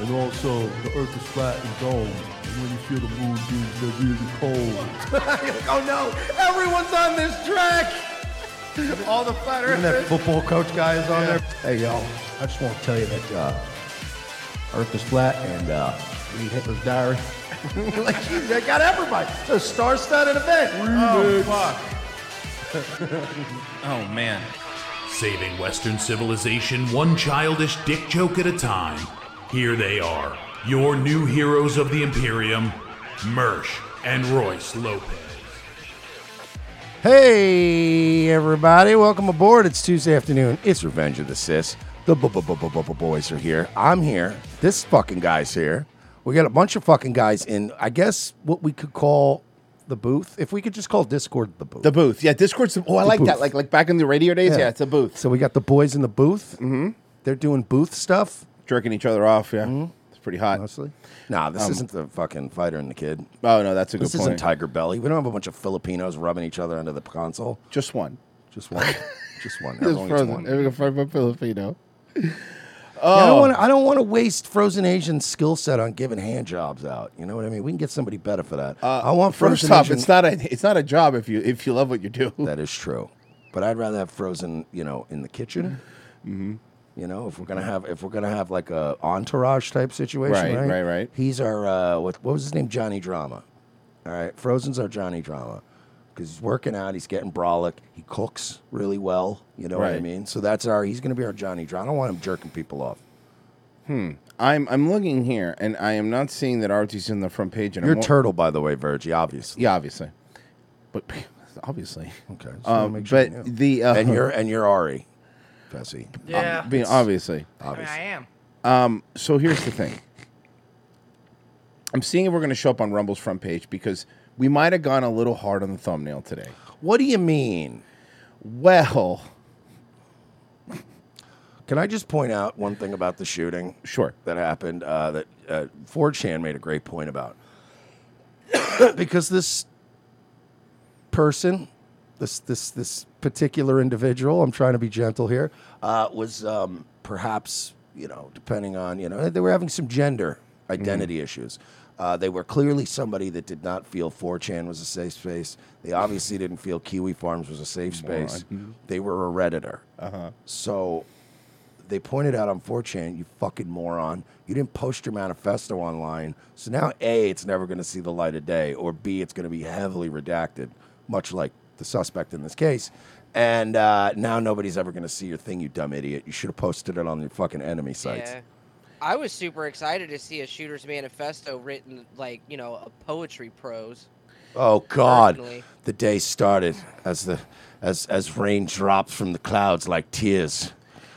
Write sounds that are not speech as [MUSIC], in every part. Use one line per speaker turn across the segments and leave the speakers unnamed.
And also, the earth is flat and dome. And when you feel the moon beams, they're really cold.
[LAUGHS] oh no, everyone's on this track. [LAUGHS] All the flat
Even that
earthers.
football coach guy is on
Yeah.
there. Hey, y'all. I just want to tell you that uh, [LAUGHS] Earth is flat and uh, read Hitler's diary. [COUGHS] like, geez, they got everybody. It's a star-studded event.
Oh fuck. oh man.
Saving Western civilization one childish dick joke at a time. Here they are, your new heroes of the Imperium, Mersch and Royce Lopez.
[LAUGHS] Hey, everybody. Welcome aboard. It's Tuesday afternoon. It's Revenge of the Sis. The bu- bu- bu- bu- bu- bu- boys are here. I'm here. This fucking guy's here. We got a bunch of fucking guys in, I guess, what we could call the booth. If we could just call Discord the booth.
The booth. Yeah, Discord's. The, oh, I like
booth.
that. Like like back in the radio days. Yeah, it's a booth.
So we got the boys in the booth. Mm-hmm. They're doing booth stuff. Mm-hmm.
Jerking each other off. Yeah, it's pretty hot. Um,
Mostly. Nah, this isn't the fucking fighter and the kid.
Oh no, that's a good
This
point.
isn't Tiger Belly. We don't have a bunch of Filipinos rubbing each other under the console.
Just one. [LAUGHS]
Just one. Just one. How
Just
long it's
frozen.
one.
There we go, frozen [LAUGHS] Filipino.
Yeah,
Oh,
I don't want. I don't want to waste frozen Asian's skill set on giving hand jobs out. You know what I mean? We can get somebody better for that. I want
Uh, First
frozen.
off,
Asian-
it's not a it's not a job if you if you love what you do.
that is true, but I'd rather have frozen. You know, in the kitchen.
Mm-hmm.
You know, if we're gonna have if we're gonna have like a entourage type situation,
Right,
right?
right, right.
He's our uh, what, what was his name? Johnny Drama. All right, Frozen's our Johnny Drama because he's working out. He's getting brolic. He cooks really well. You know what I
Right.
mean? So that's our. He's gonna be our Johnny Drama. I don't want him jerking people off.
hmm. I'm I'm looking here and I am not seeing that Artie's in the front page. And
You're
I'm, o-
turtle, by the way, Virgie. Obviously.
Yeah, obviously, but obviously.
Okay. just wanna
Um,
make sure you
but
knew.
the uh,
and you're and you're Ari, Fessy.
Yeah.
being obviously.
I, mean, I am.
Um, so here's the thing. I'm seeing if we're going to show up on Rumble's front page because we might have gone a little hard on the thumbnail today.
What do you mean?
Well,
Can I just point out one thing about the shooting
sure.
that happened uh, that uh, 4chan made a great point about? because this person, this this this particular individual, I'm trying to be gentle here, uh, was um, perhaps you know depending on you know they were having some gender identity issues. Uh, they were clearly somebody that did not feel 4chan was a safe space. They obviously didn't feel Kiwi Farms was a safe space. They were a redditor. Uh-huh. So they pointed out on 4chan, you fucking moron, you didn't post your manifesto online. So now, A, it's never going to see the light of day, or B, it's going to be heavily redacted, much like the suspect in this case. And uh, now nobody's ever going to see your thing, you dumb idiot. You should have posted it on your fucking enemy sites.
Yeah. I was super excited to see a shooter's manifesto written like, you know, a poetry prose.
Oh God!
Certainly.
The day started as the as as rain drops from the clouds like tears.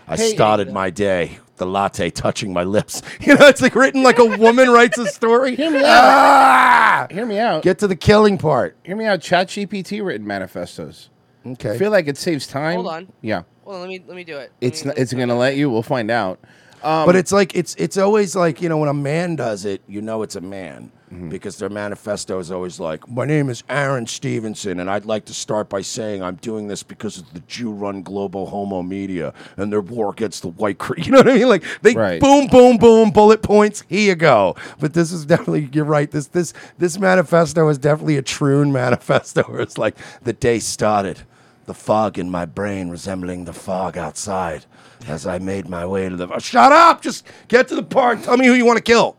I started my day. The latte touching my lips. [LAUGHS] You know, it's like written like a woman writes a story. Hear me out.
Hear me out.
Ah! Get to the killing part.
Hear me out. Chat GPT written manifestos.
Okay.
I feel like it saves time.
Hold on.
Yeah.
Well, let me let me do it. Let
It's
me-
not,
let me
it's
do
going to
it.
let you. We'll find out. Um,
but it's like it's it's always like you know when a man does it, you know it's a man
Mm-hmm.
because their manifesto is always like, "My name is Aaron Stevenson, and I'd like to start by saying I'm doing this because of the Jew-run global homo media and their war against the white." Cre-. [LAUGHS] You know what I mean? Like they
Right.
boom, boom, boom, bullet points. Here you go. But this is definitely you're right. This this this manifesto is definitely a true manifesto. [LAUGHS] Where it's like the day started. The fog in my brain resembling the fog outside as I made my way to the. oh, Shut up! Just get to the park. Tell me who you want to kill.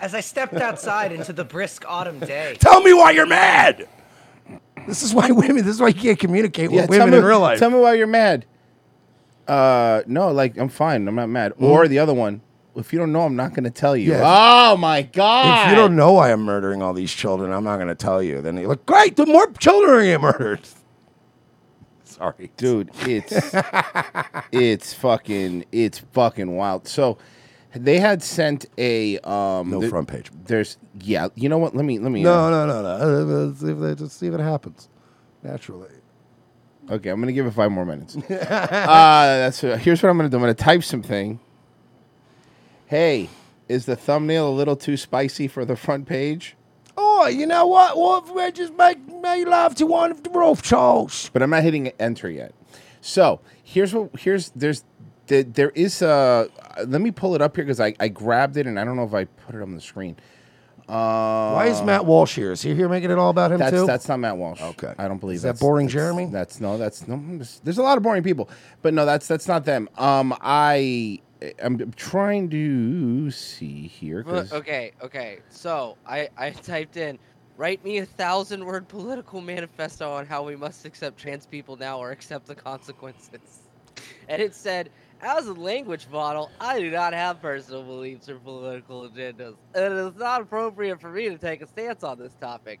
As I stepped outside into the brisk autumn day,
[LAUGHS] Tell me why you're mad. This is why [LAUGHS] women. This is why you can't [LAUGHS] communicate with
tell
women
me,
in real life.
Tell me why you're mad. Uh, no, like I'm fine. I'm not mad. Or the other one. If you don't know, I'm not going to tell you.
Yeah.
Oh my god.
if you don't know why I'm murdering all these children, I'm not going to tell you. Then you look great. The more children are getting murdered. Sorry,
dude
[LAUGHS]
it's it's fucking it's fucking wild so they had sent a um
No
there-
front page.
there's yeah you know what let me let me
No, no, no, no. Uh, Let's see if, they, just see if it happens naturally.
okay i'm gonna give it five more
[LAUGHS]
minutes uh that's here's what i'm gonna do i'm gonna type something hey is the thumbnail a little too spicy for the front page
Oh, you know what? What if we just make my love to one of the Rothschilds?
but i'm not hitting enter yet so here's what here's there's the, there is a. Let me pull it up here because I, I grabbed it and I don't know if I put it on the screen. Uh,
Why is Matt Walsh here? Is he here making it all about him
that's,
too?
That's not Matt Walsh. Okay, I don't believe
Is that
that's-
boring
that's-
Jeremy?
That's no. That's no. There's, there's a lot of boring people, but no, that's that's not them. Um, I I'm trying to see here. 'cause-
Okay, okay. So I, I [LAUGHS] typed in, write me a thousand word political manifesto on how we must accept trans people now or accept the consequences. [LAUGHS] And it said, as a language model, I do not have personal beliefs or political agendas. And it is not appropriate for me to take a stance on this topic.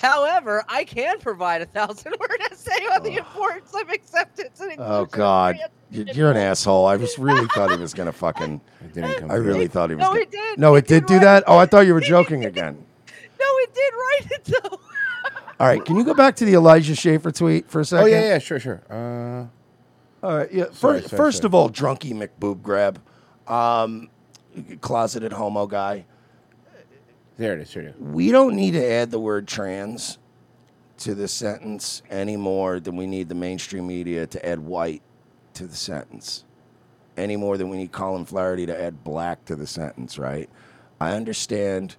However, I can provide a thousand [LAUGHS] word essay on the importance of acceptance and
Oh
inclusion of
God,
trans
Y- you're an asshole. I was really thought he was gonna [LAUGHS] fucking.
didn't
I really thought he was.
No,
gonna...
it did.
No,
It
it did
did
do
right.
that. Oh, I thought you were
[LAUGHS]
joking again.
No, it did write it though.
All right, can you go back to the Elijah Schaefer tweet for a
Oh
second?
yeah, yeah, sure, sure. Uh,
All right. Yeah.
Sorry,
first,
sorry,
first
sorry.
of all, drunky McBoob grab, um, closeted homo guy.
There it is. Here it is.
We don't need to add the word trans to this sentence any more than we need the mainstream media to add white to the sentence, any more than we need Colin Flaherty to add black to the sentence. Right? I understand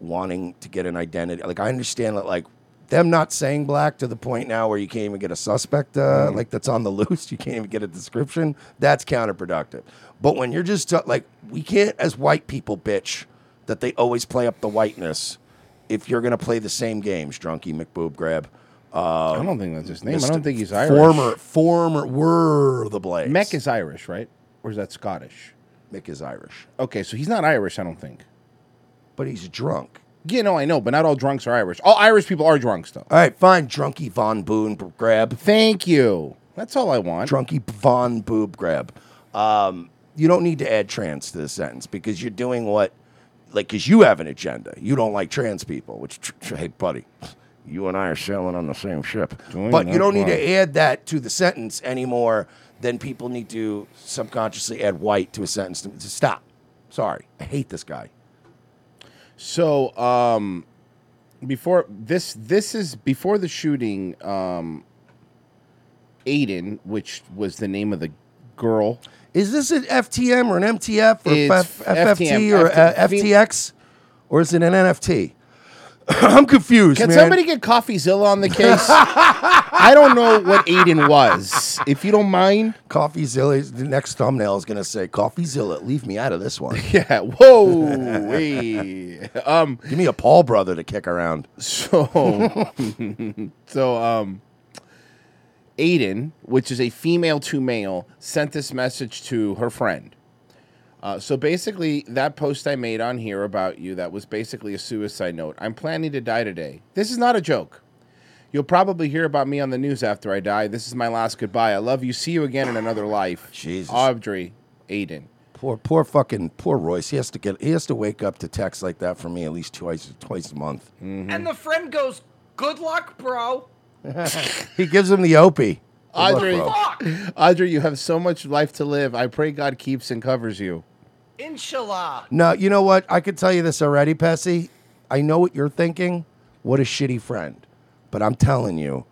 wanting to get an identity. Like I understand that, like them not saying black to the point now where you can't even get a suspect, uh,
Mm-hmm.
like that's on the [LAUGHS] loose. You can't even get a description. That's counterproductive. But when you're just uh, like, we can't as white people bitch that they always play up the whiteness. If you're gonna play the same games, drunky McBoob grab. Uh,
I don't think that's his name. I don't think he's Irish.
Former, former, were the Blades.
Mech is Irish, right? Or is that Scottish?
Mick is Irish,
Okay, so he's not Irish, I don't think.
but he's drunk.
Yeah, no, I know, but not all drunks are Irish. All Irish people are drunks, though.
All right, fine. Drunky Von Boone b- grab.
Thank you. That's all I want.
Drunky Von Boob grab. Um, you don't need to add trans to the sentence because you're doing what, like, because you have an agenda. You don't like trans people, which, tr- tr- hey, buddy, you and I are sailing on the same ship.
Doing
but you
that
don't need
right.
to add that to the sentence anymore than people need to subconsciously add white to a sentence. To, to stop. Sorry. I hate this guy.
So, um, before this, this is before the shooting. Um, Aiden, which was the name of the girl,
Is this an FTM or an MTF or
It's
F- FFT
FTM,
or uh,
F T M.
FTX? Or is it an NFT? [COUGHS] I'm confused.
Can
man.
somebody get CoffeeZilla on the
[LAUGHS]
case? I don't know what Aiden was. If you don't mind,
CoffeeZilla. The next thumbnail is gonna say CoffeeZilla. Leave me out of this one.
[LAUGHS] yeah.
[LAUGHS]
Whoa, hey. um.
Give me a Paul brother to kick around.
So, so um, Aiden, which is a female to male, sent this message to her friend. Uh, so basically, that post I made on here about you that was basically a suicide note. I'm planning to die today. This is not a joke. You'll probably hear about me on the news after I die. This is my last goodbye. I love you. See you again in another life.
Jesus.
Audrey, Aiden.
Poor, poor fucking, poor Royce. He has to get. He has to wake up to texts like that from me at least twice, twice a month.
Mm-hmm.
And the friend goes, "Good luck, bro."
[LAUGHS] He gives him the opie. Good luck,
Audrey,
bro.
Fuck.
Audrey, you have so much life to live. I pray God keeps and covers you.
Inshallah.
No, you know what? I could tell you this already, Pessy. I know what you're thinking. What a shitty friend. But I'm telling you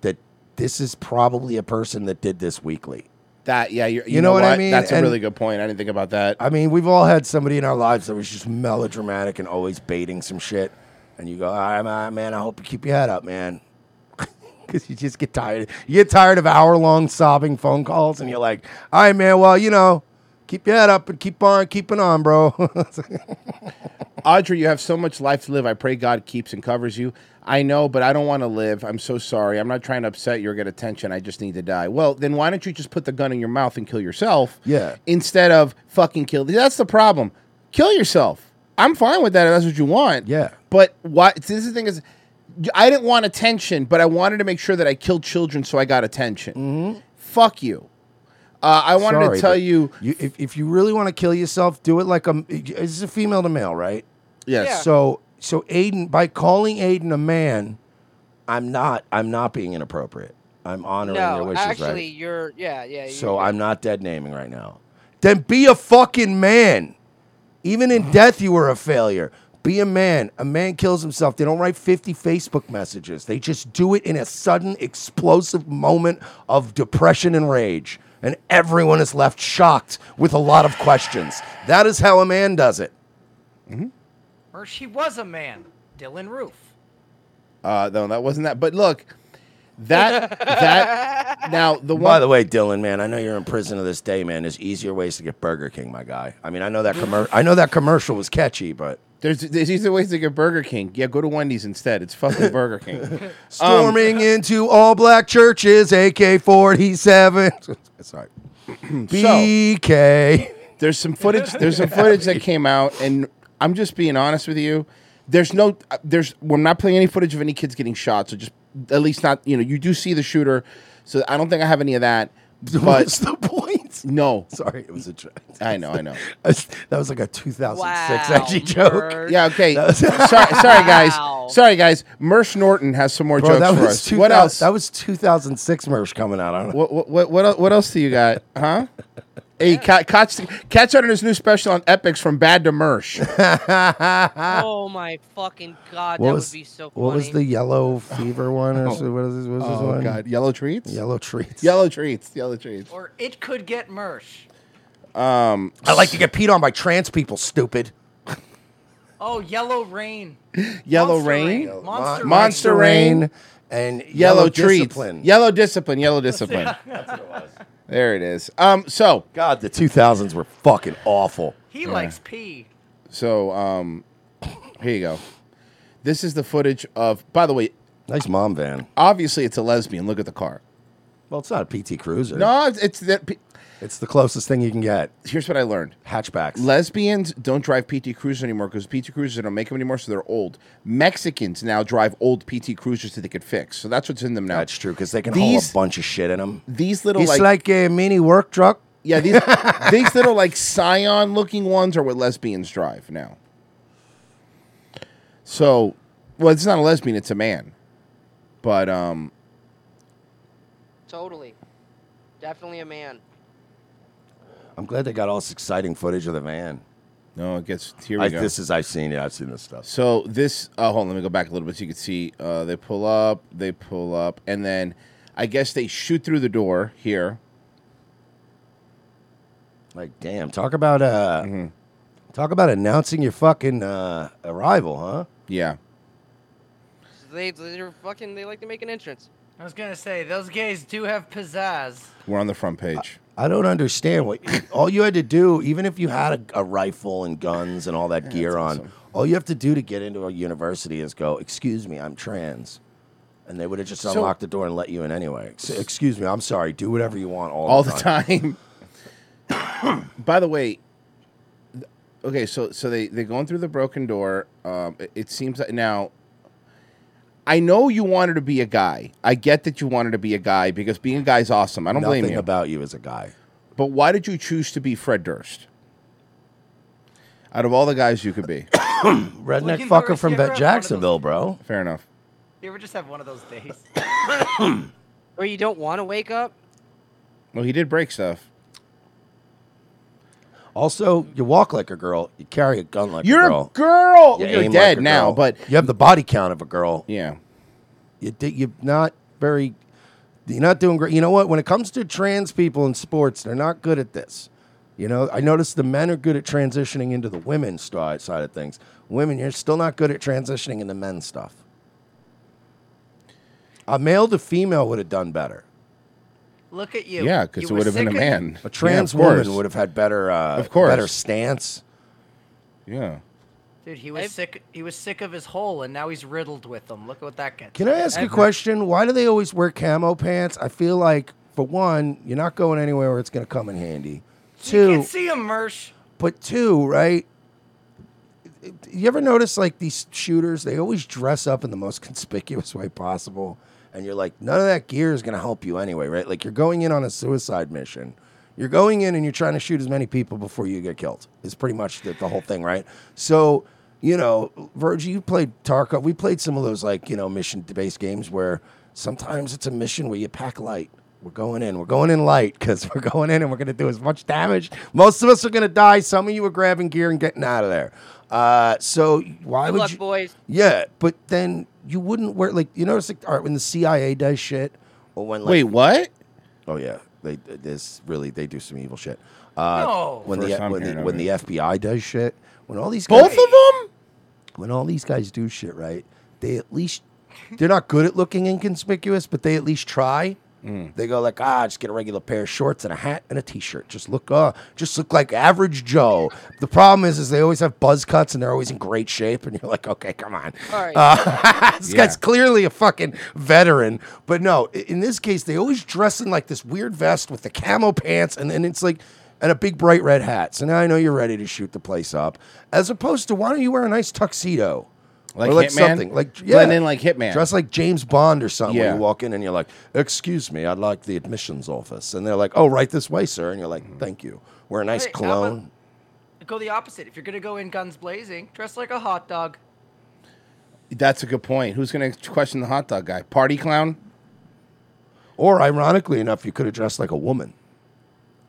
that this is probably a person that did this weekly.
That yeah, you're, you,
You know what I mean?
That's a
And-
really good point. I didn't think about that.
I mean, we've all had somebody in our lives that was just melodramatic and always baiting some shit. And you go, all right, ma- man, I hope you keep your head up, man. [LAUGHS] Because you just get tired. You get tired of hour long sobbing phone calls, and you're like, all right, man, well, you know, keep your head up and keep on keeping on, bro. [LAUGHS]
Audrey, you have so much life to live. I pray God keeps and covers you. I know, but I don't want to live. I'm so sorry. I'm not trying to upset you or get attention. I just need to die. Well, then why don't you just put the gun in your mouth and kill yourself?
Yeah.
Instead of fucking kill. That's the problem. Kill yourself. I'm fine with that if that's what you want.
Yeah.
But what? This is the thing is, I didn't want attention, but I wanted to make sure that I killed children so I got attention. Fuck you. Uh, I wanted
Mm-hmm. Sorry,
to tell
but
you.
if, if you really want to kill yourself, do it like a. This is a female to male, right?
Yes.
Yeah.
So so Aiden by calling Aiden a man, I'm not I'm not being inappropriate. I'm honoring your
No,
wishes,
actually,
right?
you're yeah, yeah. you-
So I'm not dead naming right now. Then be a fucking man. Even in death, you were a failure. Be a man. A man kills himself. They don't write 50 Facebook messages. They just do it in a sudden, explosive moment of depression and rage. and everyone is left shocked with a lot of questions. That is how a man does it.
Mm-hmm.
Or she was a man. Dylan Roof.
Uh, no, that wasn't that. But look, that that now the one
By the way, Dylan, man, I know you're in prison to this day, man. There's easier ways to get Burger King, my guy. I mean, I know that commer- I know that commercial was catchy, but
there's there's easier ways to get Burger King. Yeah, go to Wendy's instead. It's fucking Burger
[LAUGHS]
King.
storming into all black churches, [LAUGHS] AK-47. Sorry,
[CLEARS THROAT]
[CLEARS THROAT] BK.
There's some footage. There's some footage that came out, and I'm just being honest with you. There's no. uh, There's. We're not playing any footage of any kids getting shot. So just at least not. You know, you do see the shooter. So I don't think I have any of that.
[LAUGHS] What's
But
the point?
no,
Sorry, it was a joke.
I know, I
[LAUGHS]
know.
that was like a 2006
Wow,
edgy joke.
Mersh.
Yeah. Okay.
That was-
sorry, sorry,
Wow.
guys. Sorry, guys. Mersh Norton has some more
Bro,
jokes
that
for
was
us.
2000
What else?
That was 2006 merch coming out. I don't know.
What what what what, el- what else do you got? Huh? Hey, ca- catch catch out on his new special on Epics from Bad to
[LAUGHS]
Mersh.
Oh my fucking god, that would be so funny.
what was the yellow fever one or so, what is this, what is this
oh
one?
God, yellow treats.
Yellow treats.
Yellow treats, yellow treats.
Or it could get Mersh.
Um,
I like to get peed on by trans people, stupid.
Oh, Yellow Rain.
Yellow
Monster
rain,
Rain. Monster,
Mon- Monster Rain,
and
yellow,
yellow,
treats,
discipline.
yellow discipline, yellow discipline. That's what it was. There it is. Um, so
God, the 2000s were fucking awful.
[LAUGHS] He likes pee.
so um, here you go. This is the footage of. By the way,
Nice mom van.
obviously it's a lesbian. Look at the car.
Well, it's not a PT Cruiser.
No, it's, it's that. pe-
It's the closest thing you can get.
Here's what I learned.
Hatchbacks.
Lesbians don't drive PT Cruisers anymore because PT Cruisers don't make them anymore, so they're old. Mexicans now drive old PT Cruisers that they could fix, so that's what's in them now.
That's true, because they can haul
These-
a bunch of shit in them.
These little
it's
like,
like, [LAUGHS] a mini work truck.
yeah, these [LAUGHS] these little like Scion looking ones are what lesbians drive now. So, well, it's not a lesbian; it's a man. But um,
Totally. Definitely a man.
[LAUGHS] I'm glad they got all this exciting footage of the van.
no, it gets here we
I,
go.
this is I've seen it. I've seen this stuff.
So this, oh, hold on, let me go back a little bit so you can see. Uh, they pull up, they pull up, and then I guess they shoot through the door here.
Like, damn, talk about uh,
Mm-hmm.
talk about announcing your fucking uh, arrival, huh?
Yeah,
They they're fucking they like to make an entrance.
I was gonna say those gays do have pizzazz.
we're on the front page.
I don't understand what all you had to do, even if you had a, a rifle and guns and all that gear on, all you have to do to get into a university is go, "Excuse me, I'm trans," and they would have just unlocked the door and let you in anyway. Ex- Excuse me, I'm sorry. Do whatever you want all,
All the time. By the way, th- okay, so so they they're going through the broken door. Um, it, it seems like now. I know you wanted to be a guy. I get that you wanted to be a guy because being a guy's awesome. I don't
Nothing
blame you.
about you as a guy.
But why did you choose to be Fred Durst? Out of all the guys you could be,
[COUGHS] Redneck
Looking for
fucker
a
from
Sierra, one
Bet
of
Jacksonville, bro.
fair enough.
You ever just have one of those days?
[COUGHS]
Or you don't want to wake up?
Well, he did break stuff.
Also, you walk like a girl. You carry a gun like
You're
a
a
girl.
girl.
you
You're
aim
dead
like a
now,
girl.
but
you have the body count of a girl.
yeah,
You di- you're not very. You're not doing great. You know what? When it comes to trans people in sports, they're not good at this. You know, I noticed the men are good at transitioning into the women's sti- side of things. Women, you're still not good at transitioning into men's stuff. A male to female would have done better.
Look at you.
yeah, because
You
it
were
would have been a
sick of-
man.
A trans woman would have had better, uh,
Of course.
better stance.
Yeah.
Dude, he was sick. He was sick of his hole, and now he's riddled with them. Look at what that gets.
Can I ask you a question? Why do they always wear camo pants? I feel like, for one, you're not going anywhere where it's going to come in handy.
You
Two,
can't see him, Mersh.
but two, right? You ever notice like these shooters? They always dress up in the most [LAUGHS] conspicuous way possible, and you're like, none of that gear is going to help you anyway, right? Like you're going in on a suicide mission. You're going in and you're trying to shoot as many people before you get killed. Is pretty much the, the whole thing, right? So, you know, Virgie, you played Tarkov. We played some of those like you know mission based games where sometimes it's a mission where you pack light. We're going in. We're going in light because [LAUGHS] we're going in and we're going to do as much damage. Most of us are going to die. Some of you are grabbing gear and getting out of there. Uh, so why
Good
would
luck,
you?
boys.
Yeah, but then you wouldn't wear like you notice like all right, when the CIA does shit or when like
Wait, what?
oh yeah They this really they do some evil shit. Uh,
No.
When
First
the
time
when
hearing
the,
of
when
it.
the FBI does shit, when all these
Both
guys,
of them?
when all these guys do shit, right? They at least they're not good at looking inconspicuous, but they at least try.
Mm.
They go like, ah, just get a regular pair of shorts and a hat and a t-shirt. Just look, uh, just look like average Joe. The problem is, is they always have buzz cuts and they're always in great shape, and you're like, okay, come on.
All right.
Uh, [LAUGHS] this
Yeah.
guy's clearly a fucking veteran. But no, i- in this case, they always dress in like this weird vest with the camo pants, and then it's like, and a big bright red hat. So now I know you're ready to shoot the place up. As opposed to, why don't you wear a nice tuxedo?
Like
or like
Hitman?
something like yeah,
Blend in like Hitman.
dress like James Bond or something. Where
Yeah.
you walk in and you're like, "Excuse me, I'd like the admissions office," and they're like, "Oh, right this way, sir," and you're
Mm-hmm.
like, "Thank you." Wear a nice
Hey, how about-
cologne.
Go the opposite. If you're gonna go in guns blazing, dress like a hot dog.
That's a good point. Who's going to question the hot dog guy? Party clown?
Or ironically enough, you could have dressed like a woman.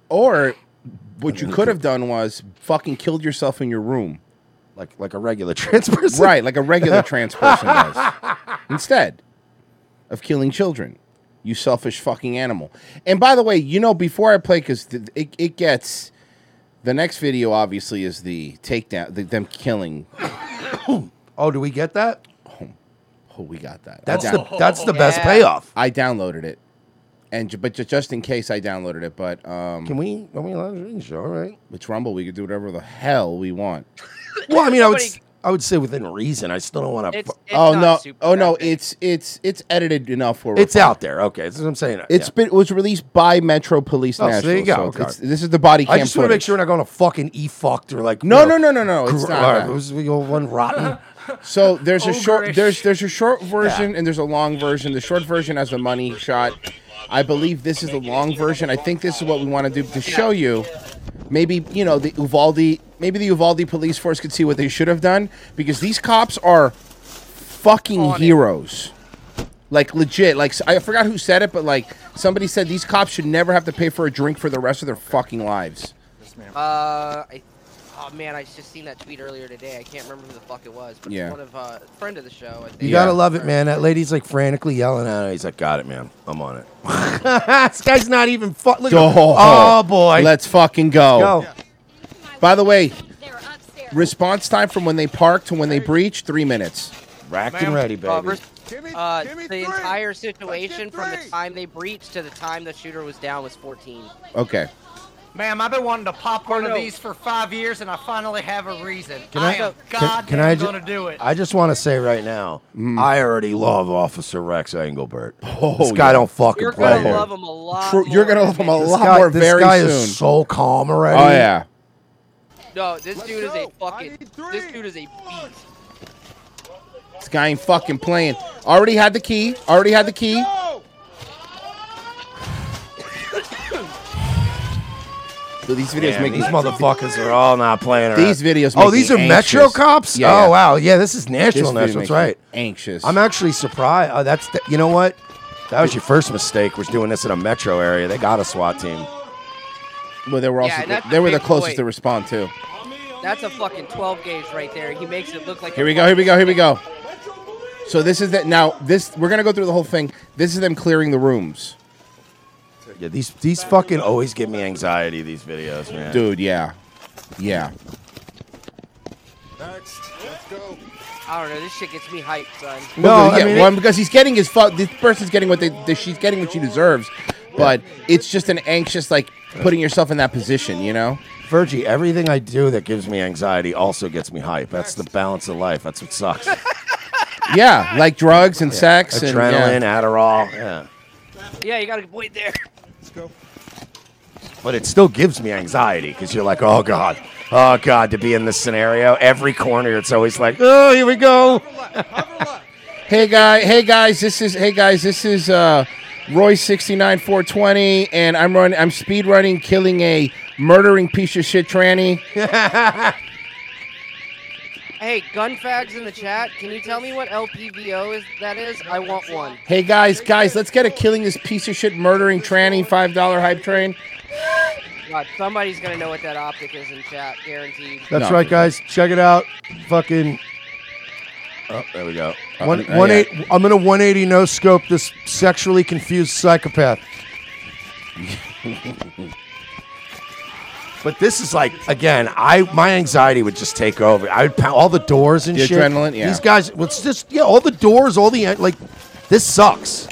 Or what you could have done was fucking killed yourself in your room.
like like a regular [LAUGHS] trans person.
Right, like a
[LAUGHS]
regular trans person does. Instead of killing children, you selfish fucking animal. And by the way, you know, before I play, because th- it, it gets the next video, obviously, is the takedown, the, them killing.
[COUGHS] Oh, do we get that?
Oh, we got that.
That's
I, down-
the that's the best
Yeah.
payoff.
I downloaded it. And ju- but ju- just in case I downloaded it, but um,
Can we? Are we allowed to read the show? All right.
with Rumble we could do whatever the hell we want.
[LAUGHS] Well, I mean, I would s-
Somebody-
I would say within reason. I still don't want to.
It's,
It's,
it's
oh
not
no!
super
Oh no!
graphic.
It's it's it's edited enough where we're
out there. Okay, that's what I'm saying.
It's
Yeah.
been it was released by Metro Police
Oh, so
National.
there you go.
so
Okay.
it's- this is the body cam.
I just want to make
footage.
sure we're not going to fucking e fucked or like.
No,
you know,
no, no, no, no, it's
gr-
not
all right,
that.
it was the old one rotten.
[LAUGHS] So there's a short
Ogreish.
there's there's a short version and there's a long version. The short version has a money shot. I believe this is the long version. I think this is what we want to do to show you. Maybe you know the Uvalde. Maybe the Uvalde police force could see what they should have done because these cops are fucking
On it.
heroes. Like legit. Like I forgot who said it, but like somebody said these cops should never have to pay for a drink for the rest of their fucking lives.
Uh, I, oh man, I just seen that tweet earlier today. I can't remember who the fuck it was, but
Yeah.
it's one of uh, friend of the show. I think.
You
Yeah.
gotta love it, man. That lady's like frantically yelling at him. He's like, "Got it, man. I'm on it." [LAUGHS] [LAUGHS] this guy's not even fuck. Look at him. Oh, boy.
Let's fucking
go.
By the way,
They're upstairs.
Response time from when they park to when they breach, three minutes.
Racked and ready, baby.
Uh, res-
Give me-
uh,
give me
the
three.
entire situation from the
three.
time they breached to the time the shooter was down was 14.
Okay.
Ma'am, I've been wanting to pop one
no.
of these for five years, and I finally have a reason.
Can
I,
I-
am
Can-
goddamn
can I ju-
gonna do it.
I just want to say right now, I already love Officer Rex Engelbert.
Mm-hmm. Oh,
this guy
yeah.
don't fucking
You're
play
gonna
here.
love him a lot.
True- you're
more
gonna love him a
than-
this
lot
guy,
more
this
very
guy
soon.
is so calm already.
Oh yeah.
No, this dude is a
go. I
fucking.
need three.
This dude is a beast.
This guy ain't fucking playing. Already had the key. Already had the key. Dude, these videos
Man,
make
these
these.
motherfuckers are all not playing around.
These videos
Oh,
make
these
me
are Metro
anxious.
cops.
Yeah,
oh
yeah.
wow, yeah, this is
This
Nashville.
video
Nashville,
makes
that's
me
right.
Anxious.
I'm actually surprised. Oh, that's the, you know what? That was your first mistake. Was doing this in a metro area. They got a SWAT team.
well, they were also
Yeah, and that's
they
the
were the
big
closest
boy.
to respond to.
That's a fucking 12 gauge right there. He makes it look like.
Here
a
we go. Here we go. Here we go. So this is that. Now this we're gonna go through the whole thing. This is them clearing the rooms,
Yeah, these these fucking always give me anxiety. These videos, man.
dude. Yeah, yeah.
Next. Let's go.
fucking- I don't know. This shit gets me hyped, son.
No,
yeah,
I mean,
one because he's getting his fuck. This person's getting what they, that she's getting what she deserves, but it's just an anxious like putting yourself in that position, you know.
Virgie, everything I do that gives me anxiety also gets me hype. That's the balance of life. That's what sucks.
Yeah, like drugs and [LAUGHS] sex and
Adrenaline,
yeah.
Adderall. Yeah.
Yeah, you gotta wait there.
Let's go.
But it still gives me anxiety because you're like, oh God, oh God, to be in this scenario. Every corner, it's always like, oh, here we go.
Hey guy, hey guys, this is hey guys, this is uh, Roy sixty nine four twenty, and I'm running, I'm speed running, killing a murdering piece of shit
[LAUGHS]
tranny.
Hey, gun fags in the chat, can you tell me what LPVO is? That is, I want one.
Hey guys, guys, let's get a killing this piece of shit murdering tranny five dollar hype train.
God, somebody's gonna know what that optic is in chat, guaranteed.
That's
No.
right, guys. Check it out. Fucking. Oh, there we go. One,
uh,
one
yeah.
eight, I'm gonna 180 no scope this sexually confused psychopath.
[LAUGHS]
But this is like again, I my anxiety would just take over. I would pound all the doors and
The
shit.
adrenaline, yeah.
These guys, well, it's just yeah, all the doors, all the like, this sucks.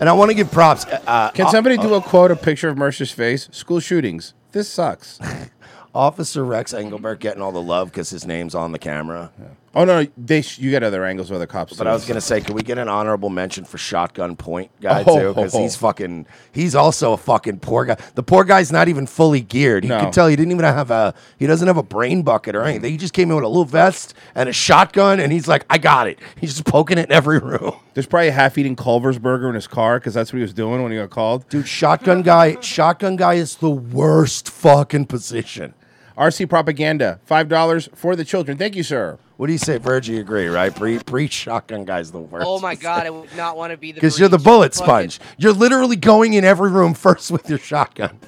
And I want to give props. Uh,
Can
uh,
somebody do a quote, a picture of Mercer's face? School shootings. This sucks.
Officer Rex Engelbert getting all the love because his name's on the camera.
Oh no, they sh- you got other angles where the cops.
But I was gonna say, can we get an honorable mention for Shotgun Point guy
Oh.
too? Because he's fucking, he's also a fucking poor guy. The poor guy's not even fully geared. You
No.
can tell he didn't even have a, he doesn't have a brain bucket or anything. He just came in with a little vest and a shotgun, and he's like, I got it. He's just poking it in every room.
[LAUGHS] There's probably a half-eating Culver's burger in his car because that's what he was doing when he got called.
Dude, shotgun guy, shotgun guy is the worst fucking position.
RC propaganda, five dollars for the children. Thank you, sir.
What do you say, Virgie? You agree, right? Pre, pre shotgun guy's the worst.
Oh my god, I would not want to be the.
Because you're the
breach.
bullet
Fucking-
sponge. You're literally going in every room first with your shotgun.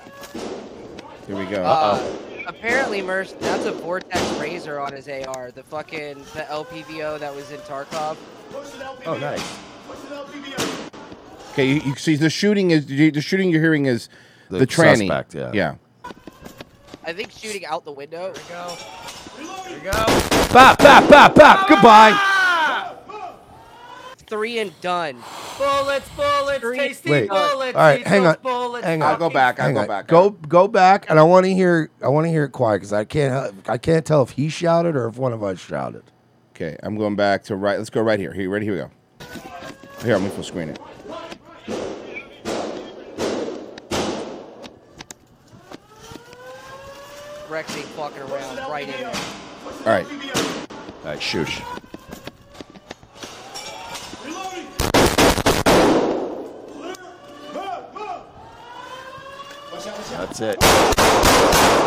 Here we go.
Uh, apparently, Merce, that's a vortex razor on his AR. The fucking the LPVO that was in Tarkov.
Oh, nice.
Okay, you, you see the shooting is you- the shooting you're hearing is the,
The
tranny.
suspect, yeah.
yeah.
I think shooting out the window.
Go. There you go.
Bop, bop, bop, bop. Goodbye.
Three and done.
Bullets, bullets, tasty
Wait.
bullets.
All right,
these
hang
those
on,
Bullets,
hang on.
I'll go back. I'll
Hang
go
on.
back.
Go, go back, and I want to hear. I want to hear it quiet because I can't. hel- I can't tell if he shouted or if one of us shouted.
Okay, I'm going back to right. Let's go right here. Here, ready? Here we go. Here, I'm gonna full screen it.
Rex ain't fucking around. Right in there.
All right.
All right, shoot. That's it.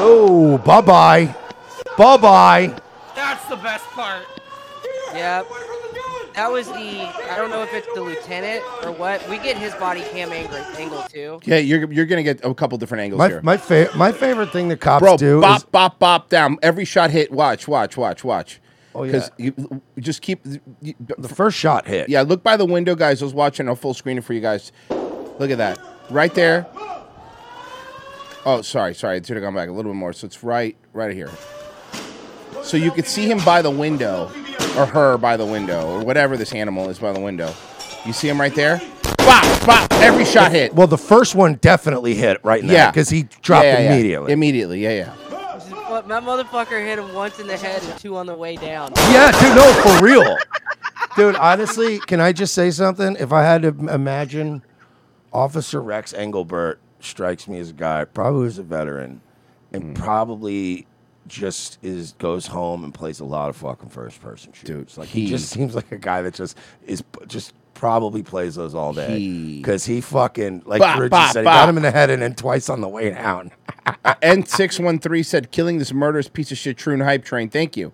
Oh, bye bye, bye bye.
That's the best part.
Yep. That was the. I don't know if it's the lieutenant or what. We get his body cam angle, angle too.
Okay, you're you're gonna get a couple different angles
My
here.
my, fa- my favorite thing the cops
Bro,
do
bop,
is
bop, bop down. Every shot hit. Watch, watch, watch, watch.
Oh, yeah.
you, you just keep. you-
the first shot hit.
yeah, look by the window, guys. I was watching a full screen for you guys. Look at that, right there. Oh, sorry, sorry. It should have gone back a little bit more. So it's right, right here. So you could see him by the window, or her by the window, or whatever this animal is by the window. You see him right there. Bop, bop. Every shot hit.
Well, the first one definitely hit right now
Yeah,
because he dropped
Yeah, yeah, yeah.
immediately.
Immediately, yeah, yeah.
But my motherfucker hit him once in the head and two on the way down.
Yeah, dude, no,
[LAUGHS]
for real. dude, honestly, can I just say something? If I had to m- imagine, Officer Rex Engelbert strikes me as a guy probably who's a veteran and
Hmm.
probably just is goes home and plays a lot of fucking first person shooters.
Dude,
like he,
he-
just seems like a guy that just is just probably plays those all day
He-
because he, fucking like
Bop,
Bridget
bop,
said, he
bop.
got him in the head and then twice on the way down. [LAUGHS]
N613 said, killing this murderous piece of shit Troon hype train. Thank you.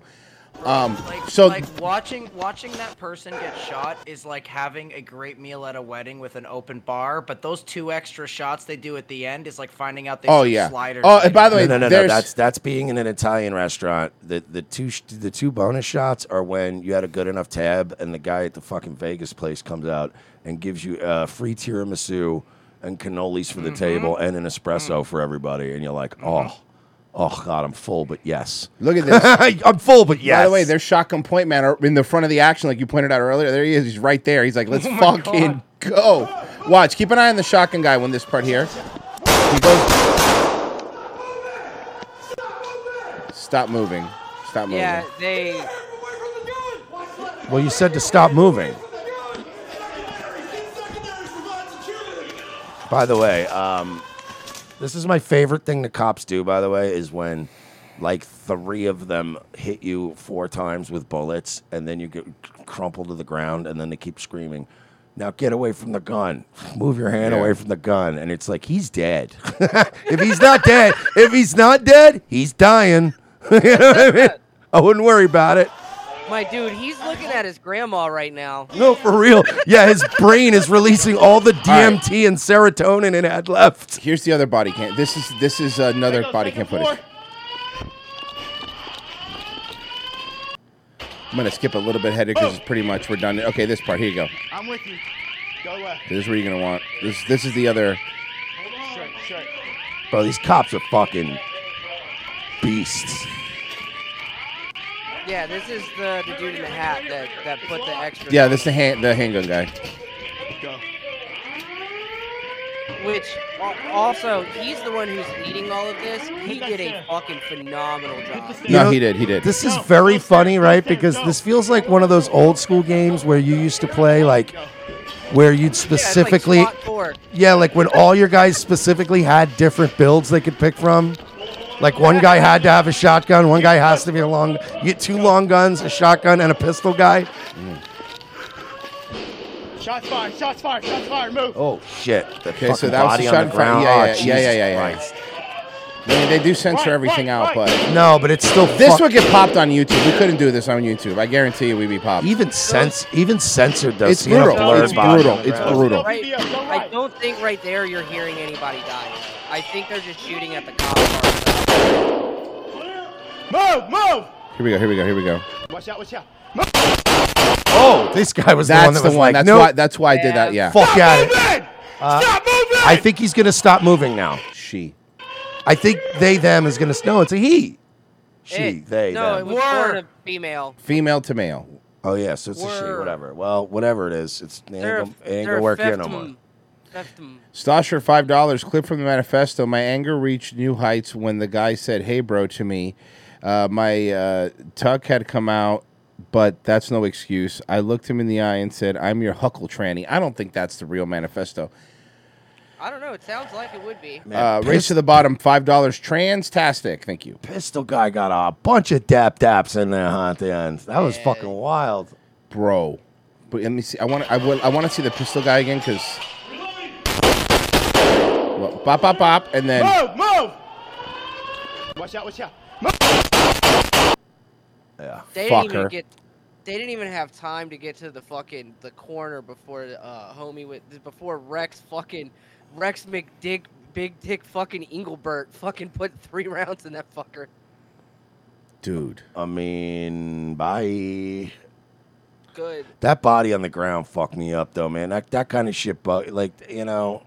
Um,
Like,
So-
like watching watching that person get shot is like having a great meal at a wedding with an open bar, but those two extra shots they do at the end is like finding out they
Oh,
shoot
yeah.
sliders.
Oh, and by the way,
no, no, no, no.
there's-
That's that's being in an Italian restaurant. The the two sh- the two bonus shots are when you had a good enough tab, and the guy at the fucking Vegas place comes out and gives you uh, free tiramisu and cannolis for the table and an espresso for everybody, and you're like, oh, oh god, I'm full, but yes,
Look at this.
[LAUGHS] I'm full, but yes.
By the way, there's Shotgun Point Man are- in the front of the action, like you pointed out earlier. There he is. He's right there. He's like,
Oh
let's fucking go. Watch. Keep an eye on the shotgun guy when this part here. He goes. Stop moving. Stop moving.
Yeah, they.
well, you said to stop moving. By the way, um, this is my favorite thing the cops do. By the way, is when like three of them hit you four times with bullets, and then you get crumpled to the ground, and then they keep screaming. Now get away from the gun. Move your hand
Yeah.
away from the gun, and it's like he's dead. [LAUGHS] if he's not dead, if he's not dead, he's dying. [LAUGHS] you know what I mean? I wouldn't worry about it.
My dude, he's looking at his grandma right now.
No, for real. Yeah, his brain is releasing all the DMT and serotonin it had left.
Here's the other body cam. This is this is another body cam footage. I'm gonna skip a little bit ahead because it's pretty much we're done. Okay, this part. Here you go.
I'm with you. Go left.
This is where you're gonna want. This this is the other.
Bro, these cops are fucking beasts.
Yeah, this is the, the dude in the hat that, that put the extra.
Yeah, this is the hand the handgun guy.
Which al- also, he's the one who's leading all of this. He did a fucking phenomenal job.
no,
know,
he did. He did.
This is very funny, right? Because this feels like one of those old school games where you used to play, like, where you'd specifically,
yeah, it's like SWAT four.
yeah, like when all your guys specifically had different builds they could pick from. Like one guy had to have a shotgun, one guy has to be a long. You get two long guns, a shotgun, and a pistol guy.
Shots fired! Shots fired! Shots fired! Move!
Oh shit! The
Okay,
fucking
so that was
body
the shot
on
in
the
front.
ground.
Yeah,
Oh,
yeah, yeah,
Jesus
yeah, yeah, yeah.
Christ.
I mean, they do censor everything out, but
No, but it's still
this
fuck-
would get popped on YouTube. We couldn't do this on YouTube. I guarantee you, we'd be popped.
even cens even censored those.
It's brutal. It's brutal. It's brutal.
Right,
Video, go
I
right.
don't think right there you're hearing anybody die. I think they're just shooting at the cop. car.
Move! Move!
Here we go. Here we go. Here we go.
Watch out! Watch out!
Oh, this guy was the one
That's
that
the
was
one.
like,
That's
no,
why. That's why I did that. Yeah.
fuck out of
Move in! Stop moving!
I think he's gonna stop moving now.
She.
I think they them is gonna. No, it's a he. She,
It-
they,
No, it
them.
was born a female.
Female to male.
oh yeah, so it's a she.
Were-
Whatever. Well, whatever it is, it's it ain't,
They're,
gonna, it ain't
they're
gonna work here no
feftum-
more.
feftum.
Stasher, five dollars. Clip from the manifesto. My anger reached new heights when the guy said, "Hey, bro," to me. Uh, my uh, tuck had come out, but that's no excuse. I looked him in the eye and said, "I'm your huckle tranny." I don't think that's the real manifesto.
I don't know. It sounds like it would be.
Man,
Uh, race
Pist-
to the bottom, five dollars. Transtastic. Thank you.
pistol guy got a bunch of dap daps in there, huh? At the end, that was fucking wild.
bro. But let me see. I want. I will. I want to see the pistol guy again because. Well, bop, bop, bop, and then
Move! Move! Watch out! Watch out!
Yeah.
They didn't even
Fucker.
get. They didn't even have time to get to the fucking the corner before uh homie with before Rex fucking Rex McDick Big Dick fucking Engelbert fucking put three [LAUGHS] rounds in that fucker.
dude,
I mean, bye.
Good.
That body on the ground fucked me up though, man. That that kind of shit, bug, like you know,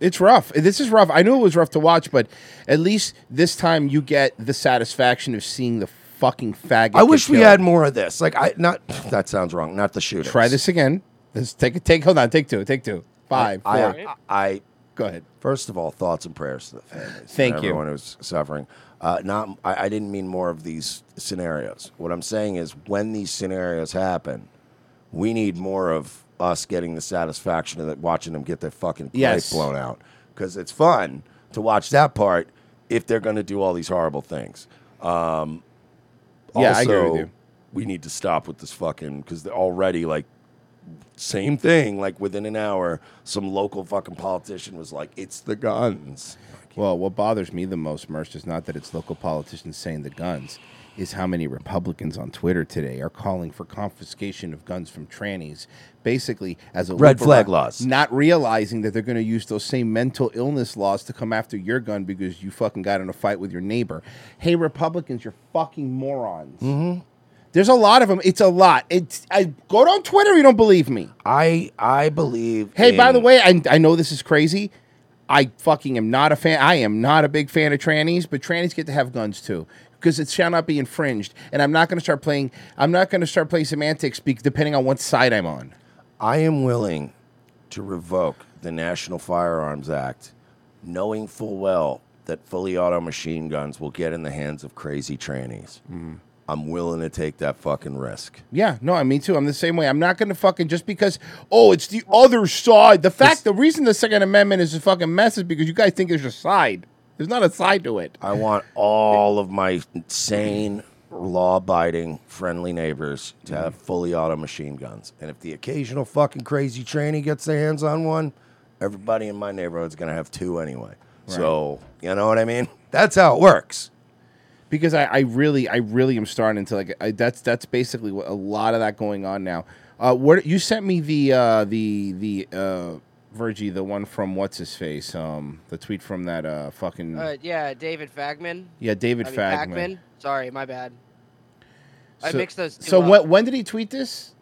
it's rough. This is rough. I knew it was rough to watch, but at least this time you get the satisfaction of seeing the fucking faggot.
I
get
wish we
killed.
had more of this. Like I not that sounds wrong. Not the shooter.
Try this again. Let's take a take. Hold on. Take two. Take two. Five.
I,
four.
I, I
Go ahead.
first of all, thoughts and prayers to the families.
Thank
and
you.
Everyone who's suffering. Uh, not I, I didn't mean more of these scenarios. What I'm saying is when these scenarios happen, we need more of us getting the satisfaction of that, watching them get their fucking plate
Yes.
blown out. Because it's fun to watch that part if they're going to do all these horrible things. Um,
Yeah,
also,
I agree with you.
We need to stop with this fucking because they're already like same thing. Like within an hour, some local fucking politician was like, "It's the guns."
Well, what bothers me the most, Merce, is not that it's local politicians saying the guns, is how many Republicans on Twitter today are calling for confiscation of guns from trannies, basically as a
Red
loop
flag
around-
laws.
not realizing that they're going to use those same mental illness laws to come after your gun because you fucking got in a fight with your neighbor. Hey, Republicans, you're fucking morons.
Mm-hmm.
There's a lot of them. It's a lot. It's I go on Twitter. You don't believe me.
I I believe.
Hey, by
in-
the way, I, I know this is crazy. I fucking am not a fan. I am not a big fan of trannies, but trannies get to have guns too because it shall not be infringed. And I'm not going to start playing. I'm not going to start playing semantics be, depending on what side I'm on.
I am willing to revoke the National Firearms Act, knowing full well that fully auto machine guns will get in the hands of crazy trannies.
Mm-hmm.
I'm willing to take that fucking risk.
Yeah, no, I mean too. I'm the same way. I'm not going to fucking just because oh, it's the other side. The fact, the reason the Second Amendment is a fucking mess is because you guys think there's a side. There's not a side to it.
I want all of my sane, law abiding, friendly neighbors to have fully auto machine guns. And if the occasional fucking crazy tranny gets their hands on one, [COUGHS] everybody in my neighborhood's going to have two anyway. So, you know what I mean? [LAUGHS] That's how it works.
because I, I really I really am starting to like I, that's that's basically what, a lot of that going on now. Uh, what you sent me the uh, the the uh, Virgie the one from what's his face um the tweet from that uh fucking
Uh, yeah, David Fagman.
yeah David
I mean,
Fagman.
Pacman. Sorry, my bad. I
So-
mixed those. Two
So
up.
what when did he tweet this?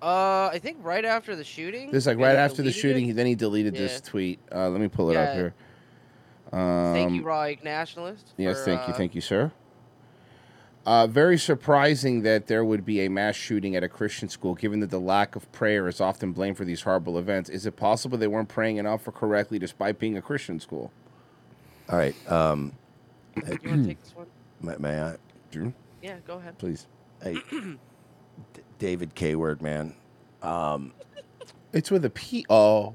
Uh, I think right after the shooting.
This is like
and
right
he
after the
deleted
shooting.
it.
He, then he deleted this
Yeah.
tweet. Uh, let me pull it up
Yeah.
here. Um,
thank you, Raw Egg Nationalist.
Yes,
for,
thank you,
uh,
thank you, sir. Uh, very surprising that there would be a mass shooting at a Christian school, given that the lack of prayer is often blamed for these horrible events. Is it possible they weren't praying enough or correctly despite being a Christian school?
All right. Um,
You want to take this one?
may, may I?
Drew,
Yeah, go ahead.
please.
[CLEARS THROAT]
Hey, D- David K. Word, man. Um,
It's with a P. Oh,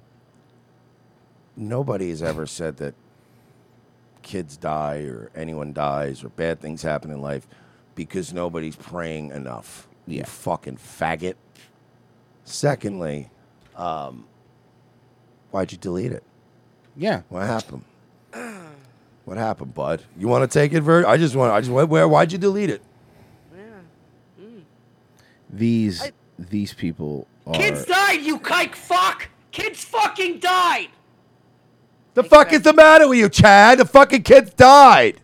nobody's ever said that kids die or anyone dies or bad things happen in life because nobody's praying enough. You
Yeah.
fucking faggot. Secondly, um, why'd you delete it?
yeah.
What happened? What happened, bud? You want to take it, Ver? I just want. I just went where? Why'd you delete it?
These these people are.
Kids died, you kike fuck! Kids fucking died!
The fuck is the matter with you, Chad? The fucking kids died.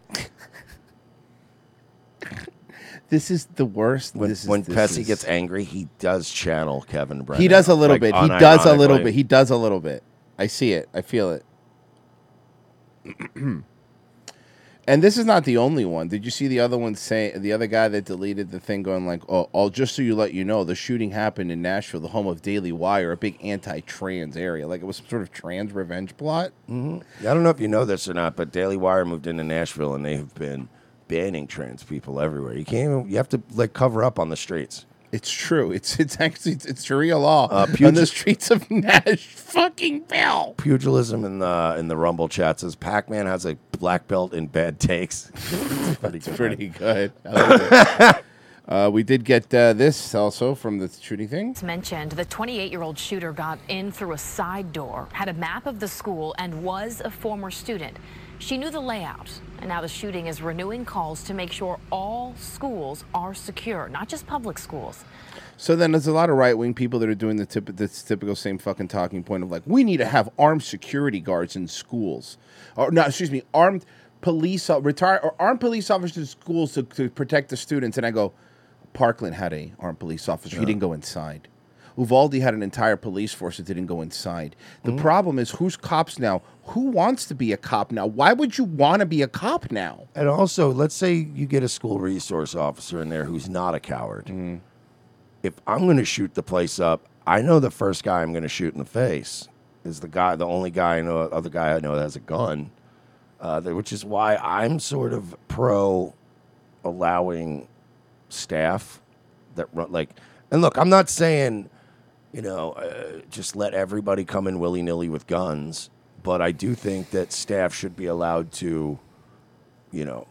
[LAUGHS] this is the worst.
When,
this is,
when
this
Pessy
is-
gets angry, he does channel Kevin Brennan.
he does a little
like,
bit. He does a little
unironically.
bit. He does a little bit. I see it. I feel it. [CLEARS THROAT] and this is not the only one. Did you see the other one say the other guy that deleted the thing going like, "Oh, oh just so you let you know, the shooting happened in Nashville, the home of Daily Wire, a big anti-trans area. Like it was some sort of trans revenge plot."
Mm-hmm. I don't know if you know this or not, but Daily Wire moved into Nashville and they have been banning trans people everywhere. You can't even, you have to like cover up on the streets.
It's true. It's it's actually it's, it's Sharia law
Uh,
on the
Puget-
streets of
[LAUGHS]
Nash fucking Bell.
Pugilism in the in the Rumble chat says Pac Man has a black belt in bad takes. [LAUGHS] It's pretty good.
pretty good. I like it. uh, we did get uh, this also from the shooting thing.
As mentioned, the 28 year old shooter got in through a side door, had a map of the school, and was a former student. She knew the layout, and now the shooting is renewing calls to make sure all schools are secure, not just public schools.
So then there's a lot of right wing people that are doing the tip- this typical same fucking talking point of like, we need to have armed security guards in schools. Or, no, excuse me, armed police, o- retire, or armed police officers in schools to, to protect the students. And I go, Parkland had a armed police officer. He didn't go inside. Uvalde had an entire police force that didn't go inside. The problem is who's cops now? Who wants to be a cop now? Why would you want to be a cop now?
And also, let's say you get a school resource officer in there who's not a coward.
Mm-hmm.
If I'm going to shoot the place up, I know the first guy I'm going to shoot in the face is the guy, the only guy I know, other guy I know that has a gun, uh, that- which is why I'm sort of pro allowing staff that run like. And look, I'm not saying you know, uh, just let everybody come in willy nilly with guns. But I do think that staff should be allowed to, you know,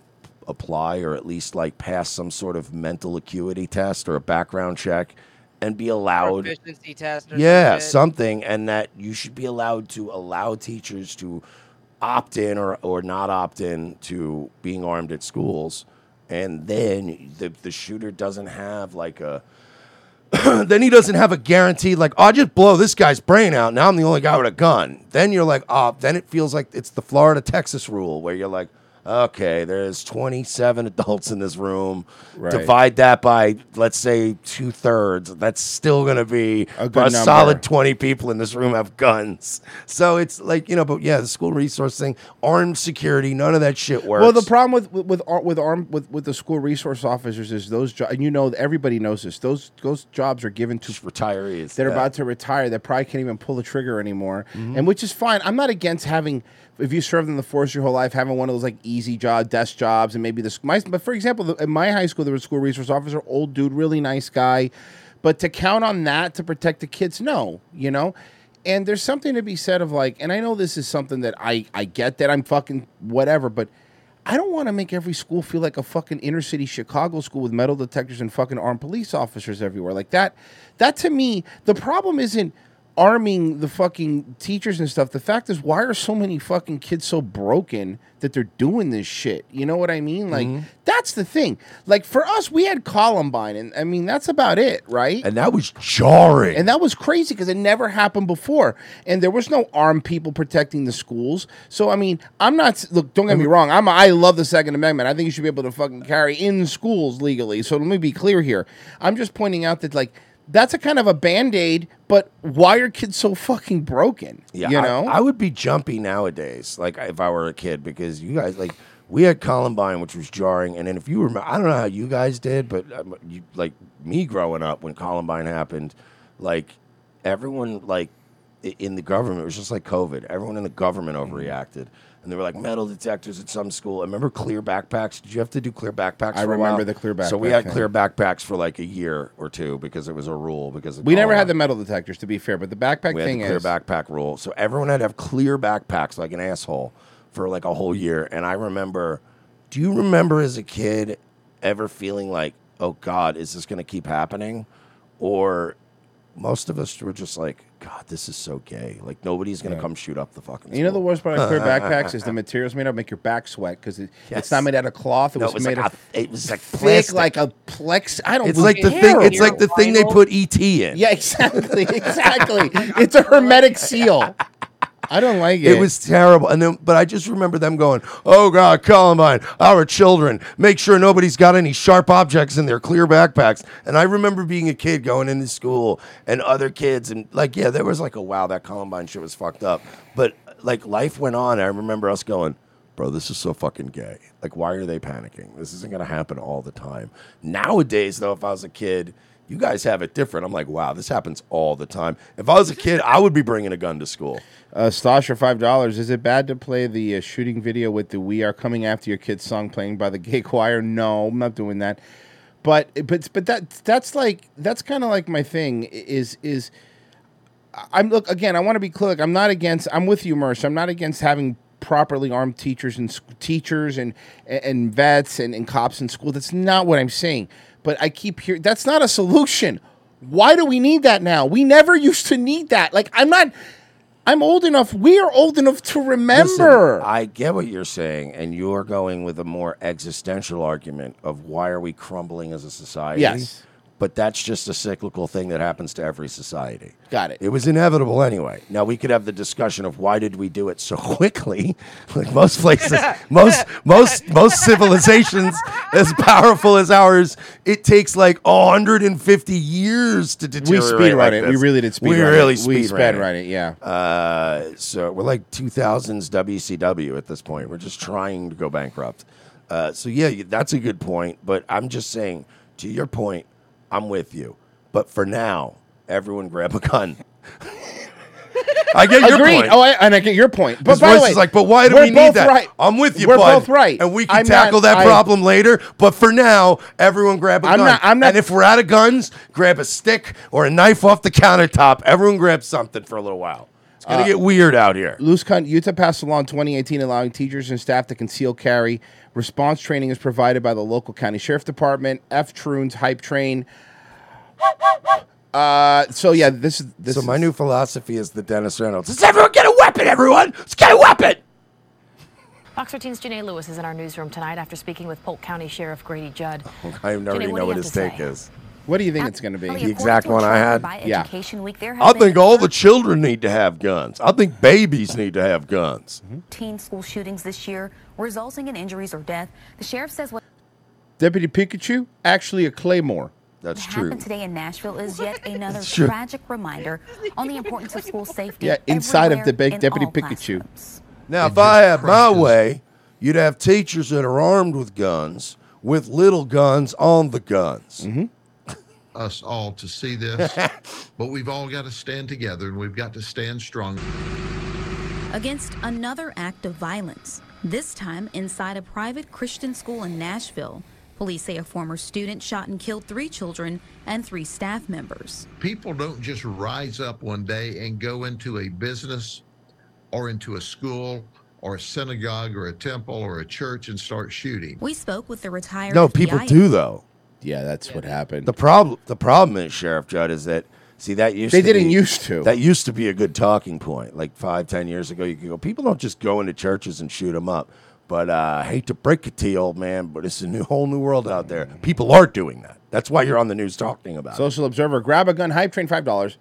apply or at least like pass some sort of mental acuity test or a background check and be allowed
Proficiency test. Or
yeah,
some
something, and that you should be allowed to allow teachers to opt in or, or not opt in to being armed at schools, and then the the shooter doesn't have like a then he doesn't have a guarantee like oh, I just blow this guy's brain out now I'm the only guy with a gun. Then you're like oh then it feels like it's the Florida Texas rule where you're like okay there's 27 adults in this room
Right.
divide that by let's say two thirds that's still gonna be
A good number.
a solid 20 people in this room have guns. So it's like, you know, but yeah, the school resource thing, armed security, none of that shit works.
Well, the problem with with with ar- with arm with, with the school resource officers is those jobs, and you know everybody knows this. Those those jobs are given to
retirees.
that are
yeah. Mm-hmm.
about to retire that probably can't even pull the trigger anymore, and which is fine. I'm not against having if you served in the force your whole life, having one of those like easy job desk jobs, and maybe this. My, but for example, the, in my high school, there was a school resource officer, old dude, really nice guy, but to count on that to protect the kids, no, you know. And there's something to be said of like, and I know this is something that I I get that I'm fucking whatever, but. I don't want to make every school feel like a fucking inner city Chicago school with metal detectors and fucking armed police officers everywhere. Like that, that to me, the problem isn't arming the fucking teachers and stuff. The fact is, why are so many fucking kids so broken that they're doing this shit? You know what I mean? Like
Mm-hmm.
that's the thing. Like for us, we had Columbine, and I mean that's about it, right?
and that was jarring.
And that was crazy because it never happened before. And there was no armed people protecting the schools. So I mean, I'm not look. Don't get me wrong. I'm I love the Second Amendment. I think you should be able to fucking carry in schools legally. So let me be clear here. I'm just pointing out that like that's a kind of a band aid, but why are kids so fucking broken?
Yeah,
You
I-
know?
I, would be jumpy nowadays, like if I were a kid, because you guys like we had Columbine, which was jarring, and then if you remember, I don't know how you guys did, but um, you, like me growing up when Columbine happened, like everyone like i- in the government it was just like COVID. Everyone in the government
Mm-hmm.
overreacted. And they were like metal detectors at some school. I remember clear backpacks. Did you have to do clear backpacks?
I
for a
remember
while?
the clear
So we
backpack
had
thing.
clear backpacks for like a year or two because it was a rule. Because of
we never
Columbine.
had the metal detectors, to be fair, but the backpack
We had
thing
the clear
is
backpack rule. So everyone had to have clear backpacks like an asshole for like a whole year. And I remember, do you remember as a kid ever feeling like, oh God, is this going to keep happening? Or most of us were just like, God, this is so gay. Like nobody's going to
Yeah.
come shoot up the fucking.
You know the worst part of clear
school.
backpacks [LAUGHS] is the materials made up make your back sweat because it,
Yes.
it's not made out of cloth. It
No,
was,
it was
made
like
of
a- it was like
thick,
plastic.
like a plex. I don't.
It's like the thing. It's like the thing they put ET in.
Yeah, exactly, exactly. it's a hermetic seal. I don't like it.
It was terrible. And then, but I just remember them going, "Oh God, Columbine, our children, make sure nobody's got any sharp objects in their clear backpacks." And I remember being a kid going into school and other kids, and like, yeah, there was like a wow, that Columbine shit was fucked up. But like life went on. I remember us going. Bro, this is so fucking gay. Like, why are they panicking? This isn't gonna happen all the time. Nowadays, though, if I was a kid, you guys have it different. I'm like, wow, this happens all the time. If I was a kid, I would be bringing a gun to school.
Uh, Stasher, five dollars. Is it bad to play the uh, shooting video with the "We Are Coming After Your Kids" song playing by the gay choir? No, I'm not doing that. But but but that that's like that's kind of like my thing is is I'm look again. I want to be clear. Like, I'm not against. I'm with you, Merce. I'm not against having properly armed teachers and sc- teachers and and vets and, and cops in school. That's not what I'm saying. But I keep hearing that's not a solution. Why do we need that now? We never used to need that. Like I'm not. I'm old enough. We are old enough to
Listen,
remember.
I get what you're saying, and you're going with a more existential argument of why are we crumbling as a society?
Yes.
But that's just a cyclical thing that happens to every society.
Got it.
It was inevitable anyway. Now we could have the discussion of why did we do it so [LAUGHS] quickly? Like most
[LAUGHS]
places, most most most civilizations as powerful as ours, it takes like 150 years to
we
deteriorate.
speed
like
run it. We
this.
really did speed
We
run
really
it.
speed
we
ran
speed
it.
run it. Yeah.
Uh, so we're like 2000s WCW at this point. We're just trying to go bankrupt. Uh, so yeah, you- that's a good point. But I'm just saying, to your point, I'm with you. But for now, everyone grab a
[LAUGHS]
gun. I get your
Agreed.
point.
Oh, I, and I get your point. But
His
by
voice
the way,
is like, but why do
we're
we need
both
that?
Right.
I'm with you,
We're
bud.
both right,
and we can
I'm
tackle
not-
that
I-
problem later. But for now, everyone grab a
I'm
gun.
not- I'm not-
and if we're out of guns, grab a stick or a knife off the countertop. Everyone grab something for a little while. It's gonna
Uh,
get weird out here.
Loose Cunt, Utah passed a law in 2018 allowing teachers and staff to conceal carry. Response training is provided by the local county sheriff department. F Troons hype train. Uh, so yeah, this is this.
so
is,
my new philosophy is the Dennis Reynolds. Let's everyone get a weapon, everyone. Let's get a weapon.
Fox 13's Janae Lewis is in our newsroom tonight after speaking with Polk County Sheriff Grady Judd.
I already
Janae, what
know
do you
what
have
his
to
take
say?
is.
What do you think it's going to be?
The exact one I had.
Yeah.
Education Week, there
I
have
think
been
all the children need to have guns. I think babies need to have guns.
Mm-hmm.
13 school shootings this year, resulting in injuries or death. The sheriff says what
Deputy Pikachu, actually a claymore.
That's
happened today in Nashville is yet
[LAUGHS]
another
It's true.
tragic reminder on the importance of school safety.
Yeah, inside of the
everywhere
big
in
Deputy
all
Pikachu.
Now, if I had my way, you'd have teachers that are armed with guns, with little guns on the guns.
Mm-hmm.
us all to
[LAUGHS]
see this, but we've all got to stand together and we've got to stand strong.
against another act of violence, this time inside a private Christian school in Nashville. Police say a former student shot and killed three children and three staff members.
People don't just rise up one day and go into a business or into a school or a synagogue or a temple or a church and start shooting.
We spoke with the retired.
No,
FBI
people do though.
Yeah, that's what happened.
The problem, the problem is, Sheriff Judd, is that see that used
They
to
didn't
be-
used to.
That used to be a good talking point. Like five, ten years ago, you could go. People don't just go into churches and shoot them up. But uh, I hate to break it to you, old man, but it's a new whole new world out there. People are doing that. That's why you're on the news talking about it.
Social Observer, grab a gun, hype train, five dollars.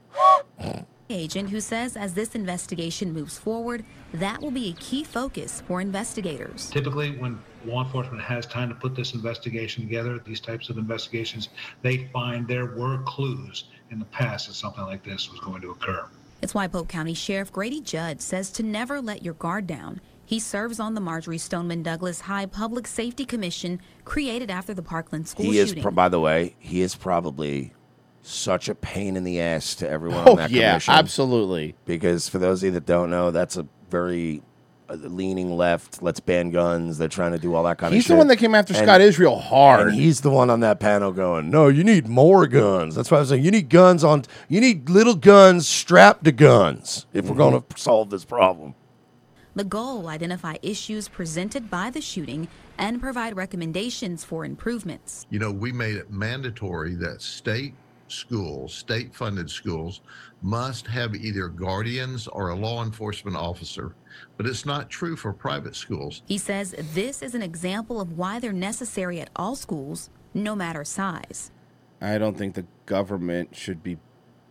agent who says as this investigation moves forward, that will be a key focus for investigators.
Typically, when Law enforcement has time to put this investigation together. These types of investigations, they find there were clues in the past that something like this was going to occur.
It's why Polk County Sheriff Grady Judd says to never let your guard down. He serves on the Marjorie Stoneman Douglas High Public Safety Commission created after the Parkland school
He is,
shooting.
pro- by the way, he is probably such a pain in the ass to everyone
Oh,
on that
yeah,
commission.
absolutely.
Because for those of you that don't know, that's a very uh, leaning left. Let's ban guns. They're trying to do all that kind of.
He's
shit.
the one that came after
And-
Scott Israel hard.
And he's the one on that panel going, "No, you need more guns." That's why I was saying you need guns on. You need little guns strapped to guns if
Mm-hmm.
we're going to solve this problem.
the goal identify issues presented by the shooting and provide recommendations for improvements.
You know, we made it mandatory that state schools, state funded schools, must have either guardians or a law enforcement officer. But it's not true for private schools.
He says this is an example of why they're necessary at all schools, no matter size.
I don't think the government should be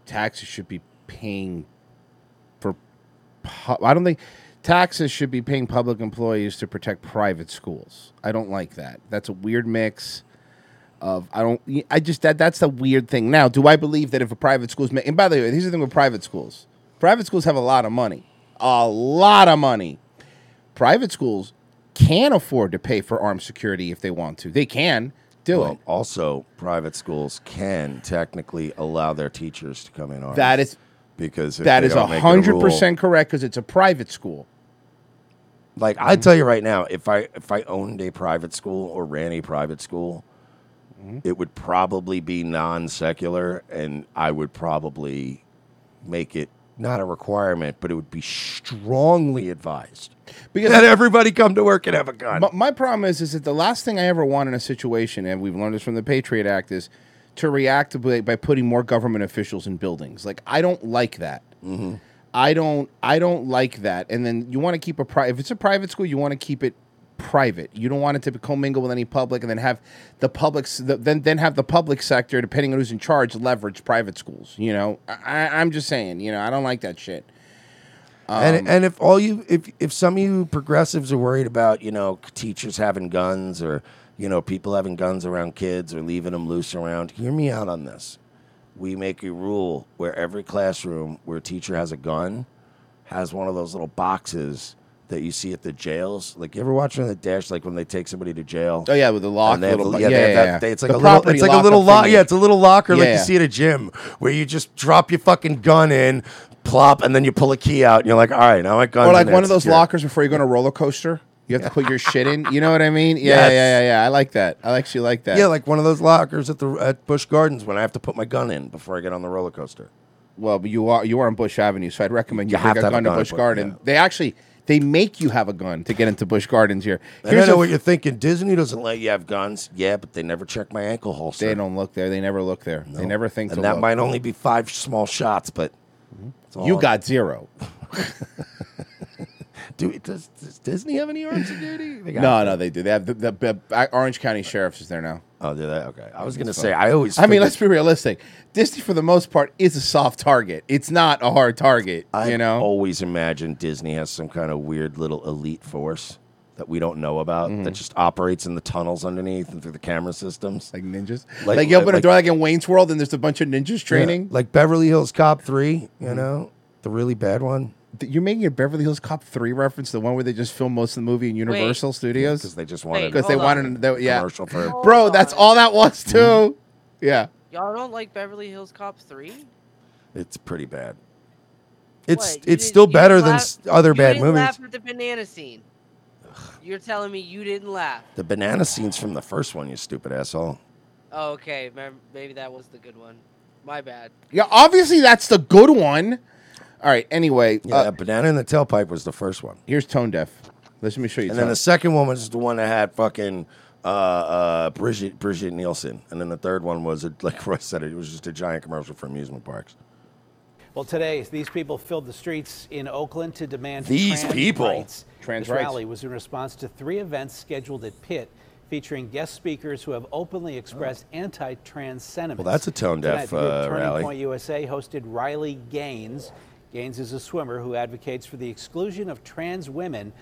taxes should be paying for. pu- I don't think taxes should be paying public employees to protect private schools. I don't like that. That's a weird mix of I don't. I just that that's the weird thing. Now, do I believe that if a private school's ma- and by the way, here's the thing with private schools. Private schools have a lot of money, a lot of money. Private schools can afford to pay for armed security if they want to. They can do it.
Also, private schools can technically allow their teachers to come in armed.
That is-
because if
That
they
is
don't
a
make it
hundred
rule-
percent correct because it's a private school.
Like I tell you right now, if I if I owned a private school or ran a private school,
Mm-hmm.
it would probably be non secular, and I would probably make it not a requirement, but it would be strongly advised
because
that everybody come to work and have a gun.
But my problem is, is that the last thing I ever want in a situation, and we've learned this from the Patriot Act, is to react by, by putting more government officials in buildings. Like I don't like that.
Mm-hmm.
I don't. I don't like that. And then you want to keep a private. If it's a private school, you want to keep it private. You don't want it to commingle with any public, and then have the public. s- The, then then have the public sector, depending on who's in charge, leverage private schools. You know, I, I, I'm just saying. You know, I don't like that shit. Um,
and and if all you if if some of you progressives are worried about you know teachers having guns or you know people having guns around kids or leaving them loose around, hear me out on this. We make a rule where every classroom where a teacher has a gun has one of those little boxes that you see at the jails. Like you ever watch on the dash, like when they take somebody to jail.
Oh yeah, with the lock.
And they have
little,
the-
bu-
yeah,
yeah,
they have
yeah,
that-
yeah.
they- it's like
The
a little,
property
it's like a little
lockup
lock.
thingy.
Yeah, it's a little locker like
Yeah,
you
yeah.
see at a gym where you just drop your fucking gun in, plop, and then you pull a key out, and you're like, all right, now my gun's
Or
in
like
there,
one of
it's
those
secure."
lockers before you go on a roller coaster. You have to put your shit in. You know what I mean? Yeah,
Yes.
yeah, yeah, yeah. I like that. I actually like that.
Yeah, like one of those lockers at the at Bush Gardens when I have to put my gun in before I get on the roller coaster.
well, but you are you are on Bush Avenue, so I'd recommend you,
You
bring
have
a
to have a
gun to
gun,
Bush
but-
Garden.
yeah.
They actually they make you have a gun to get into Bush Gardens here.
And I know what
f-
you're thinking. Disney doesn't let you have guns. Yeah, but they never check my ankle holster.
They don't look there. They never look there. They never think
And
to
that
look.
might only be five [LAUGHS] small shots, but it's
Mm-hmm. you
all-
got zero.
Do it does, does Disney have any armed security? They got-
No, no, they do. They have the, the, the Orange County Sheriff's is there now.
Oh, do they? Okay. I was gonna say, I always
I mean,
figured-
let's be realistic. Disney, for the most part, is a soft target. It's not a hard target.
I've
you know,
always imagined Disney has some kind of weird little elite force that we don't know about
Mm-hmm.
that just operates in the tunnels underneath and through the camera systems,
like ninjas. Like, you open a
like-
door like in Wayne's World, and there's a bunch of ninjas
Yeah,
training.
like Beverly Hills Cop Three. You
Mhm.
know, the really bad one.
Th- You're making a Beverly Hills Cop three reference, the one where they just film most of the movie in Universal Studios
because they just wanted
because they
hold
wanted
on.
they- yeah
Commercial for-
[GASPS]
Mm-hmm.
bro. That's all that was too. Yeah,
Y'all don't like Beverly Hills Cop 3?
It's pretty bad. It's
You
it's
didn't-
still
you
better
didn't
than
laugh-
s- other
you
bad
didn't
movies.
Laugh at the banana scene. You're telling me you didn't laugh.
The banana scenes from the first one, you stupid asshole.
Oh, okay, mem- maybe that was the good one. My bad.
yeah. Obviously, that's the good one. All right. Anyway, uh,
Yeah, that banana in the tailpipe was the first one.
Here's tone deaf. Let me show you.
And
Tone-
then the second one was the one that had fucking uh, uh, Bridget Bridget Nielsen. And then the third one was like Roy said, it was just a giant commercial for amusement parks.
Well, today, these people filled the streets in Oakland to demand
These
trans
people.
rights.
Trans
this
rights.
rally was in response to three events scheduled at Pitt featuring guest speakers who have openly expressed anti-trans sentiments.
Oh. Well, that's a
Tonight,
tone-deaf,
the group
uh,
Turning
rally.
Point USA hosted Riley Gaines. Gaines is a swimmer who advocates for the exclusion of trans women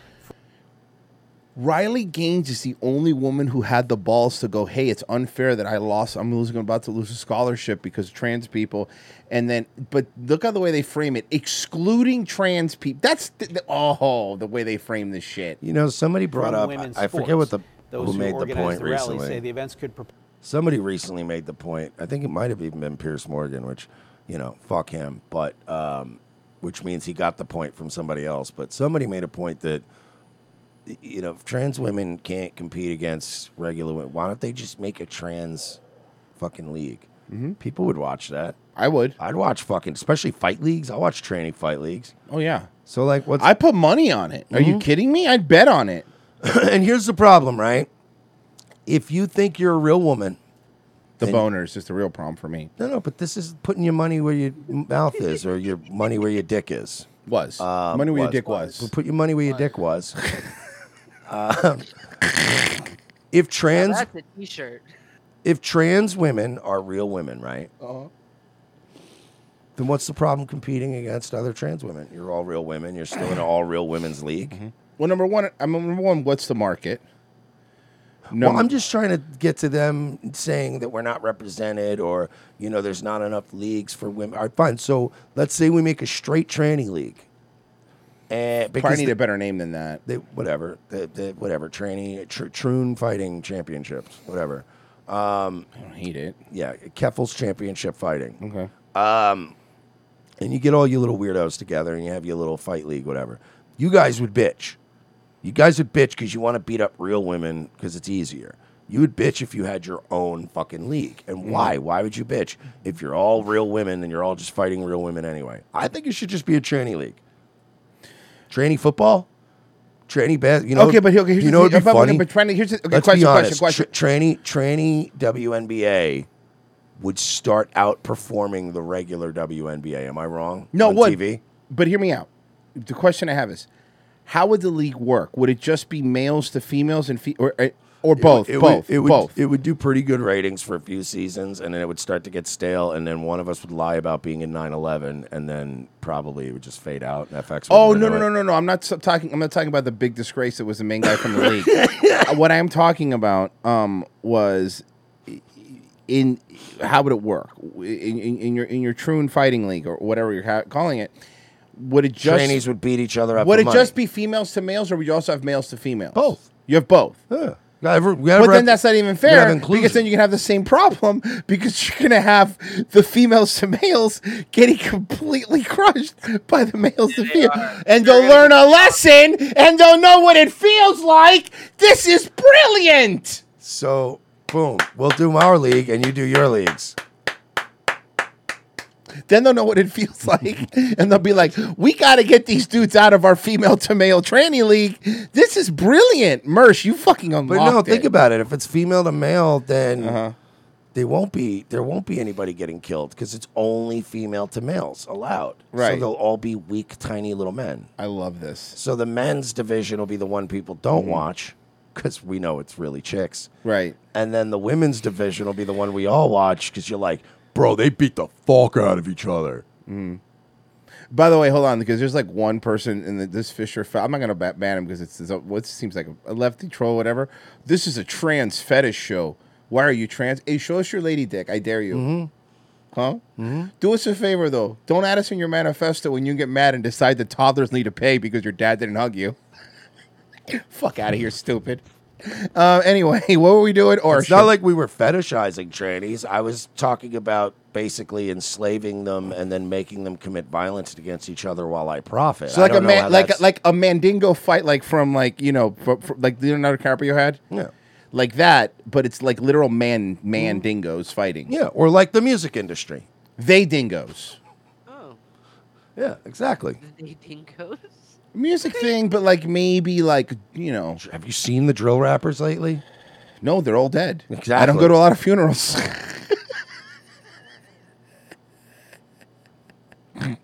Riley Gaines is the only woman who had the balls to go, "Hey, it's unfair that I lost. I'm losing. I'm about to lose a scholarship because of trans people." And then, but look at the way they frame it, excluding trans people. That's the, the- oh, the way they frame this shit.
You know, somebody brought
From
up. I,
women's
I forget what the
sports.
who
Those who
made the
organized
point
the rally
recently.
say the
events could. Prop-
Somebody recently made the point. I think it might have even been Pierce Morgan, which, you know, fuck him. But um, which means he got the point from somebody else. But somebody made a point that, y- you know, if trans women can't compete against regular women, why don't they just make a trans fucking league? People would watch that.
Mm-hmm. I would.
I'd watch fucking, especially fight leagues. I watch training fight leagues.
Oh yeah.
So like, what's
I put money on it. Are you
Mhm.
kidding me? I'd bet on it.
[CLEARS THROAT] and here's the problem, right? If you think you're a real woman,
The
then-
boners is the real problem for me.
No, no, but this is putting your money where your mouth is, or your money where your dick is.
Was
Um,
Money where your dick was.
But Put your money where your dick was.
[LAUGHS]
Um, if
Now
trans,
that's a T-shirt.
if trans women are real women, right? Then what's the problem competing against other trans women? You're all real women. You're still
[CLEARS THROAT]
in an all real women's league.
Well, number one, I'm number one. What's the market?
well, I'm just trying to get to them saying that we're not represented or, you know, there's not enough leagues for women. All right, fine. So let's say we make a straight tranny league. And
Eh, Probably need
the-
a better name than that.
They, whatever. They, they, whatever. Tranny, tr- Troon Fighting Championships, whatever. Um, I
don't hate it.
Yeah. Keffel's Championship Fighting.
Okay.
Um, and you get all you little weirdos together and you have your little fight league, whatever. You guys would bitch. You guys would bitch because you want to beat up real women because it's easier. You would bitch if you had your own fucking league. And why? Why would you bitch if you're all real women and you're all just fighting real women anyway? I think it should just be a tranny league. Tranny football? Tranny bas you know.
okay, but here- okay, here's
you
the
know
thing.
it'd be
But- but-
funny.
But trying to, here's the, okay,
Let's
question,
be
question,
honest.
question.
Tra- tranny, tranny WNBA would start outperforming the regular WNBA. Am I wrong?
No,
On
what?
TV?
But hear me out. The question I have is, how would the league work? Would it just be males to females and fe- or or both?
It
both.
Would, it, would,
both.
it would do pretty good ratings for a few seasons, and then it would start to get stale, and then one of us would lie about being in 9-11, and then probably it would just fade out, and FX would
Oh no no
renew it.
no no no! I'm not so- talking. I'm not talking about the big disgrace that was the main guy from the league. Uh,
[LAUGHS]
what I'm talking about um, was in how would it work in, in, in your in your troon fighting league or whatever you're ha- calling it? Would it just
Trainees would beat each other up
Would
for
it
money.
just be females to males, or would you also have males to females?
Both.
You have both. but then that's not even fair because then you can have the same problem [LAUGHS] because you're gonna have the females to males getting completely [LAUGHS] crushed by the males to females, and they'll learn a lesson and they'll know what it feels like. This is brilliant.
So boom, we'll do our league, and you do your leagues.
Then they'll know what it feels [LAUGHS] like, and they'll be like, "We got to get these dudes out of our female to male tranny league. This is brilliant, Mersh. You fucking
But
unlocked
no,
it. Uh-huh.
think about it. If it's female to male, then they won't be. There won't be anybody getting killed because it's only female to males allowed.
Right.
So they'll all be weak, tiny little men.
I love this. Mm-hmm.
So the men's division will be the one people don't watch because we know it's really chicks.
Right.
And then the women's division will be the one we all watch because you're like, bro, they beat the fuck out of each other.
Mm. By the way, hold on, because there's like one person in the, this Fisher. fe- I'm not gonna ba- ban him because it's, it's a, what seems like a lefty troll, whatever. This is a trans fetish show. Why are you trans? Hey, show us your lady dick. I dare you.
Mm-hmm.
Huh? Do us a favor though. Don't add us in your manifesto when you get mad and decide that toddlers need to pay because your dad didn't hug you. Fuck out of here, stupid. Uh, anyway, [LAUGHS] what were we doing? Or
it's not like we were fetishizing trannies. I was talking about basically enslaving them and then making them commit violence against each other while I profit.
So
I
like a
don't know how
man, like
that's-
like a Mandingo fight, like from like you know, fr fr- like Leonardo DiCaprio had.
Yeah.
Like that, but it's like literal man man dingoes fighting.
Mm. Yeah, or like the music industry.
They dingoes.
Oh.
yeah, exactly.
They dingoes.
Music thing, but like maybe like you know.
Have you seen the drill rappers lately?
No, they're all dead.
Exactly.
I don't go to a lot of
[LAUGHS]
funerals. [LAUGHS]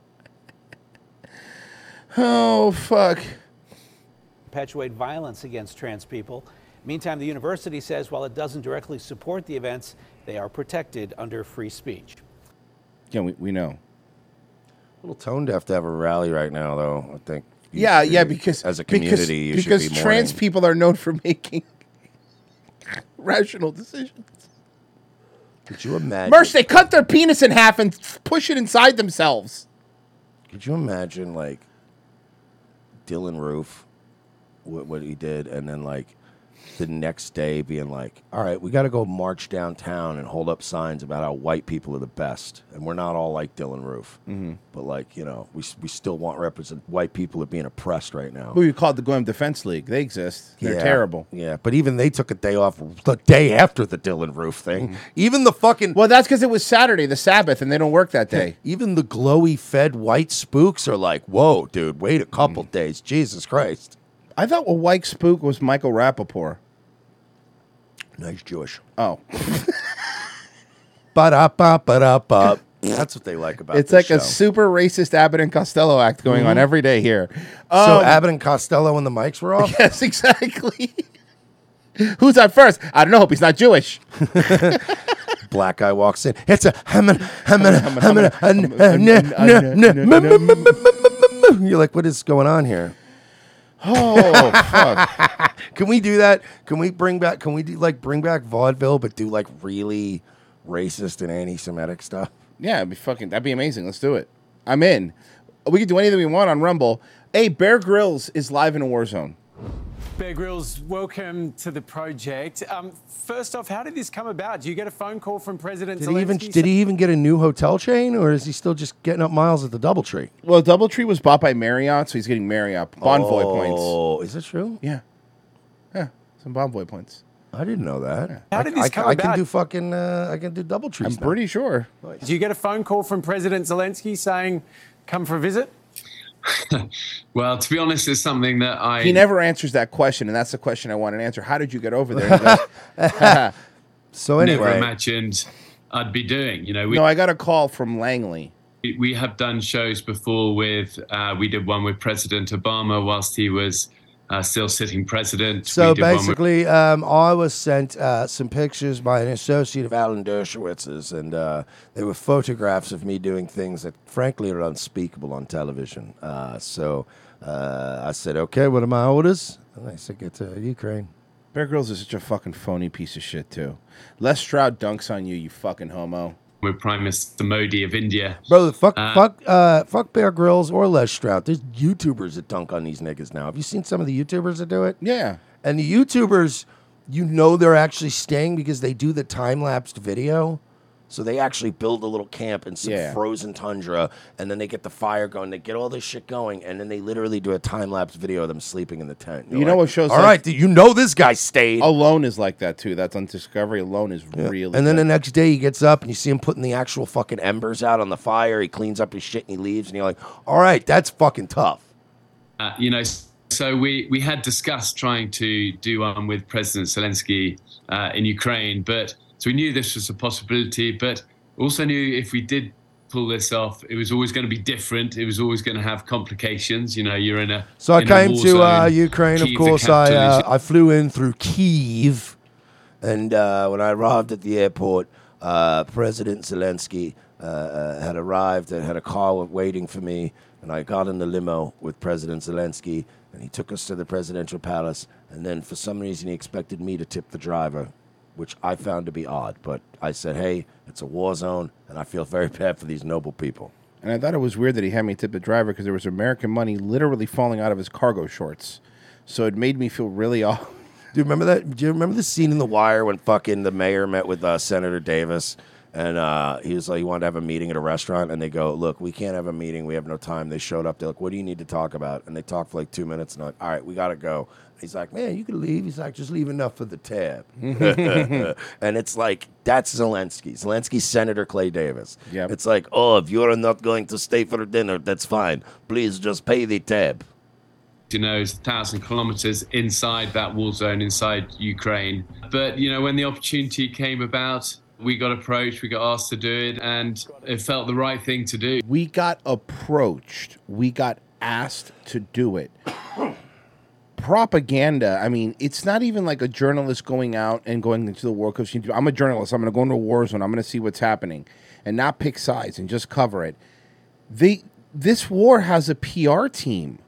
oh fuck.
perpetuate violence against trans people. Meantime, the university says while it doesn't directly support the events, they are protected under free speech.
Yeah, we, we know.
A little tone deaf to have a rally right now, though. I think
yeah, yeah, because
as a
because-
community, you should
because
be mourning.
trans people are known for [LAUGHS] making rational decisions.
Could you imagine?
Merch, they cut their penis in half and push it inside themselves.
Could you imagine like Dylan Roof, what, what he did, and then like the next day being like, "All right, we got to go march downtown and hold up signs about how white people are the best, and we're not all like Dylan Roof, mm-hmm. but like you know, we s- we still want represent white people are being oppressed right now."
Who you called the Glam Defense League? They exist. They're
Yeah.
terrible.
Yeah, but even they took a day off the day after the Dylan Roof thing.
Mm-hmm.
E, Even the fucking
well, that's because it was Saturday, the Sabbath, and they don't work that [LAUGHS] day.
Even the glowy fed white spooks are like, whoa, dude, wait a couple
Mm-hmm.
days. Jesus Christ.
I thought a white spook was Michael Rappaport.
Nice Jewish. [LAUGHS]
Oh.
ba da ba ba
[LAUGHS]
da ba. That's what they like about
it's
this
like a
show.
super racist Abbott and Costello act going on
Mhm.
every day here.
So
Um,
Abbott and Costello and the mics were [LAUGHS] off?
Yes, exactly. [LAUGHS] Who's on first? I don't know. Hope he's not Jewish.
[LAUGHS]
[LAUGHS]
Black guy walks in. It's a hammer, [LAUGHS] hammer, hammer. You're like, what is going on here? [LAUGHS]
Oh, fuck.
Can we do that? Can we bring back? Can we do like bring back vaudeville, but do like really racist and anti-Semitic stuff?
Yeah, it'd be fucking. That'd be amazing. Let's do it. I'm in. We could do anything we want on Rumble. Hey, Bear Grylls is live in a war zone.
Bear Grylls, welcome to the project. Um, first off, how did this come about? Do you get a phone call from President
Did
Zelensky?
he even did he even get a new hotel chain, or is he still just getting up miles at the DoubleTree?
Well, DoubleTree was bought by Marriott, so he's getting Marriott Bonvoy points.
Oh, is it true?
Yeah. Yeah, some Bonvoy points.
I didn't know that.
How
I-
did this
I,
come
I can
about?
do fucking. Uh, I can do DoubleTree.
I'm
now.
pretty sure.
Did you get a phone call from President Zelensky saying, "Come for a visit"?
Well, to be honest, it's something that I
He never answers that question, and that's the question I want to answer. How did you get over there? He [LAUGHS] goes,
so
never imagined I'd be doing. You know, we
no, I got a call from Langley.
we have done shows before with uh, we did one with President Obama whilst he was uh, still sitting president.
So
we did one with-
basically, um, I was sent uh, some pictures by an associate of Alan Dershowitz's, and uh, they were photographs of me doing things that, frankly, are unspeakable on television. Uh, so uh, I said, "Okay, what are my orders?" And they said, "Get to Ukraine."
Bear Grylls is such a fucking phony piece of shit too. Les Stroud dunks on you, you fucking homo.
with Prime Minister Modi of India.
Bro, fuck,
Uh,
fuck, uh, fuck Bear Grylls or Les Stroud. There's YouTubers that dunk on these niggas now. Have you seen some of the YouTubers that do it?
Yeah.
And the YouTubers, you know, they're actually staying because they do the time lapsed video. So they actually build a little camp in some
Yeah.
frozen tundra, and then they get the fire going. They get all this shit going, and then they literally do a time lapse video of them sleeping in the tent.
You know what shows?
All right, you know this guy stayed.
Alone is like that too. That's on Discovery. Alone is really.
And then the
good.
next day he gets up and you see him putting the actual fucking embers out on the fire. He cleans up his shit and he leaves. And you're like, all right, that's fucking tough.
Uh, you know, s- so we, we had discussed trying to do one with President Zelensky uh, in Ukraine, but so we knew this was a possibility, but also knew if we did pull this off, it was always going to be different. It was always going to have complications. You know, you're in a
So I
in a
came
war
to uh,
zone.
Ukraine,
Kyiv,
of
the
course. I
capital, is-
uh, I flew in through Kiev, and uh, when I arrived at the airport, uh, President Zelensky uh, uh, had arrived and had a car waiting for me, and I got in the limo with President Zelensky, and he took us to the presidential palace, and then for some reason he expected me to tip the driver. Which I found to be odd, but I said, "Hey, it's a war zone, and I feel very bad for these noble people."
and I thought it was weird that he had me tip the driver because there was American money literally falling out of his cargo shorts. So it made me feel really [LAUGHS] off.
Do you remember that? Do you remember the scene in The Wire when fucking the mayor met with uh, Senator Davis? And uh, he was like, he wanted to have a meeting at a restaurant. And they go, look, we can't have a meeting. We have no time. They showed up. They're like, what do you need to talk about? And they talked for like two minutes. And they're like, all right, we got to go. He's like, man, you can leave. He's like, just leave enough for the tab. [LAUGHS] and it's like, that's Zelensky. Zelensky's Senator Clay Davis. Yeah. It's like, oh, if you're not going to stay for dinner, that's fine. Please just pay the tab.
you know, is a thousand kilometers inside that war zone, inside Ukraine. But, you know, when the opportunity came about, we got approached, we got asked to do it, and it felt the right thing to do.
We got approached. We got asked to do it. Propaganda. I mean, it's not even like a journalist going out and going into the war because I'm a journalist. I'm going to go into a war zone. I'm going to see what's happening, and not pick sides and just cover it. They this war has a PR team.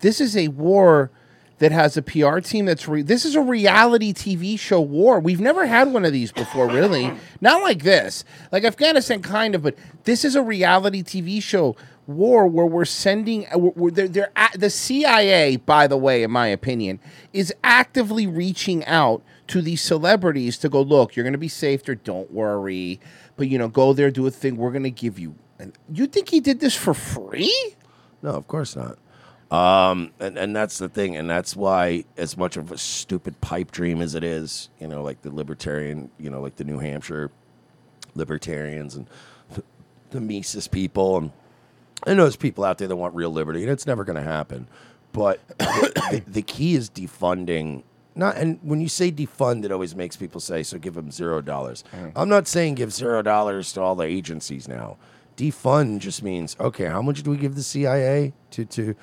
This is a war that has a PR team that's re- this is a reality TV show war. We've never had one of these before, really. Not like this. Like Afghanistan, kind of, but this is a reality TV show war where we're sending. uh, We're, we're- they're, they're at, the CIA, by the way, in my opinion, is actively reaching out to these celebrities to go look. You're going to be safe there. Don't worry, but you know, go there, do a thing. We're going to give you. And you think he did this for free?
No, of course not. Um, and, and that's the thing, and that's why, as much of a stupid pipe dream as it is, you know, like the libertarian, you know, like the New Hampshire libertarians and the, the Mises people, and and those people out there that want real liberty, and it's never going to happen. But [COUGHS] the, the key is defunding. Not and when you say defund, it always makes people say, "So give them zero dollars." I'm not saying give zero dollars to all the agencies now. Defund just means okay. How much do we give the CIA to to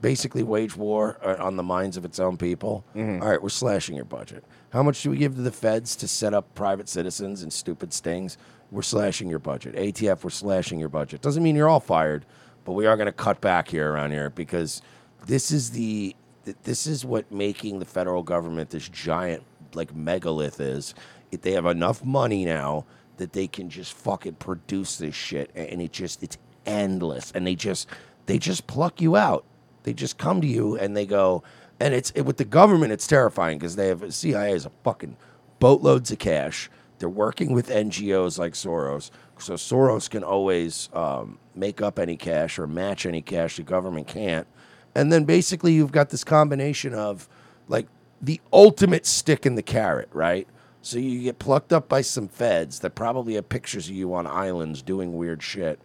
basically wage war uh, on the minds of its own people? All right, we're slashing your budget. How much do we give to the feds to set up private citizens and stupid stings? We're slashing your budget. ATF, we're slashing your budget. Doesn't mean you're all fired, but we are going to cut back here around here because this is the th- this is what making the federal government this giant like megalith is. If they have enough money now that they can just fucking produce this shit, a- and it just it's endless. And they just they just pluck you out. They just come to you and they go. And it's it, with the government, it's terrifying because they have CIA is a fucking boatloads of cash. They're working with NGOs like Soros, so Soros can always um, make up any cash or match any cash the government can't. And then basically, you've got this combination of like the ultimate stick and the carrot, right? So you get plucked up by some feds that probably have pictures of you on islands doing weird shit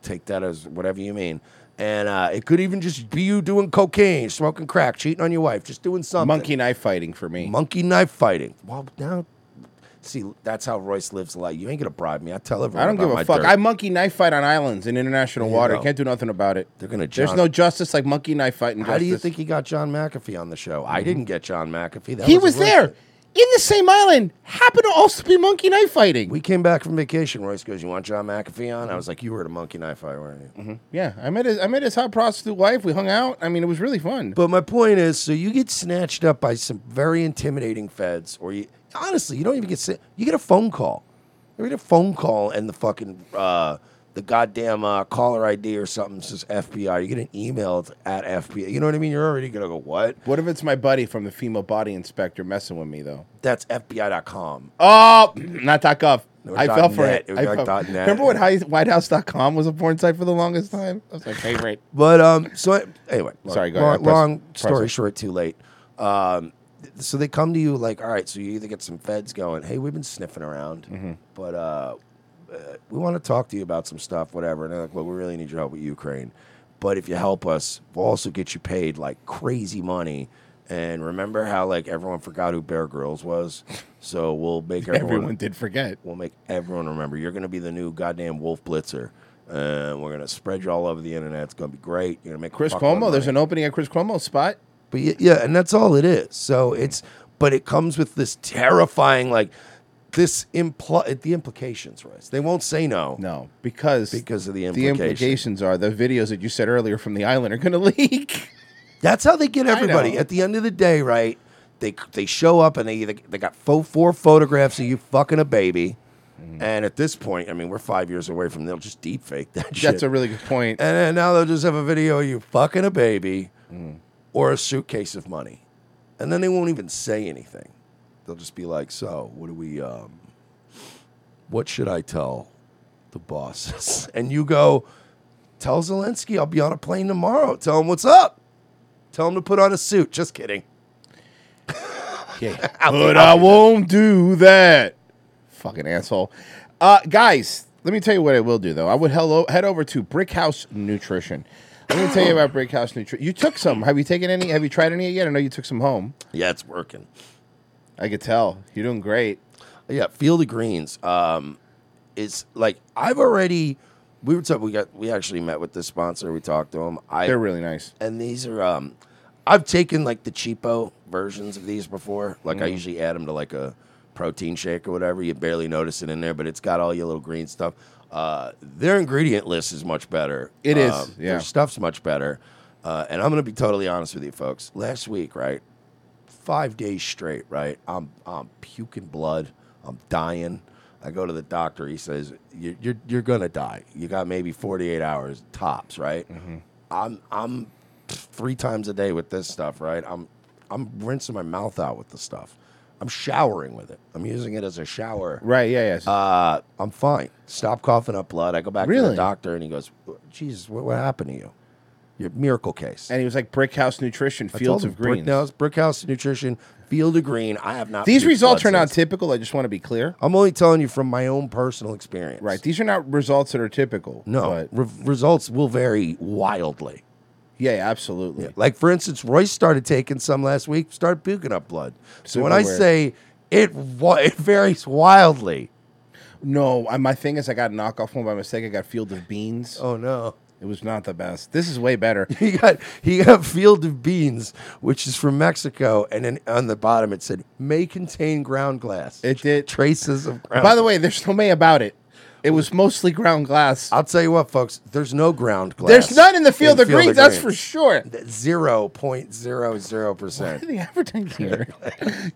take that as whatever you mean. And uh, it could even just be you doing cocaine, smoking crack, cheating on your wife, just doing something. Monkey
knife fighting for me.
Monkey knife fighting. Well, now, see, that's how Royce lives a lot. You ain't gonna bribe me. I tell everyone.
I don't
about
give
my
a fuck.
dirt.
I monkey knife fight on islands in international
There you
water.
go.
Can't do nothing about it. They're
gonna
There's
John-
no justice like monkey knife fighting.
How do you
justice. Mm-hmm.
think he got John McAfee on the show? I didn't get John McAfee. That
he
a
was
Royce-
there in the same island? Happened to also be monkey knife fighting.
We came back from vacation. Royce goes, "You want John McAfee on?" I was like, "You were at a monkey knife fight, weren't you?"
[LAUGHS] Yeah, I met his I met his hot prostitute wife. We hung out. I mean, it was really fun.
But my point is, so you get [LAUGHS] snatched up by some very intimidating feds, or you honestly, you don't even get sna- you get a phone call. You get a phone call, and the fucking uh, the goddamn uh, caller ID or something says FBI. You get an email it's at FBI. You know what I mean? You're already gonna go what?
What if it's my buddy from the female body inspector messing with me though?
That's FBI.com.
Oh, [CLEARS THROAT] not .gov.
No,
I
dot
felt for
net.
it.
It was
I
like
felt-
dot net.
Oh, Remember when Hi- WhiteHouse.com was a porn site for the longest time? That was my favorite.
But um, so anyway, long,
Sorry, go
long,
ahead. Press-
long
press
story
it.
short, too late. Um, th- so they come to you like, all right, so you either get some feds going, hey, we've been sniffing around,
Mm-hmm.
but uh, uh, we want to talk to you about some stuff, whatever. And they're like, well, we really need your help with Ukraine, but if you help us, we'll also get you paid like crazy money. And remember how like everyone forgot who Bear Grylls was, so we'll
[LAUGHS]
make everyone,
Everyone did forget.
We'll make everyone remember. You're going to be the new goddamn Wolf Blitzer. And we're going to spread you all over the internet. It's going to be great. You're going to make a
Chris
fuckload of
Cuomo. There's
money.
an opening at Chris Cuomo's spot.
But y- yeah, and that's all it is. So it's, but it comes with this terrifying, like, this impl- the implications, Royce. They won't say no.
No, because
because of the
The
implications.
implications are the videos that you said earlier from the island are going to [LAUGHS] leak.
That's how they get
I
everybody.
know.
At the end of the day, right? They they show up and they either they got fo- four photographs of you fucking a baby,
Mm-hmm.
and at this point, I mean, we're five years away from they'll just deep fake that shit.
That's a really good point.
And then now they'll just have a video of you fucking a baby
Mm-hmm.
or a suitcase of money. And then they won't even say anything. They'll just be like, so what do we, um, what should I tell the bosses? [LAUGHS] and you go, tell Zelensky I'll be on a plane tomorrow. Tell him what's up. Tell him to put on a suit. Just kidding. [LAUGHS] I'll be-
but I
I'll be-
won't do that. Fucking asshole. Uh, guys, let me tell you what I will do though. I would hello, head over to Brickhouse Nutrition. Let me tell you about Brickhouse Nutrition. You took some. Have you taken any? Have you tried any yet? I know you took some home.
Yeah, it's working.
I could tell. You're doing great.
Yeah, Field of Greens. Um, is like I've already. We were talking. We got. We actually met with the sponsor. We talked to them. I,
They're really nice.
And these are. Um, I've taken like the cheapo versions of these before. Like I
Mhm.
usually add them to like a protein shake or whatever. You barely notice it in there, but it's got all your little green stuff. Uh, their ingredient list is much better.
It is,
Their
yeah.
stuff's much better. Uh, and I'm going to be totally honest with you, folks. Last week, right, five days straight, right, I'm I'm puking blood. I'm dying. I go to the doctor. He says, "You're you're, you're going to die. You got maybe 48 hours tops, right?"
Mm-hmm.
I'm I'm three times a day with this stuff, right? I'm I'm rinsing my mouth out with the stuff. I'm showering with it. I'm using it as a shower.
Right. Yeah. Yeah.
Uh, I'm fine. Stop coughing up blood. I go back to the
Really?
doctor, and he goes, "Jesus, what, what happened to you? Your miracle case."
And he was like Brick House Nutrition,
I
Fields of
told him,
Greens.
Brickhouse, Brickhouse Nutrition, Field of Green. I have not.
These
peaked
results
blood
are not
since.
typical. I just want to be clear.
I'm only telling you from my own personal experience.
Right. These are not results that are typical.
No, re- results will vary wildly.
Yeah, yeah, absolutely.
Like for instance, Royce started taking some last week. Started puking up blood. So
Super
when I
weird.
say it, wa- it varies wildly.
No, I, my thing is I got knocked off one by mistake. I got Field of Beans.
Oh no,
it was not the best. This is way better.
[LAUGHS] he got he got field of beans, which is from Mexico, and then on the bottom it said may contain ground glass. It
did
traces of. ground
By the way, there's no may about it. It was mostly ground glass.
I'll tell you what, folks. There's no ground glass.
There's none in the Field of Greens, that's for sure.
Zero point zero zero percent.
The advertising here,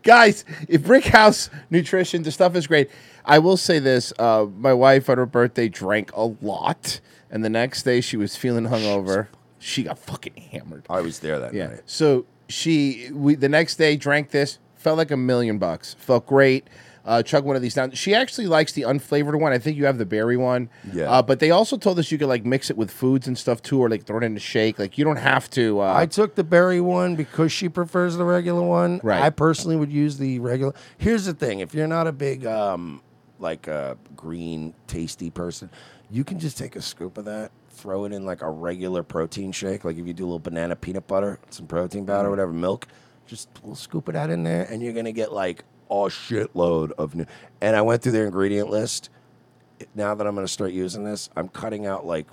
guys. If Brick House Nutrition, the stuff is great. I will say this: uh, my wife on her birthday drank a lot, and the next day she was feeling hungover. She got fucking hammered.
I was there that
yeah.
night.
So she, we, the next day drank this, felt like a million bucks, felt great. Uh, chug one of these down. She actually likes the unflavored one. I think you have the berry one.
Yeah.
Uh, but they also told us you could like mix it with foods and stuff too, or like throw it in a shake. Like you don't have to. Uh,
I took the berry one because she prefers the regular one.
Right.
I personally would use the regular. Here's the thing: if you're not a big um, like a green tasty person, you can just take a scoop of that, throw it in like a regular protein shake. Like if you do a little banana peanut butter, some protein powder, whatever, milk, just a little scoop of that in there, and you're gonna get like a shitload of new. And I went through their ingredient list. Now that I'm gonna start using this, I'm cutting out like.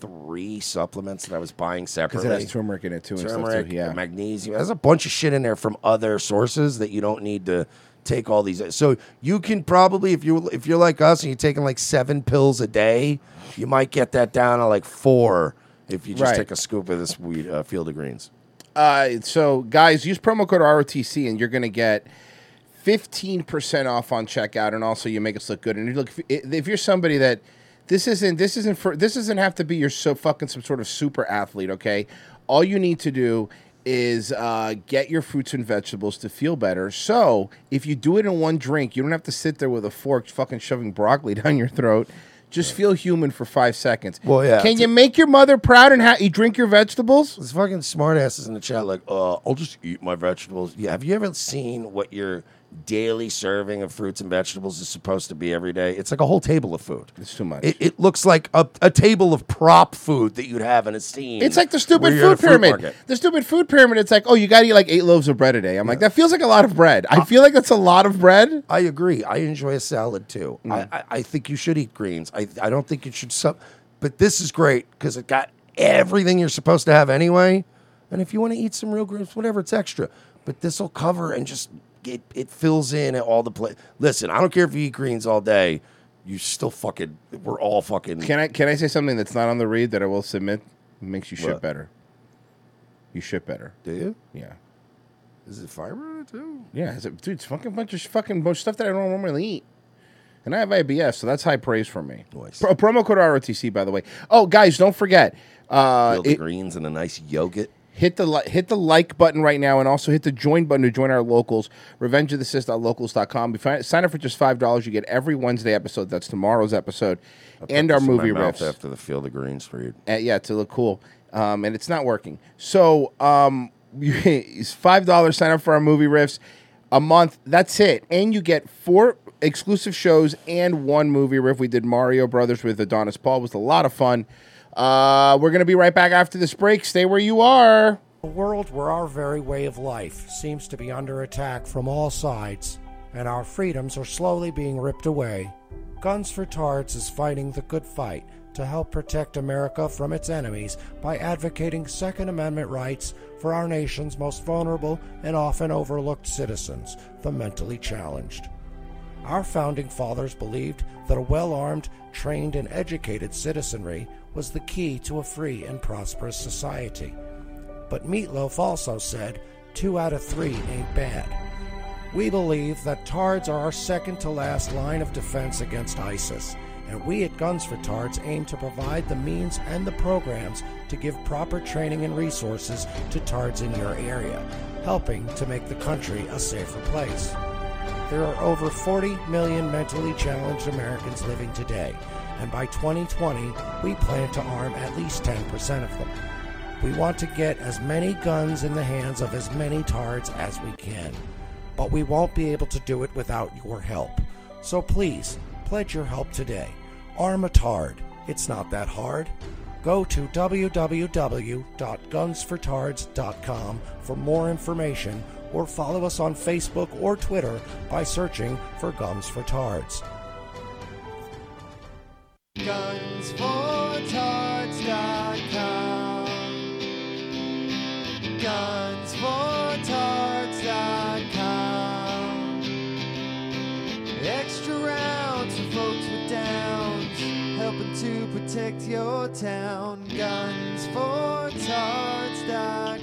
Three supplements that I was buying
Because
separately.
it has turmeric in it too. and stuff
Turmeric,
too. Yeah.
magnesium. There's a bunch of shit in there from other sources that you don't need to take all these. So you can probably, if you if you're like us and you're taking like seven pills a day, you might get that down to like four if you just
Right.
take a scoop of this weed, uh, Field of Greens.
Uh, so guys, use promo code ROTC and you're gonna get fifteen percent off on checkout, and also you make us look good. And you look, if if you're somebody that this isn't this isn't for this doesn't have to be your so fucking some sort of super athlete, okay? All you need to do is uh, get your fruits and vegetables to feel better. So if you do it in one drink, you don't have to sit there with a fork fucking shoving broccoli [LAUGHS] down your throat. Just feel human for five seconds.
Well, yeah,
Can
it's-
you make your mother proud and ha- you drink your vegetables?
There's fucking smartasses in the chat like, uh, I'll just eat my vegetables. Yeah, have you ever seen what your daily serving of fruits and vegetables is supposed to be every day? It's like a whole table of food.
It's too much.
It, it looks like a, a table of prop food that you'd have in a scene.
It's like the
where
stupid
you're at a
food pyramid.
market.
the stupid food pyramid. It's like, oh, you got to eat like eight loaves of bread a day. I'm like, that feels like a lot of bread. I feel like that's a lot of bread. Mm.
I agree. I enjoy a salad too. I, I, I think you should eat greens. I, I don't think you should sub, but this is great because it got everything you're supposed to have anyway. And if you want to eat some real greens, whatever, it's extra. But this will cover and just it, it fills in at all the place. Listen, I don't care if you eat greens all day. You still fucking. We're all fucking.
Can I can I say something that's not on the read that I will submit? It makes you shit
What?
better. You shit better.
Do you?
Yeah.
Is it fiber in it too?
Yeah. It's a, dude, it's fucking bunch of sh- fucking bunch of stuff that I don't normally eat. And I have IBS, so that's high praise for me. Pro- promo code ROTC, by the way. Oh, guys, don't forget. Uh,
Field of
it-
greens and a nice yogurt.
hit the li- hit the like button right now and also hit the join button to join our locals revenge of the locals.com we find, sign up for just five dollars you get every wednesday episode that's tomorrow's episode and our
This in my
movie
mouth
riffs
after the field of greens for you.
Uh, yeah to look cool um, and it's not working so um, [LAUGHS] it's five dollars sign up for our movie riffs a month that's it and you get four exclusive shows and one movie riff we did mario brothers with adonis paul it was a lot of fun uh, we're gonna be right back after this break stay where you are
A world where our very way of life seems to be under attack from all sides and our freedoms are slowly being ripped away, Guns for Tards is fighting the good fight to help protect America from its enemies by advocating Second Amendment rights for our nation's most vulnerable and often overlooked citizens, the mentally challenged. Our founding fathers believed that a well armed, trained, and educated citizenry was the key to a free and prosperous society. but Meatloaf also said two out of three ain't bad. We believe that TARDs are our second to last line of defense against ISIS, and we at Guns for TARDs aim to provide the means and the programs to give proper training and resources to TARDs in your area, helping to make the country a safer place. There are over 40 million mentally challenged Americans living today, and by 2020, we plan to arm at least 10% of them. We want to get as many guns in the hands of as many TARDs as we can, but we won't be able to do it without your help. So please, pledge your help today. Arm a TARD. It's not that hard. Go to www.gunsfortards.com for more information or follow us on Facebook or Twitter by searching for Guns for Tards.
Gunsfortards.com. Gunsfortards.com. Extra rounds for folks with downs, helping to protect your town. Gunsfortards.com.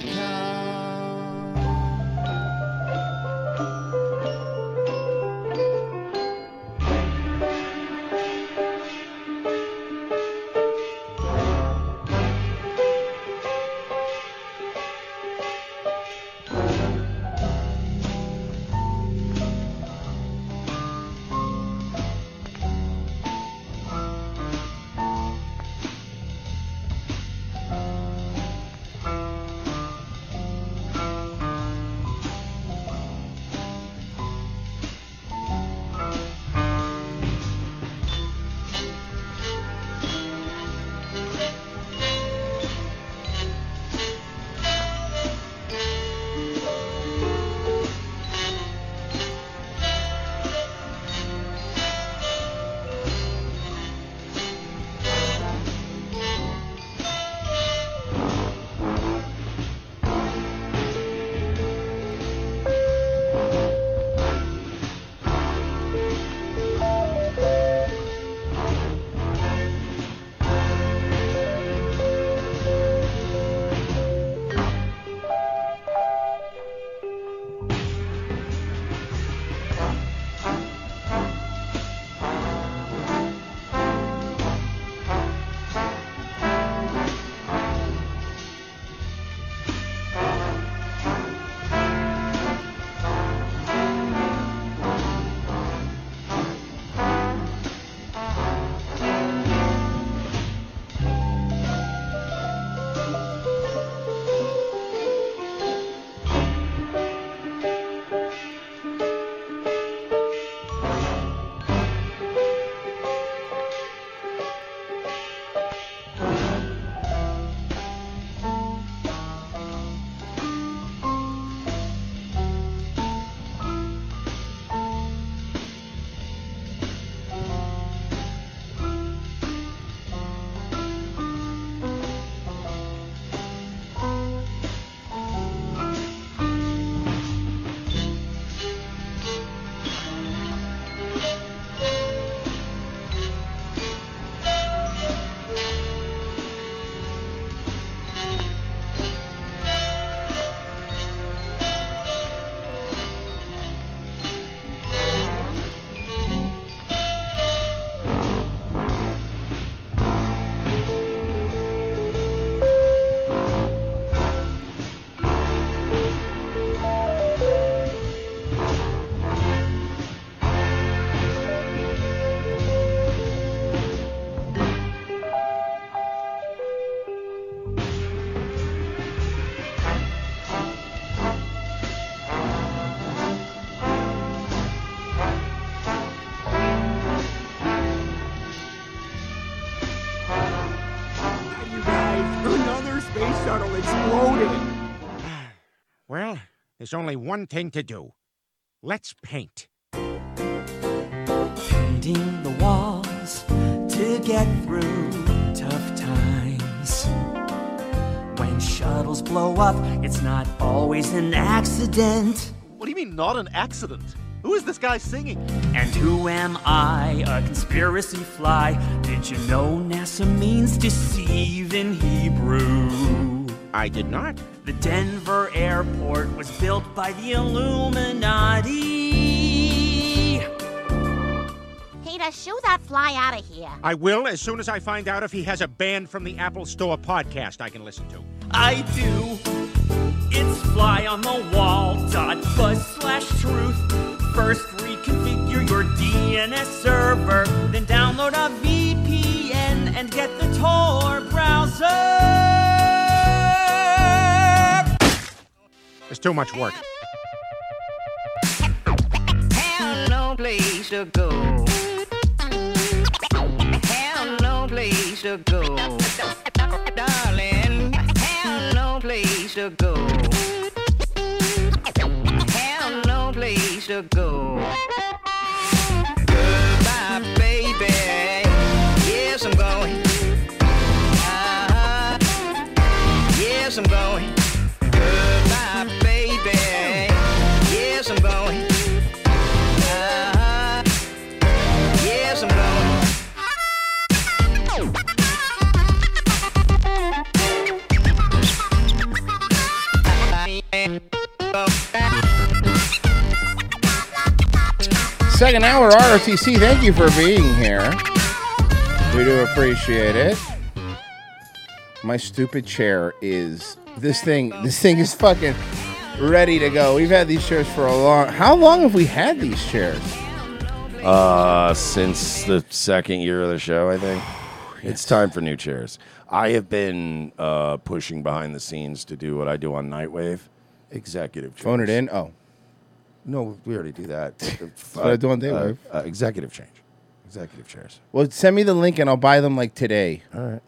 You guys, another space shuttle exploded.
Well, there's only one thing to do. Let's paint.
painting the walls to get through tough times. When shuttles blow up, it's not always an accident.
What do you mean, not an accident? Who is this guy singing?
And who am I? A conspiracy fly. Did you know NASA means deceive in Hebrew?
I did not.
The Denver airport was built by the Illuminati.
Peter, shoo that fly out of here.
I will as soon as I find out if he has a ban from the Apple Store podcast I can listen to.
I do. It's fly on the wall dot buzz slash truth. First reconfigure your DNS server, then download a VPN and get the Tor browser.
It's too much work.
Have no place to go. Have no place to go. Darling, have no place to go. Have no place to go. Goodbye, baby. Yes, I'm going. Uh-huh. Yes, I'm going. Goodbye, baby. Yes, I'm going. Uh-huh. Yes, I'm going.
Second hour ROTC, thank you for being here. We do appreciate it. My stupid chair is this thing. This thing is fucking ready to go. We've had these chairs for a long. How long have we had these chairs?
Uh, since the second year of the show,
[SIGHS]
I think it's time for new chairs. I have been uh, pushing behind the scenes to do what I do on Nightwave, executive. Chairs.
Phone it in. Oh,
No, we already do
[LAUGHS]
that. That's
what I do on Nightwave.
Uh, uh, executive change, executive chairs.
well, send me the link and I'll buy them like today.
All right.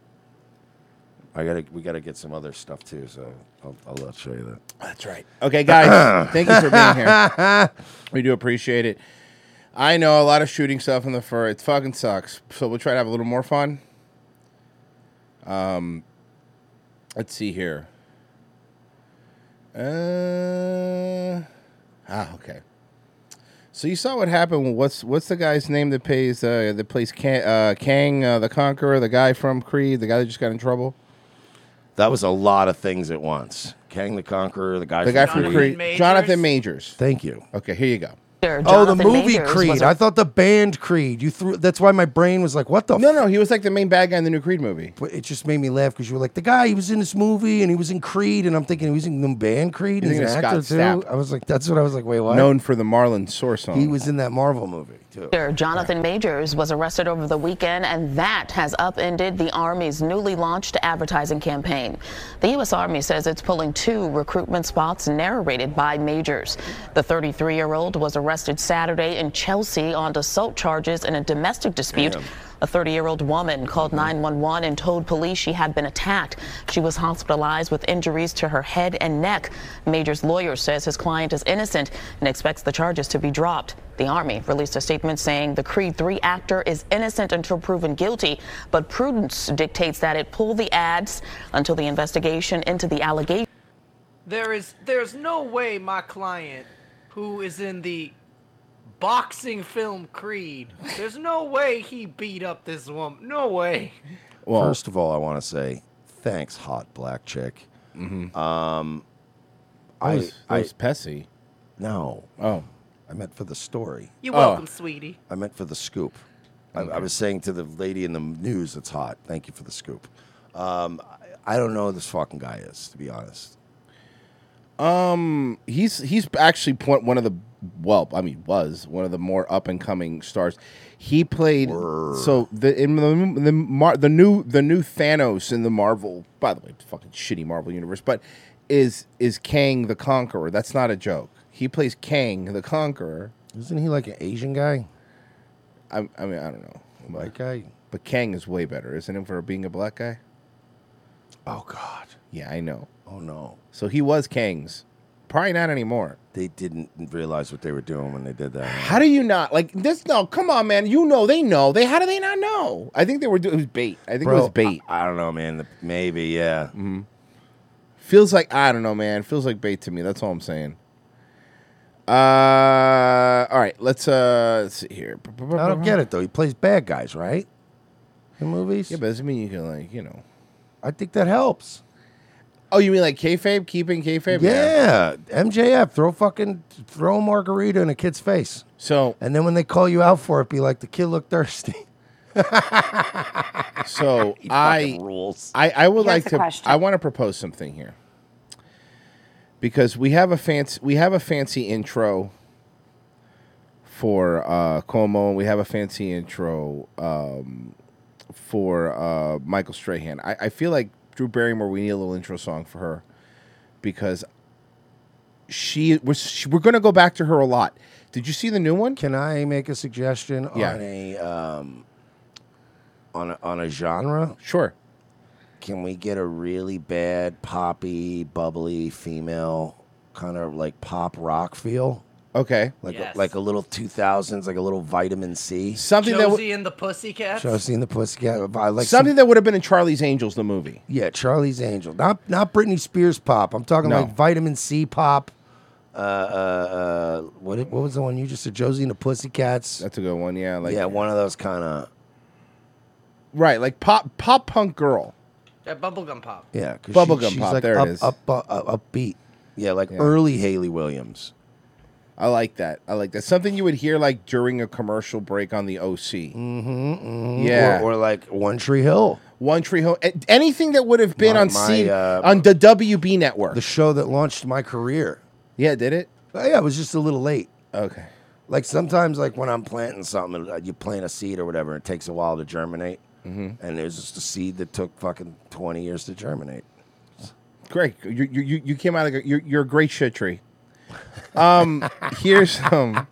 I gotta. We gotta get some other stuff too. So I'll, I'll, I'll show you that.
That's right. Okay,
[COUGHS] [CLEARS THROAT]
guys, thank you for being here. We do appreciate it. I know a lot of shooting stuff in the fur. It fucking sucks. So we'll try to have a little more fun. Um, let's see here. Uh, ah, okay. So you saw what happened. with- What's what's the guy's name that pays uh, that plays Kang, uh, Kang uh, the Conqueror, the guy from Creed, the guy that just got in trouble?
That was a lot of things at once. Kang the Conqueror, the guy,
the guy from Creed, Jonathan Majors.
Thank you.
Okay, here you go.
oh, the movie Creed. I thought the band Creed. You threw. That's why my brain was like, "What the?" No,
no. He was like the main bad guy in the new Creed movie.
But it just made me laugh because you were like, "The guy. He was in this movie, and he was in Creed." And I'm thinking, he was in the band Creed.
You're
and he's
thinking of
an actor
Scott
too.
Stapp.
I was like, "That's what I was like." Wait, what?
known for the Marlon Source song.
He was in that Marvel movie too.
Actor Jonathan Majors was arrested over the weekend, and that has upended the Army's newly launched advertising campaign. The U.S. Army says it's pulling two recruitment spots narrated by Majors. The 33 year old was arrested Saturday in Chelsea on assault charges in a domestic dispute. A 30 year old woman called 911 and told police she had been attacked. She was hospitalized with injuries to her head and neck. Major's lawyer says his client is innocent and expects the charges to be dropped. The Army released a statement saying the Creed 3 actor is innocent until proven guilty, but prudence dictates that it pull the ads until the investigation into the allegation.
There is there's no way my client who is in the boxing film Creed. There's no way he beat up this woman. No way.
Well, first of all, I want to say thanks, hot black chick. Um,
That was- that was Pessy.
No.
Oh,
I meant for the story.
You're welcome, sweetie.
I meant for the scoop. I, I was saying to the lady in the news, "It's hot." Thank you for the scoop. Um, I, I don't know who this fucking guy is, to be honest.
Um, he's he's actually point one of the well, I mean, was one of the more up and coming stars. He played so the in the the, Mar, the new the new Thanos in the Marvel. By the way, fucking shitty Marvel universe, but is is Kang the Conqueror? That's not a joke. He plays Kang the Conqueror.
Isn't he like an Asian guy?
I, I mean, I don't know. Black guy, but Kang is way better, isn't it, for being a black guy?
Oh God.
Yeah, I know.
Oh no.
So he was Kang's. Probably not anymore.
They didn't realize what they were doing when they did that.
How do you not like this? No, come on, man. You know they know. They how do they not know? I think they were doing it was bait. I think it was bait.
I, I don't know, man. The- Maybe, yeah.
Mm-hmm. Feels like I don't know, man. Feels like bait to me. That's all I'm saying. Uh, all right. Let's uh let's see here.
I don't get it though. He plays bad guys, right? In movies. Yeah,
but doesn't mean you can like you know.
I think that helps.
Oh, you mean like kayfabe? Keeping kayfabe?
Yeah, MJF, throw fucking throw a margarita in a kid's face.
So
and then when they call you out for it, be like, the kid looked thirsty. [LAUGHS]
So I rules. I, I would
Here's
like
the
to.
question.
I want to propose something here because we have a fancy we have a fancy intro for uh, Cuomo, and we have a fancy intro um, for uh, Michael Strahan. I, I feel like Drew Barrymore. We need a little intro song for her because she was. She, we're going to go back to her a lot. Did you see the new one?
Can I make a suggestion
Yeah.
on a um, on a, on a genre?
Sure.
Can we get a really bad poppy, bubbly female kind of like pop rock feel?
Okay.
Like
Yes.
a, like a little 2000s, like a little vitamin C.
Something
Josie and the Pussycats.
Josie and the Pussycat. I like some-
Something that would have been in Charlie's Angels, the movie.
yeah, Charlie's Angel. Not not Britney Spears pop. I'm talking
No.
like vitamin C pop. Uh, uh, uh, what what was the one you just said? Josie and the Pussycats.
That's a good one. Yeah, like
yeah, one of those kind of
Right, like pop pop punk girl.
That bubblegum pop.
Yeah, 'cause
Bubblegum
she's
pop,
Like
there it
up,
is.
Up, uh, up, upbeat. Yeah, like
Yeah.
early Haley Williams.
I like that. I like that. Something you would hear like during a commercial break on the OC.
Mm-hmm, mm-hmm.
Yeah.
or, or like One Tree Hill.
One Tree Hill. A- Anything that would have been
My-
on
my,
C
uh,
on the WB network.
The show that launched my career. Oh,
Yeah, did it?
yeah, it was just a little late.
Okay.
Like sometimes, like when I'm planting something, uh, you plant a seed or whatever, it takes a while to germinate. Mm-hmm. And there's just a seed that took fucking 20 years to germinate.
Great. You, you, you- you came out of you're, you're a great shit tree. Um, [LAUGHS] here's um,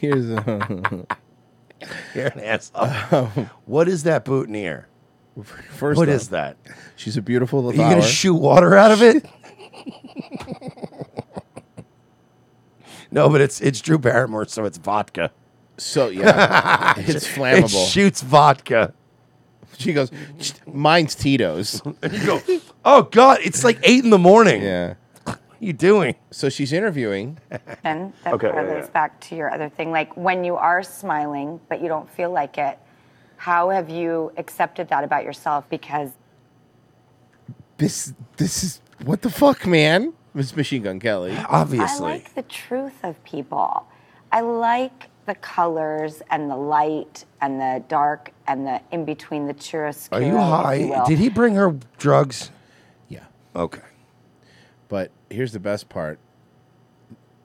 here's um, [LAUGHS]
[LAUGHS] You're an asshole. what is that boutonniere?
First
What
off,
is that?
She's a beautiful
Are
little.
you going to shoot water out of it? no, but it's it's Drew Barrymore, so it's vodka.
So
[LAUGHS]
yeah, it's flammable.
It shoots vodka.
She goes, mine's Tito's.
and [LAUGHS] you go, oh God, it's like eight in the morning.
Yeah.
What are you doing?
So she's interviewing.
Then that
Okay,
kind of
yeah,
goes
yeah.
back to your other thing. Like when you are smiling, but you don't feel like it, how have you accepted that about yourself? Because
This this is what the fuck, man. Miss Machine Gun Kelly.
I like the truth of people. I like the colors and the light and the dark and the in between the chiaroscuro.
Are you
if
high?
will.
Did he bring her drugs?
Yeah.
Okay.
But here's the best part.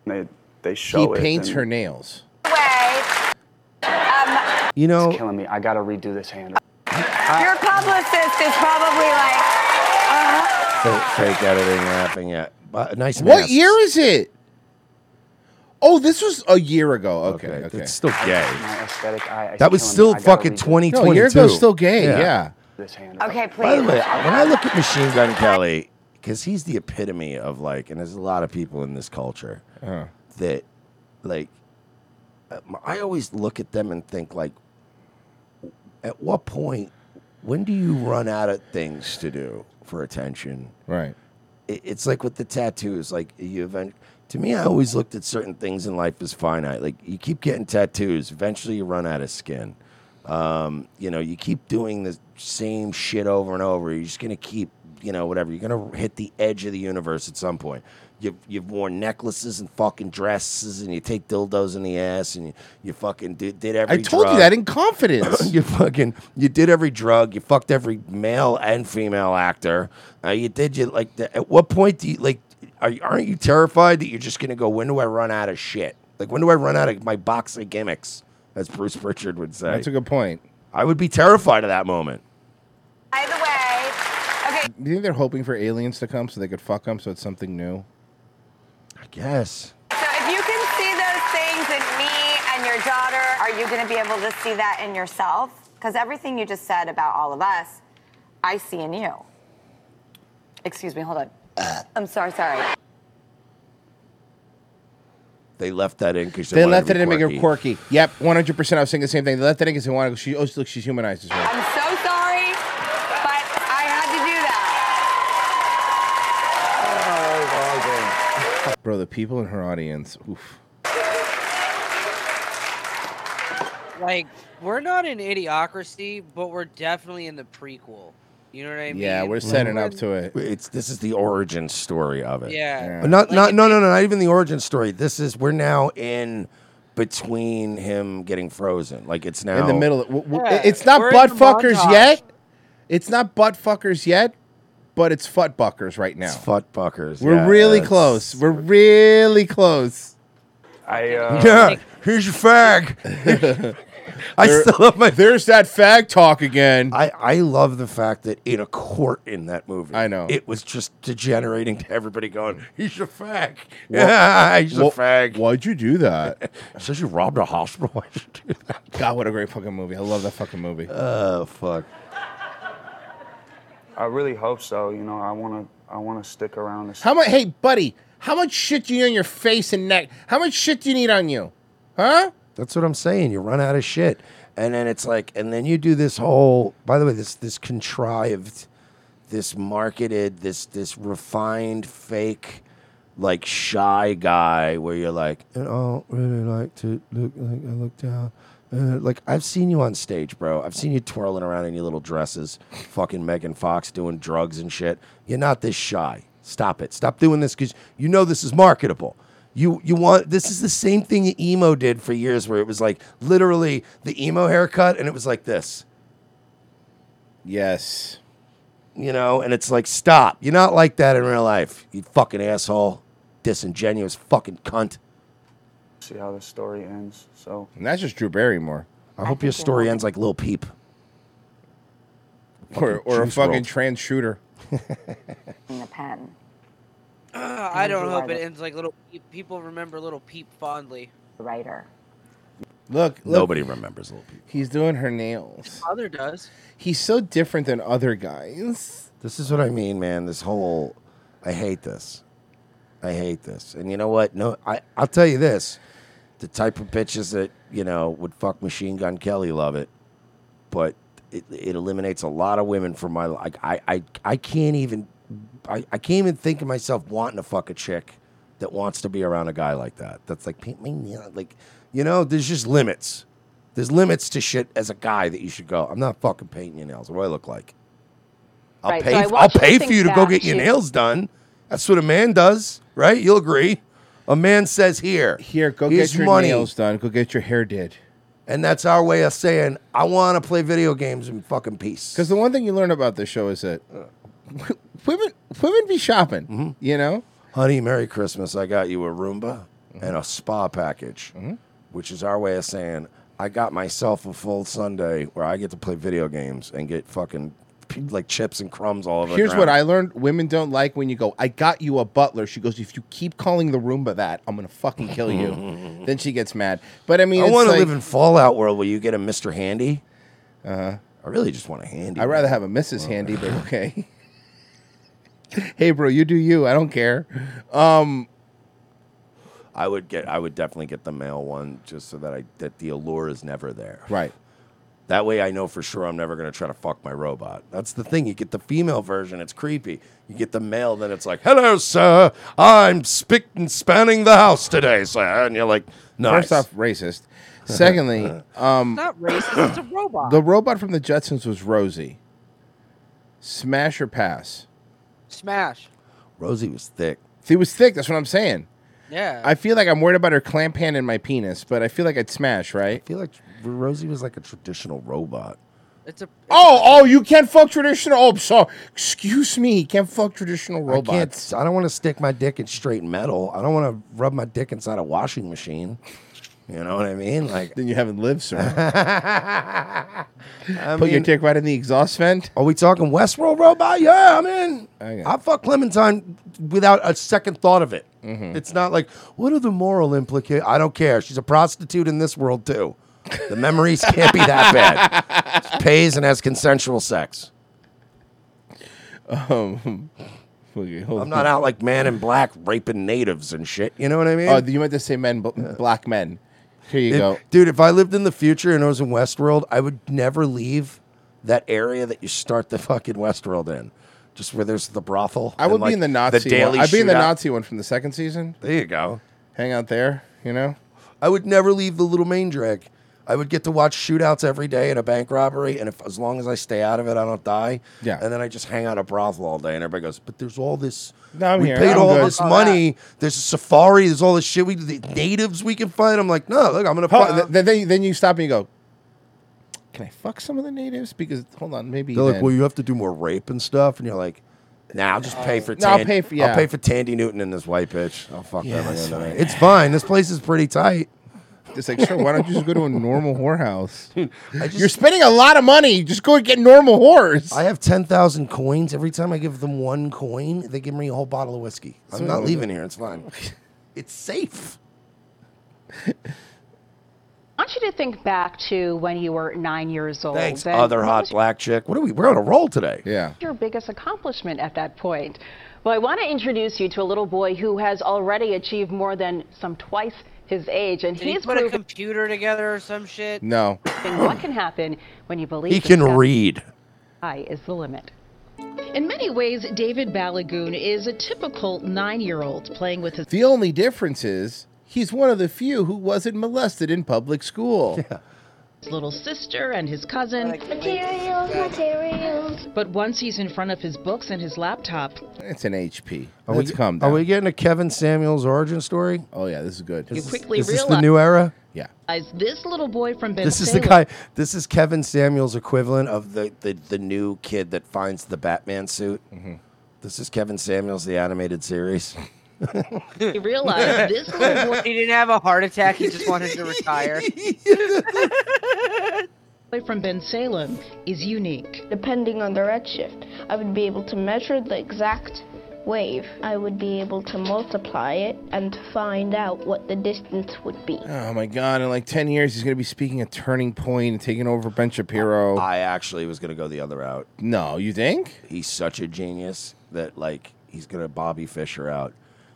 They they show it
He paints
and-
her nails.
You know,
it's killing me. I gotta redo this hand.
Your publicist is probably like, uh-huh.
Fake, fake editing happening. Yeah. But nice.
What
masks.
year is it? Oh, this was a year ago. Okay, okay.
It's still gay.
My aesthetic eye.
That was still fucking
twenty.
2022.
No, a year ago's still gay, yeah.
This hand.
okay, please.
By the way, when I look at Machine Gun Kelly, because he's the epitome of like, and there's a lot of people in this culture that like, uh, m- I always look at them and think like, at what point, when do you run out of things to do for attention?
Right.
It, it's like with the tattoos, like you event. To me, I always looked at certain things in life as finite. Like you keep getting tattoos, eventually you run out of skin. Um, you know, you keep doing the same shit over and over. You're just gonna keep, you know, whatever. You're gonna hit the edge of the universe at some point. You've you've worn necklaces and fucking dresses, and you take dildos in the ass, and you, you fucking did, did every.
I told
drug.
you that in confidence.
[COUGHS] you fucking you did every drug. You fucked every male and female actor. Uh, you did you like the, at what point do you like? Are you, aren't you terrified that you're just gonna go? When do I run out of shit? Like when do I run out of my box of gimmicks? As Bruce Pritchard would say.
That's a good point.
I would be terrified of that moment.
Do you think they're hoping for aliens to come so they could fuck them so it's something new?
I guess.
So if you can see those things in me and your daughter, are you going to be able to see that in yourself? Because everything you just said about all of us, I see in you. Excuse me, hold on. I'm sorry, sorry.
They left that in because
They left it in to make her quirky. Yep, 100%. I was saying the same thing. They left that in because they wanted to she, oh, look, she's humanized as well.
I'm so sorry, but I had to do that.
[LAUGHS] Bro, the people in her audience, oof.
Like, we're not in Idiocracy, but we're definitely in the prequel. You know what I mean?
Yeah, we're setting up to it.
It's this is the origin story of it.
Yeah.
But not not no no no not even the origin story. This is we're now in between him getting frozen. Like it's now
in the middle. w- w-
Yeah,
It's not
we're in
butt
the
fuckers
montage.
yet. It's not butt fuckers yet, but it's futt buckers right now.
Fuck buckers.
We're
yeah,
really
it's-
close. We're really close.
I uh,
[LAUGHS]
Yeah, here's your fag. I still love my.
There's that fag talk again.
I, I love the fact that in a court in that movie, I
know
it was just degenerating to everybody going, "He's a fag." [LAUGHS]
Wha-
Yeah, he's
wha-
a fag.
Why'd you do
[LAUGHS]
that?
Says you robbed a hospital. [LAUGHS] Why'd you do that?
God, what a great fucking movie! I love that fucking movie.
Oh fuck.
I really hope so. You know, I wanna I wanna stick around. And
How much? Hey, buddy, how much shit do you need on your face and neck? How much shit do you need on you? Huh?
That's what I'm saying. You run out of shit, and then it's like, and then you do this whole. By the way, this this contrived, this marketed, this this refined fake, like shy guy, where you're like, I don't really like to look like I look down. Uh, like I've seen you on stage, bro. I've seen you twirling around in your little dresses, fucking Megan Fox doing drugs and shit. You're not this shy. Stop it. Stop doing this because you know this is marketable. You you want this is the same thing that emo did for years, where it was like literally the emo haircut, and it was like this.
Yes.
You know, and it's like stop. You're not like that in real life. You fucking asshole, disingenuous fucking cunt.
see how the story ends. So
And that's just Drew Barrymore.
I hope your story ends like Lil Peep.
Or, or a
Juice
fucking
WRLD.
trans shooter. [LAUGHS]
in the pen.
Uh, I don't
you
hope
are
it
the-
ends like little. Peep. People remember little Peep fondly.
Writer.
Look, look,
Nobody remembers Lil Peep.
He's doing her nails.
Mother does.
He's so different than other guys.
This is what I mean, man. This whole, I hate this. I hate this. And you know what? No, I, I'll tell you this. The type of bitches that, you know, would fuck Machine Gun Kelly love it. But it, it eliminates a lot of women from my life. I, I, I can't even, I, I can't even think of myself wanting to fuck a chick that wants to be around a guy like that. That's like, paint me neon. Like, you know, there's just limits. There's limits to shit as a guy that you should go. I'm not fucking painting your nails. What do I look like? I'll
Right, so
pay.
I
f- I'll
watched
pay
these
for you to
things
go
back.
get your
She-
nails done. That's what a man does, right? You'll agree. A man says, "Here,
here, go
here's
get your
money,"
nails done. Go get your hair did.
and that's our way of saying, "I want to play video games in fucking peace."
Because the one thing you learn about this show is that women women be shopping. You know,
Mm-hmm.
Mm-hmm.
honey, Merry Christmas. I got you a Roomba and a spa package, which is our way of saying, "I got myself a full Sunday where I get to play video games and get fucking like chips and crumbs all over." the
Here's what
ground."
I learned: women don't like when you go, "I got you a butler." She goes, "If you keep calling the Roomba that, I'm gonna fucking kill
[LAUGHS]
you." then she gets mad. But I mean,
I
it's
want to
like-
live in Fallout world where you get a Mr. Handy. Uh, I really just want a handy.
Uh-huh. I'd rather have a Mrs. Handy,
[LAUGHS]
but okay. hey, bro, you do you. I don't care. Um,
I would get. I would definitely get the male one just so that I that the allure is never there.
Right.
That way, I know for sure I'm never gonna try to fuck my robot. That's the thing. You get the female version, it's creepy. You get the male, then it's like, "Hello, sir. I'm spick and spanning the house today, sir," and you're like, "No."
First off, racist.
[LAUGHS]
Secondly, um,
Not racist. it's a robot.
the robot from the Jetsons was Rosie. Smash or pass?
Smash.
Rosie was thick.
She was thick. That's what I'm saying.
Yeah.
I feel like I'm worried about her clamp hand in my penis, but I feel like I'd smash, right? I
feel like Rosie was like a traditional robot.
It's a
oh oh you can't fuck traditional. Oh, so excuse me, you can't fuck traditional
I
robots.
can't. I don't want to stick my dick in straight metal. I don't want to rub my dick inside a washing machine. You know what I mean? Like
then you haven't lived,
[LAUGHS] sir.
Put your dick right in the exhaust vent.
Are we talking Westworld robot? Yeah, I'm in.
Okay.
I fuck Clementine without a second thought of it.
Mhm.
It's not like what are the moral implications? I don't care. She's a prostitute in this world too. The memories can't be that
[LAUGHS]
bad. She pays and has consensual sex.
Um, [LAUGHS]
I'm not out like Man in Black raping natives and shit. You know what I mean?
Oh, you meant to say men, but black men. Here you
If-
go.
Dude, if I lived in the future and I was in Westworld, I would never leave that area that you start the fucking Westworld in. Just where there's the brothel.
I
and,
would
like,
be in the Nazi.
daily
one. I'd be in the
shootout.
Nazi one from the second season.
There you go.
Hang out there, you know?
I would never leave the little main drag. I would get to watch shootouts every day and a bank robbery, and if as long as I stay out of it, I don't die. Yeah. And then I just hang out at brothel all day, and everybody goes, "But there's all this.
No, I'm
we
here.
paid
I'm
all
good."
this
Fuck all
money. There's a safari. There's all this shit. We the natives we can fight. I'm like, no, look, I'm gonna
Hold-
fight.
then, then, then you stop and you go, can I fuck some of the natives? Because hold on, maybe
They're like,
then-
well, you have to do more rape and stuff, and you're like, nah, I'll just pay for.
No, I'll
Tan-
pay for- yeah.
I'll pay for Tandy Newton and this white bitch. I'll fuck
Yeah,
them
that's
again tonight.
fine.
[LAUGHS] It's fine. This place is pretty tight.
It's like, sure, why don't you just
[LAUGHS]
go to a normal whorehouse?
You're
spending a lot of money. Just go get normal whores.
I have ten thousand coins. Every time I give them one coin, they give me a whole bottle of whiskey. I'm
So-
not leaving here. It's fine.
[LAUGHS]
It's safe.
I want you to think back to when you were nine years
Oh,
old.
Thanks,
and
other
what
hot
was
black chick. What are we? We're on a roll today.
Yeah.
your biggest accomplishment at that point? Well, I want to introduce you to a little boy who has already achieved more than some twice his age, and
Did he
he's
put a
proven
computer together or some shit?
No.
[CLEARS THROAT]
what can happen when you believe
He
the
can
sky
read.
is the limit.
In many ways, David Balagoon is a typical nine year old playing with his
The only difference is he's one of the few who wasn't molested in public school.
little sister and his cousin. Materials, materials. But once he's in front of his books and his laptop,
It's an HP.
Are
Let's
we,
calm
Are
Oh, down.
we getting a Kevin Samuels origin story?
Oh yeah, this is good.
Is,
You
this-
quickly
is this the
realize-
new era?
Yeah.
as this little boy from Ben
This is the
Salem-
guy. This is Kevin Samuels' equivalent of the the, the new kid that finds the Batman suit. This is Kevin Samuels, the animated series. [LAUGHS]
he
[LAUGHS]
realized this little boy
he didn't have a heart attack. He just
[LAUGHS]
wanted to retire.
boy from Ben Salem is unique.
Depending on the redshift, I would be able to measure the exact wave. I would be able to multiply it and to find out what the distance would be.
Oh my god! In like ten years, he's gonna be speaking at Turning Point and taking over Ben Shapiro.
I actually was gonna go the other route.
No, you think?
He's such a genius that like he's gonna Bobby Fisher out.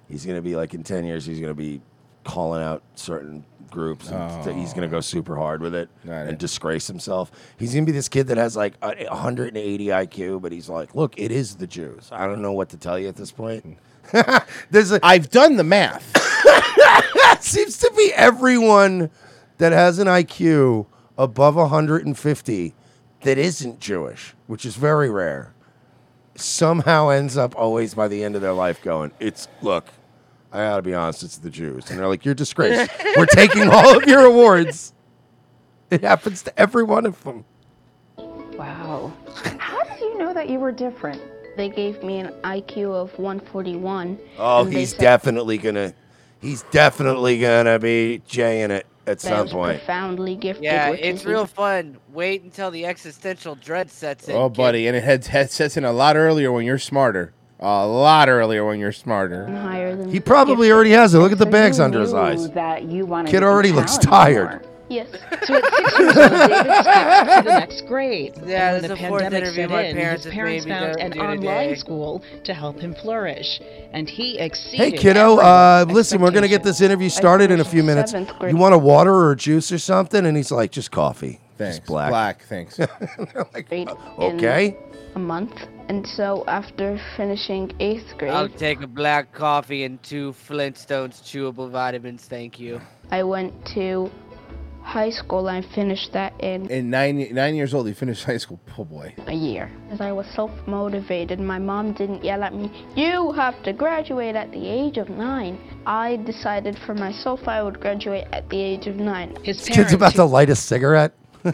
He's gonna be like in ten years he's gonna be calling out certain groups and th- he's gonna go super hard with Oh. it and disgrace himself. He's gonna be this kid that has like a 180 IQ, but he's like, look, it is the Jews. I don't know what to tell you at this point. [LAUGHS] There's a,
I've done the math.
[LAUGHS] Seems to be everyone that has an IQ above 150 that isn't Jewish, which is very rare, somehow ends up always by the end of their life going, "It's look, I gotta be honest, it's the Jews," and they're like, "You're disgraced. We're taking all of your awards." It happens to every one of them.
Wow. How did you know that you were different?
They gave me an IQ of 141.
Oh,
and they
he's
said
definitely gonna, he's definitely gonna be Jay in it at
that I
some
was
point.
Profoundly gifted.
yeah,
which
it's
is
real fun. Wait until the existential dread sets in.
Oh,
kid.
buddy, and it had, had sets in a lot earlier when you're smarter. A lot earlier when you're smarter.
[LAUGHS]
higher than
He probably already has it. Look at the bags under his eyes.
That you wanted
Kid
to
already looks
challenge
tired.
more.
Yes.
[LAUGHS] So at six years old, David skipped to the next grade.
Yeah,
when
this
the
is the fourth
pandemic
interview
set
my
in,
parents
his
have
parents
made me
found
go
an
do
online
today.
school to help him flourish, and he
Hey,
exceeded.
kiddo. Uh,
everyone's
listen, we're gonna get this interview started in a few minutes.
seventh grade.
You want a water or a juice or something? And he's like, just coffee. Thanks. Just black.
Black,
[LAUGHS]
thanks. [LAUGHS]
grade
"Uh,
in
okay.
A month. And so after finishing eighth grade,
I'll take a black coffee and two Flintstones chewable vitamins, thank you.
I went to high school and finished that in
and nine nine years old, he finished high school. Oh boy.
a year. As I was self motivated, my mom didn't yell at me, You have to graduate at the age of nine. I decided for myself I would graduate at the age of nine.
His
Kid's about to light a cigarette.
[LAUGHS]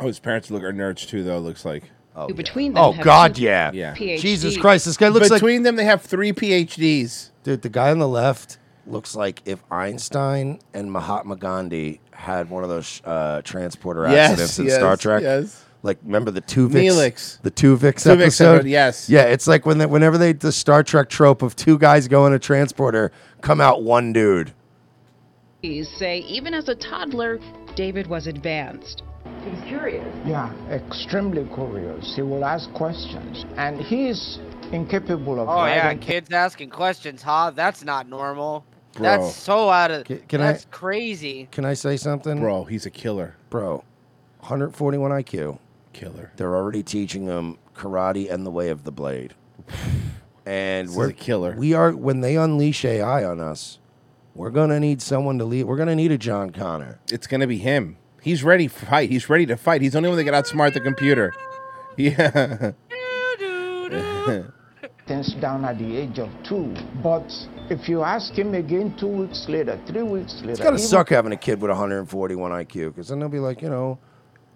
Oh, his parents look are nerds too, though. it Looks like. Oh,
Between them
Oh
have
God,
two
yeah.
Yeah.
Jesus Christ, this guy looks
Between
like.
Between them, they have three PhDs.
Dude, the guy on the left looks like if Einstein and Mahatma Gandhi had one of those uh, transporter
Yes,
accidents in
yes,
Star Trek.
yes.
Like, remember the two
Neelix.
Vix, the two Vix
Tuvix
episode?
episode, yes.
Yeah, it's like when they, whenever they the Star Trek trope of two guys going a transporter, come out one dude.
These say even as a toddler, David was advanced. He's curious.
Yeah, extremely curious. He will ask questions, and he is incapable of.
Oh yeah,
writing.
kids asking questions, huh? That's not normal.
Bro.
That's so out of.
Ca- can I-
that's crazy.
Can I say something?
Bro, he's a killer.
Bro, 141 IQ.
Killer.
They're already teaching them karate and the way of the blade. And
This is
we're
a killer.
We are when they unleash AI on us, we're gonna need someone to lead. We're gonna need a John Connor.
It's gonna be him. He's ready to fight. He's ready to fight. He's the only one that can outsmart the computer. [LAUGHS] Yeah. [LAUGHS]
things down at the age of two. But if you ask him again two weeks later, three weeks later,
It's gotta
even-
suck having a kid with 141 IQ because then they'll be like, you know,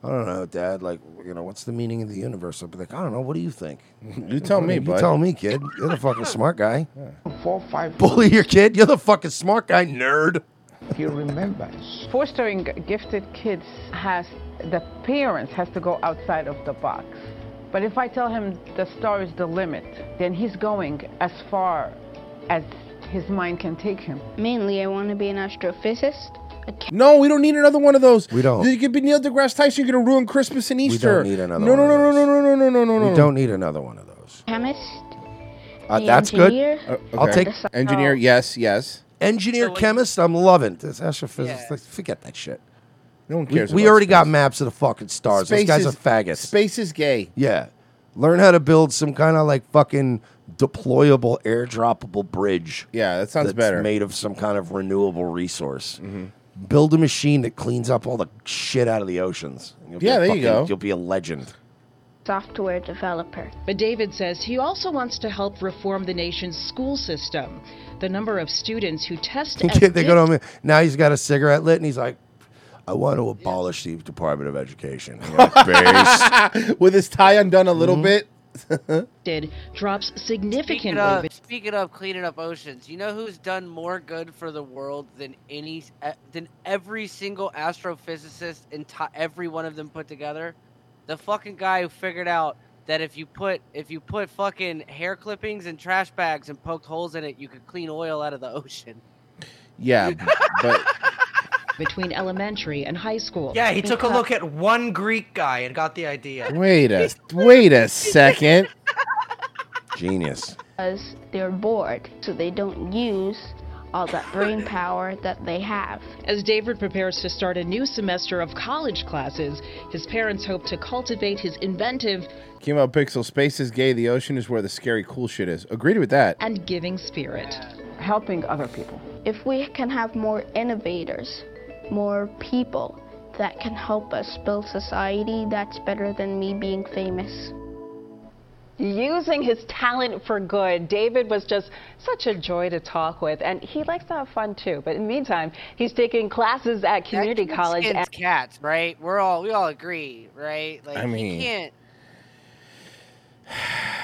I don't know, Dad. Like, you know, what's the meaning of the universe? I'll be like, I don't know. What do you think?
[LAUGHS] You tell me,
You
bud.
tell me, kid. You're the fucking smart guy.
[LAUGHS] Four, five.
Bully your kid. You're the fucking smart guy, nerd.
He remembers.
Fostering gifted kids has the parents has to go outside of the box. But if I tell him the star is the limit, then he's going as far as his mind can take him.
Mainly, I want to be an astrophysicist.
No, we don't need another one of those. We
don't.
You could be Neil deGrasse Tyson. You're gonna ruin Christmas and
don't
Easter.
need another
no, No,
one
no, no, no, no, no, no, no, no.
We don't need another one of those.
Chemist.
Uh,
The
that's good.
engineer?
Uh,
I'll
okay.
take
engineer. Yes, yes.
Engineer, chemist. I'm loving this astrophysics. Like, forget that shit.
No one
We-
cares.
We,
about
already got maps of the fucking stars.
Space
this guy's
is-
a faggot.
Space is gay.
Yeah. Learn how to build some kind of like fucking deployable, airdroppable bridge.
Yeah, that sounds
that's
better. Mm-hmm.
Made of some kind of renewable resource. Build a machine that cleans up all the shit out of the oceans. You'll be
Yeah,
a
there you go.
You'll be a legend.
software developer.
But David says he also wants to help reform the nation's school system. The number of students who test as
Kid, they go to him. Now he's got a cigarette lit, and he's like, "I want to abolish the Department of
[LAUGHS]
Education." You're like, "Base." [LAUGHS]
Space. With his tie undone a little
Mm-hmm.
[LAUGHS]
bit.
gifted drops
Speaking
significantly.
of, speaking of cleaning up oceans, you know who's done more good for the world than any eh, than every single astrophysicist and ti every one of them put together? The fucking guy who figured out that if you put if you put fucking hair clippings and trash bags and poked holes in it, you could clean oil out of the [LAUGHS] ocean.
yeah, but
between elementary and high school.
Yeah, he took a look at one Greek guy and got the idea.
[LAUGHS] wait a wait a second.
Genius.
because they're bored, so they don't use all that brain power that they have.
As David prepares to start a new semester of college classes, his parents hope to cultivate his inventive
Chemo Pixel. Space is gay. The ocean is where the scary cool shit is. Agreed with that.
and giving spirit.
Helping other people.
If we can have more innovators, more people that can help us build society, that's better than me being famous.
Using his talent for good, David was just such a joy to talk with, and he likes to have fun too. But in the meantime, he's taking classes at community
That kid
college.
skins
and-
cats, right? We're all we all agree, right? Like
I
he
mean- [SIGHS]
can't.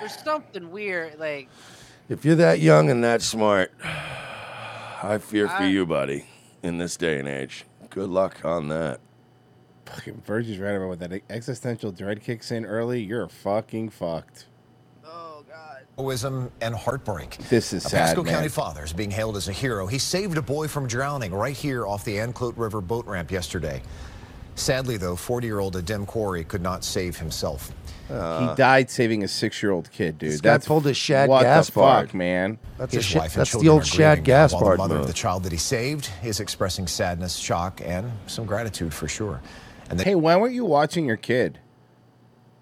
There's something weird, like
If you're that young and that smart, I fear for you, buddy, in this day and age. Good luck on that.
Fucking Virgil's right about that. E-, Existential dread kicks in early. You're fucking fucked.
Heroism and heartbreak.
This is
a
sad,
Pasco
man.
County father is being hailed as a hero. He saved a boy from drowning right here off the Anclote River boat ramp yesterday. Sadly, though, 40-year-old Adem Corey could not save himself.
he died saving a six-year-old kid, dude.
Uh. this guy
That's
pulled a Shad
what
Gaspard.
the fuck, man.
His wife and children are grieving, While the mother of the child that he saved is expressing sadness, shock, and some gratitude for sure. And
hey, why weren't you watching your kid?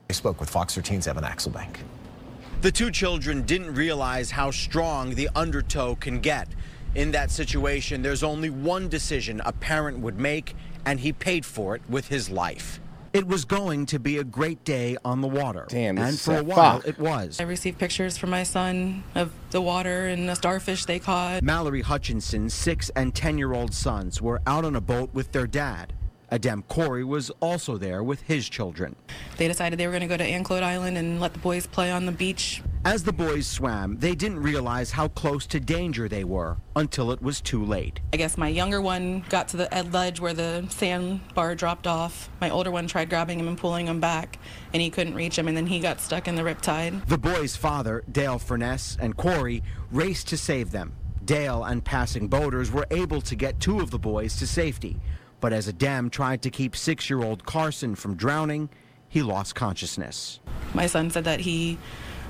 I spoke with Fox 13's Evan Axelbank.
The two children didn't realize how strong the undertow can get. In that situation, there's only one decision a parent would make, and he paid for it with his life. It was going to be a great day on the water.
Damn, this
and
is
for a
sad.
while,
Fuck.
it was.
I received pictures from my son of the water and a starfish they caught.
Mallory Hutchinson's six and ten year old sons were out on a boat with their dad. Adem Corey was also there with his children.
They decided they were going to go to Anclote Island and let the boys play on the beach.
As the boys swam, they didn't realize how close to danger they were until it was too late.
I guess my younger one got to the ed- ledge where the sandbar dropped off. My older one tried grabbing him and pulling him back, and he couldn't reach him, and then he got stuck in the riptide.
The boys' father, Dale Furness, and Corey raced to save them. Dale and passing boaters were able to get two of the boys to safety, but as Adem tried to keep six year old Carson from drowning, he lost consciousness.
My son said that he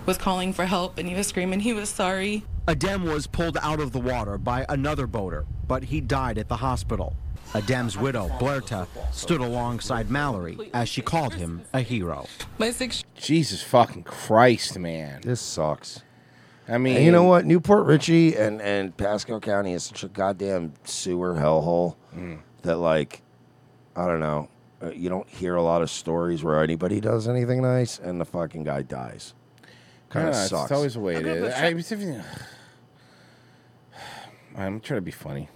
was calling for help and he was screaming he was sorry.
Adem was pulled out of the water by another boater, but he died at the hospital. Adem's widow, Blerta, stood alongside Mallory as she called him a hero.
My six
Jesus fucking Christ, man.
This sucks.
I mean,
And you know what? Newport Richie
Hmm.
and, and Pasco County is such a goddamn sewer hellhole that, like, I don't know. Uh, you don't hear a lot of stories where anybody does anything nice and the fucking guy dies. Kind
Yeah,
of
it's
sucks.
always the way it
Okay,
is.
but-
I- it's even- I'm trying to be funny.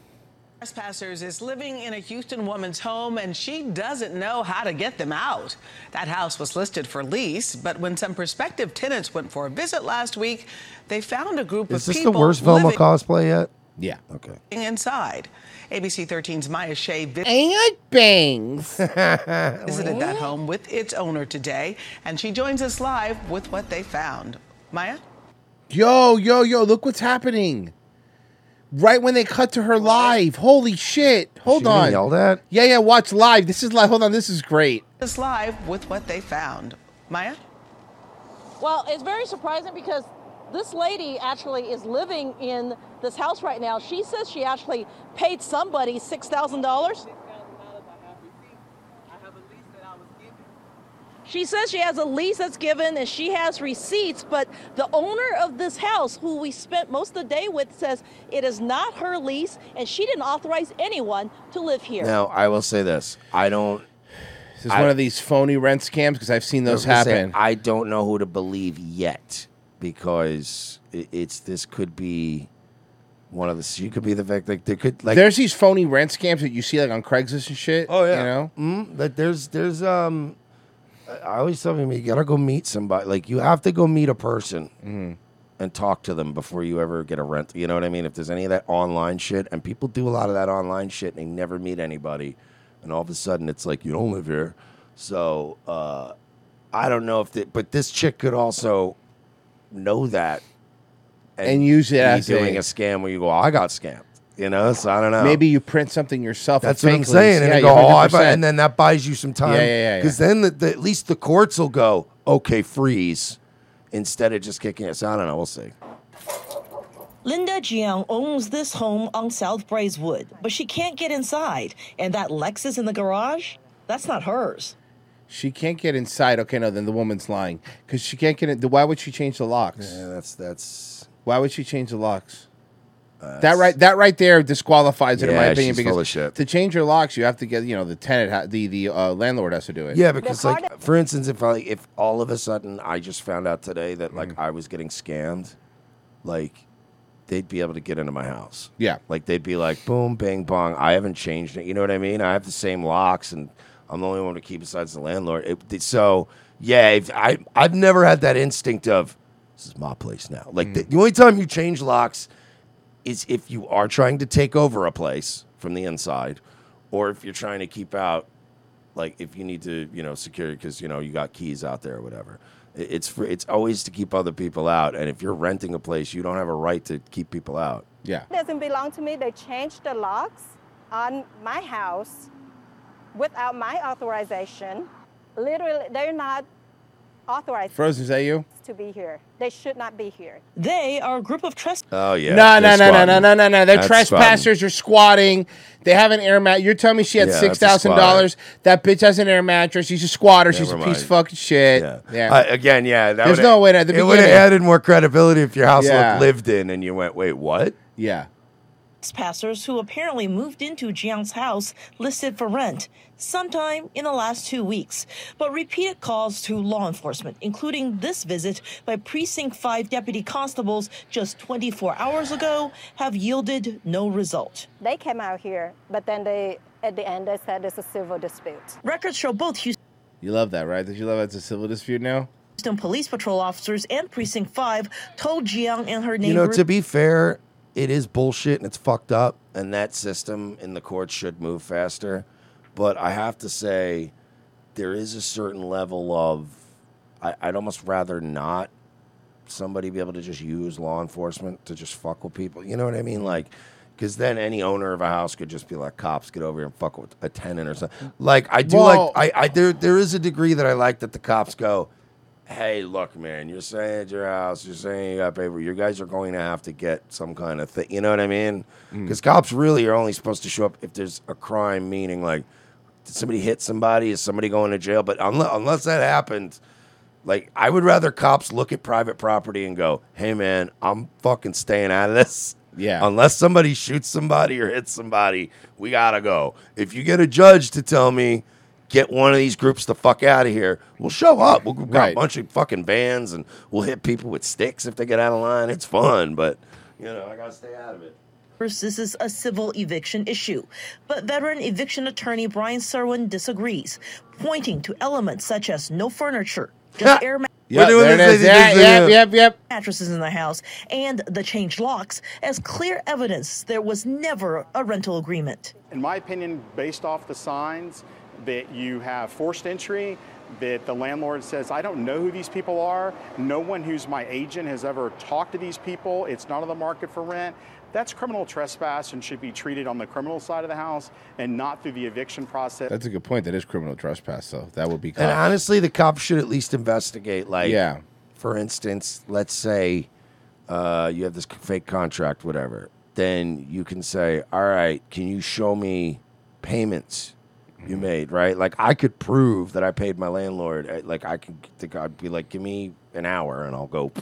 Trespassers is living in a Houston woman's home and she doesn't know how to get them out. That house was listed for lease, but when some prospective tenants went for a visit last week, they found a group
Is
of
this the
people
worst Velma
living
cosplay yet?
Yeah.
Okay.
inside. ABC 13's Maya Shea vi-
bangs.
[LAUGHS]
visited that home with its owner today, and she joins us live with what they found. Maya?
Yo, yo, yo, look what's happening. Right when they cut to her live. Holy shit. Hold
getting
on.
yelled
at?
Yeah, yeah, watch live. This is live. Hold on. This is great.
Is live with what they found. Maya?
Well, it's very surprising because this lady actually is living in this house right now. She says she actually paid somebody six thousand dollars. She says she has a lease that's given and she has receipts, but the owner of this house, who we spent most of the day with, says it is not her lease and she didn't authorize anyone to live here.
Now I will say this: I don't.
[SIGHS] This is one of these phony rent scams because I've seen those happen.
I don't know who to believe yet because i- it's this could be one of the she could be the victim. Like, there could like
There's these phony rent scams that you see like on Craigslist and shit. Oh yeah. You know?
Mm, that there's there's um I always tell people you gotta go meet somebody. Like you have to go meet a person
Mm-hmm.
and talk to them before you ever get a rent. You know what I mean? If there's any of that online shit, and people do a lot of that online shit, and they never meet anybody, and all of a sudden it's like you don't live here. So uh, I don't know if that, but this chick could also know that
And use it
be
as
doing
a-
a scam where you go, I got scammed. You know, so I don't know.
Maybe you print something yourself. a
That's what I'm
fake
saying.
lease.
And
Yeah,
they go,
you're
oh, I
100%.
buy, and then that buys you some time.
Yeah, yeah, yeah,
Because then the, the, at least the courts will go, okay, freeze, instead of just kicking us. I don't know. We'll see.
Linda Jiang owns this home on South Brazewood, but she can't get inside. And that Lexus in the garage, that's not hers.
She can't get inside. Okay, no, then the woman's lying because she can't get in. Why would she change the locks?
Yeah, that's that's.
Why would she change the locks? that right, that right there disqualifies it in my
Yeah,
opinion
she's
because
full of shit.
to change your locks, you have to get you know the tenant, ha- the the uh, landlord has to do it.
Yeah, because like uh, for instance, if I if all of a sudden I just found out today that like
Mm-hmm.
I was getting scammed, like they'd be able to get into my house.
Yeah.
Like they'd be like, boom, bang, bong. I haven't changed it. You know what I mean? I have the same locks and I'm the only one to keep besides the landlord. It- it- so yeah, if I I've never had that instinct of this is my place now. Like the, the
Mm-hmm.
only time you change locks is if you are trying to take over a place from the inside, or if you're trying to keep out, like if you need to, you know, secure because you know you got keys out there or whatever. It- It's for, it's always to keep other people out, and if you're renting a place, you don't have a right to keep people out.
Yeah,
doesn't belong to me. They changed the locks on my house without my authorization. Literally, they're not authorized
Frozen, is that you?
to be here. They should not be here.
They are a group of trespassers.
Oh yeah.
No, no,
they're
no, no, no,
squatting.
no, no, no. They're
That's
trespassers. You're squatting. They have an air mat. You're telling me she had
Yeah, that's a
six thousand dollars. That bitch has an air mattress. She's a squatter. She's
Never
a piece
mind.
of fucking shit. Yeah.
Uh, again, yeah. That
There's
would've-
no way that at the
it would have
beginning-
added more credibility if your house
Yeah.
looked lived in, and you went, "Wait, what?"
Yeah.
Trespassers who apparently moved into Jiang's house listed for rent sometime in the last two weeks, but repeated calls to law enforcement, including this visit by Precinct 5 deputy constables just 24 hours ago, have yielded no result.
They came out here, but then they, at the end, they said it's a civil dispute.
Records show both Houston.
You love that, right? Did you love that's a civil dispute now?
Houston Police Patrol officers and Precinct 5 told Jiang and her
You know,
neighbors
to be fair, it is bullshit and it's fucked up, and that system in the courts should move faster. But I have to say, there is a certain level of I, I'd almost rather not somebody be able to just use law enforcement to just fuck with people. You know what I mean? Like, because then any owner of a house could just be like, "Cops, get over here and fuck with a tenant or something." Like, I do
Well-
like I, I there there is a degree that I like that the cops go hey, look, man, you're saying it's your house, you're saying you got paper. You guys are going to have to get some kind of thing. You know what I mean? Because cops really are only supposed to show up if there's a crime, meaning like, did somebody hit somebody? Is somebody going to jail? But unless, unless that happened, like, I would rather cops look at private property and go, hey, man, I'm fucking staying out of this.
Yeah.
Unless somebody shoots somebody or hits somebody, we gotta go. If you get a judge to tell me, get one of these groups the fuck out of here, we'll show up. We'll we've got a bunch of fucking vans and we'll hit people with sticks if they get out of line. It's fun, but you know, I gotta stay out of it.
First, This is a civil eviction issue. But veteran eviction attorney Brian Serwin disagrees, pointing to elements such as no furniture, just air mattresses.
Yeah, We're doing there it this, is. this, Yeah, this, yeah, this, yeah. yep, yep.
Mattresses in the house and the changed locks as clear evidence there was never a rental agreement.
In my opinion, based off the signs, that you have forced entry, that the landlord says, I don't know who these people are. No one who's my agent has ever talked to these people. It's not on the market for rent. That's criminal trespass and should be treated on the criminal side of the house and not through the eviction process.
That's a good point. That is criminal trespass, so that would be.
And
caught.
honestly, the cops should at least investigate. Like,
Yeah.
For instance, let's say uh, you have this fake contract, whatever. Then you can say, "All right, can you show me payments you made?" Right? Like, I could prove that I paid my landlord. I- Like, I can think I'd be like, "Give me an hour, and I'll go,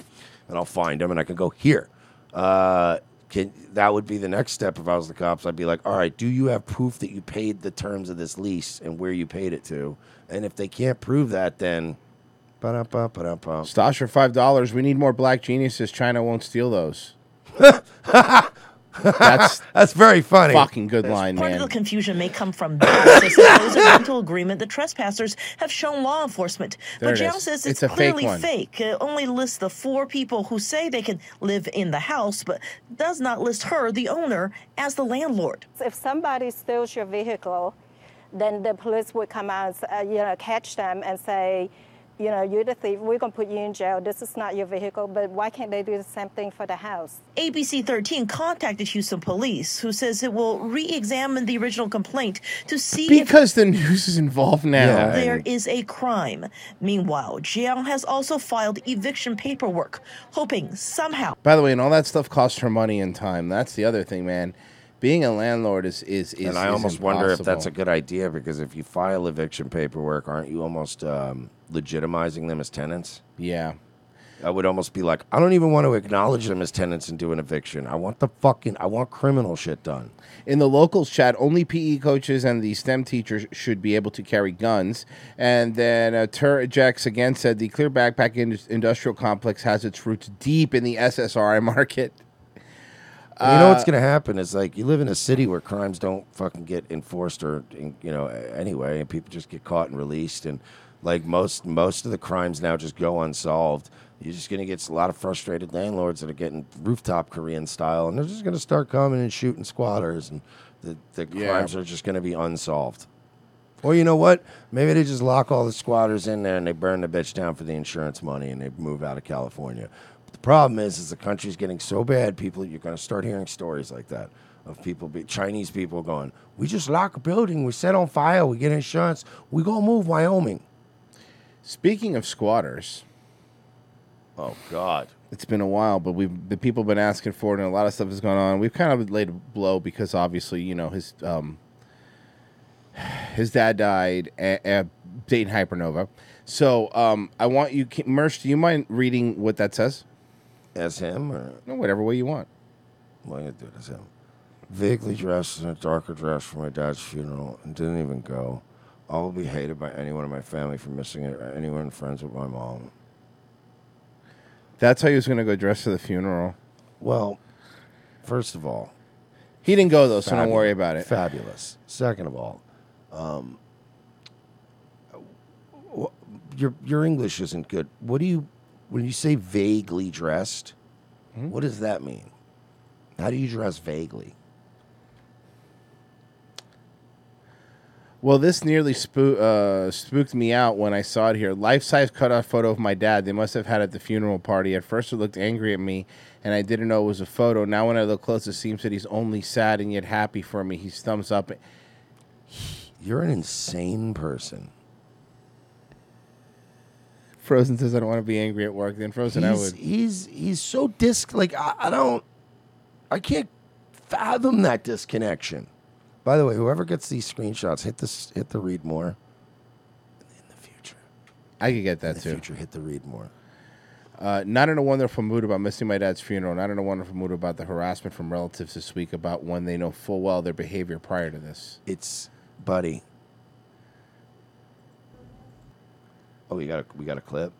and I'll find him, and I can go here." Uh, can, that would be the next step if I was the cops. I'd be like, all right, do you have proof that you paid the terms of this lease and where you paid it to? And if they can't prove that, then
Stash for five dollars. We need more black geniuses. China won't steal
[LAUGHS]
those. that's
that's very funny.
Fucking good line,
Part of
man.
the confusion may come from that the supposed rental agreement the trespassers have shown law enforcement.
There
but
it
Jiao
is.
says it's,
It's a fake
clearly
one.
fake. It only lists the four people who say they can live in the house, but does not list her, the owner, as the landlord.
If somebody steals your vehicle, then the police would come out and, s- uh, you know, catch them and say, you know, you're the thief. We're going to put you in jail. This is not your vehicle. But why can't they do the same thing for the house?
ABC 13 contacted Houston police, who says it will re examine the original complaint to see if
because the news is involved now.
There is a crime. Meanwhile, Jiang has also filed eviction paperwork, hoping somehow
By the way, and all that stuff costs her money and time. That's the other thing, man. Being a landlord is is is.
and I
is
almost wonder if that's a
impossible.
good idea because if you file eviction paperwork, aren't you almost um, legitimizing them as tenants?
Yeah.
I would almost be like, I don't even want to acknowledge them as tenants and do an eviction. I want the fucking, I want criminal shit done.
In the locals chat, only PE coaches and the STEM teachers should be able to carry guns. And then uh, Tur Jax again said the Clear Backpack in- Industrial Complex has its roots deep in the SSRI market.
And you know what's
Uh,
going to happen is like you live in a city where crimes don't fucking get enforced or in- you know a- anyway, and people just get caught and released, and like most most of the crimes now just go unsolved. You're just going to get a lot of frustrated landlords that are getting rooftop Korean style, and they're just going to start coming and shooting squatters, and the, the
Yeah.
crimes are just going to be unsolved. Or you know what? Maybe they just lock all the squatters in there and they burn the bitch down for the insurance money and they move out of California. But the problem is, is the country's getting so bad, people you're going to start hearing stories like that of people, be, Chinese people going, "We just lock a building, we set on fire, we get insurance, we go move Wyoming."
Speaking of squatters,
oh God,
it's been a while, but we've the people have been asking for it, and a lot of stuff has gone on. We've kind of laid a blow because obviously, you know, his um, his dad died at, at Dayton Hypernova. So um, I want you, Ki- Mersh, do you mind reading what that says?
As him, or
no, whatever way you want.
Well, you do it as him. Vaguely dressed in a darker dress for my dad's funeral and didn't even go. I will be hated by anyone in my family for missing it or anyone friends with my mom.
That's how he was going to go dress for the funeral.
Well, first of all,
he didn't go though, so don't worry about it.
Fabulous. Second of all, um, wh- your your English isn't good. What do you when you say vaguely dressed?
Hmm?
What does that mean? How do you dress vaguely?
Well, this nearly spoo- uh, spooked me out when I saw it here. Life size cutout photo of my dad. They must have had at the funeral party. At first, it looked angry at me, and I didn't know it was a photo. Now, when I look close, it seems that he's only sad and yet happy for me. He's thumbs up.
You're an insane person.
Frozen says, "I don't want to be angry at work." Then Frozen, I
he's,
would.
he's he's so disc like I, I don't I can't fathom that disconnection. By the way, whoever gets these screenshots, hit this hit the read more.
I could get that
too. Future hit the read more.
Uh, not in a wonderful mood about missing my dad's funeral. Not in a wonderful mood about the harassment from relatives this week about when they know full well their behavior prior to this.
It's, buddy. Oh, we got a, we got a clip.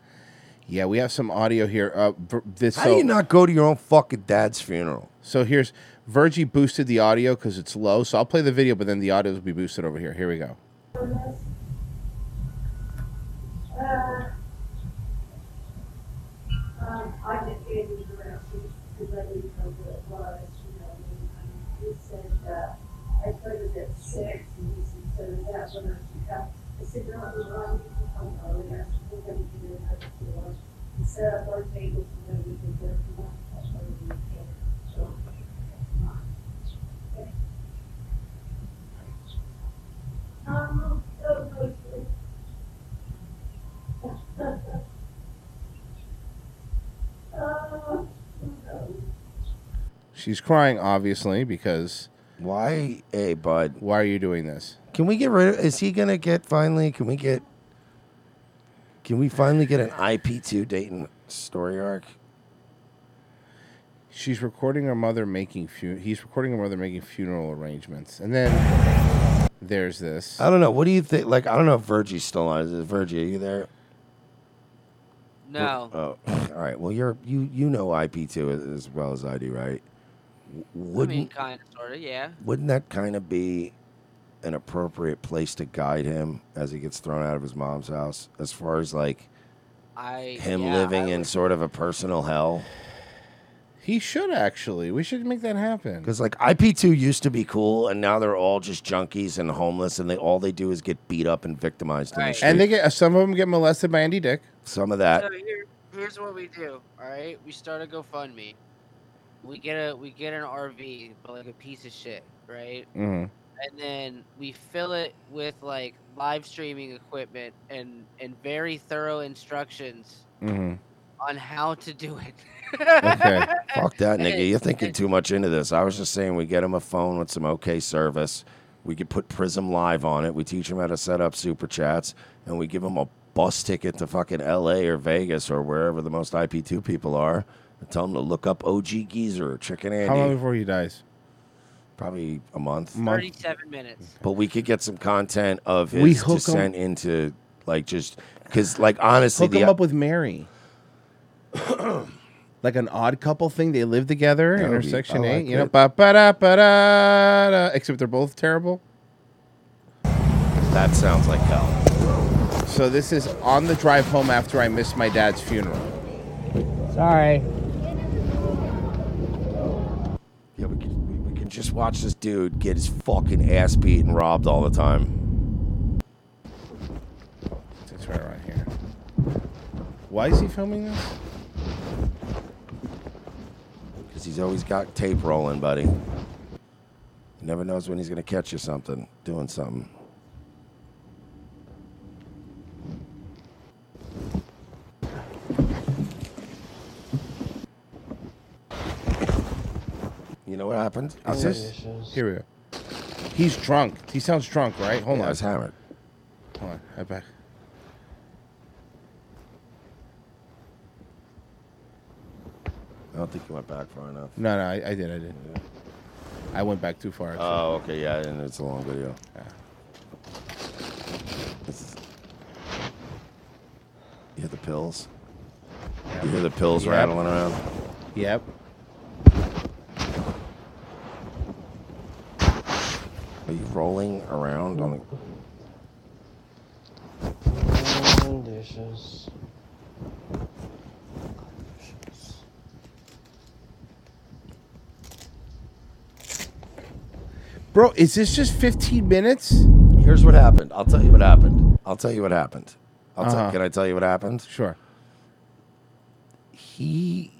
Yeah, we have some audio here. Uh, ver- this
How
so,
do you not go to your own fucking dad's funeral?
So here's Virgie boosted the audio because it's low. So I'll play the video, but then the audio will be boosted over here. Here we go.
Um, I just gave him the directions because I didn't know what it was, you know, and he said, uh, I started at six, and he said, so is that when I should come? I said, no, I'm wrong, I'm early, I should think I'm doing that before. He said, I've already taken it, and then we can go from that, that's why we can't, so. okay. Um, so, so- Oh,
She's crying, obviously, because
why, hey bud,
why are you doing this?
Can we get rid of? Is he gonna get finally? Can we get? Can we finally get an IP two Dayton story arc?
She's recording her mother making fu- he's recording her mother making funeral arrangements, and then there's this.
I don't know. What do you think? Like, I don't know if Virgie's still on. Is it Virgie? Are you there?
No.
Oh, all right. Well, you're you you know IP two as, as well as I do, right? W-
I mean,
Wouldn't
kind of, sort of, yeah.
wouldn't that kind of be an appropriate place to guide him as he gets thrown out of his mom's house, as far as like
I
him
yeah,
living in sort of a personal hell?
He should actually. We should make that happen.
Because like IP two used to be cool, and now they're all just junkies and homeless, and they all they do is get beat up and victimized in the street.
And they get some of them get molested by Andy Dick.
some of that.
So here, here's what we do. All right, we start a GoFundMe. We get a we get an RV, but like a piece of shit, right?
Mhm.
And then we fill it with like live streaming equipment and and very thorough instructions
Mhm.
on how to do it. [LAUGHS]
Okay. Fuck that, nigga. You're thinking too much into this. I was just saying we get him a phone with some okay service. We could put Prism Live on it. We teach him how to set up super chats, and we give him a bus ticket to fucking L.A. or Vegas or wherever the most IP2 people are, and tell him to look up OG Geezer or Chicken Andy.
How long before he dies?
Probably a month.
Thirty-seven minutes.
But we could get some content of
We
his
hook 'em-
descent into like just because like honestly
Hook
the
him up with Mary. [CLEARS THROAT] like an odd couple thing. They live together.
That would be-
intersection
I
eight.
like
you know,
it.
ba ba da ba da da. Except they're both terrible.
that sounds like hell.
So this is on the drive home after I missed my dad's funeral.
Sorry.
Yeah, we can, we- we can just watch this dude get his fucking ass beat and robbed all the time.
It's right around here. Why is he filming this?
Because he's always got tape rolling, buddy. He never knows when he's going to catch you something, doing something. You know what happened?
Is this? Here we go. He's drunk. He sounds drunk, right? Hold
Yeah,
on.
I was hammered.
Hold on. I back.
I don't think you went back far enough.
No, no, I, I did. I did. I went back too far. actually.
Oh, okay, yeah, and it's a long video. This is- You hear the pills? You hear the pills
Yep.
rattling around?
Yep.
Are you rolling around on the
Dishes.
Bro, is this just 15 minutes?
Here's what happened. I'll tell you what happened. I'll tell you what happened. I'll tell-
Uh-huh.
can I tell you what happened?
Sure.
He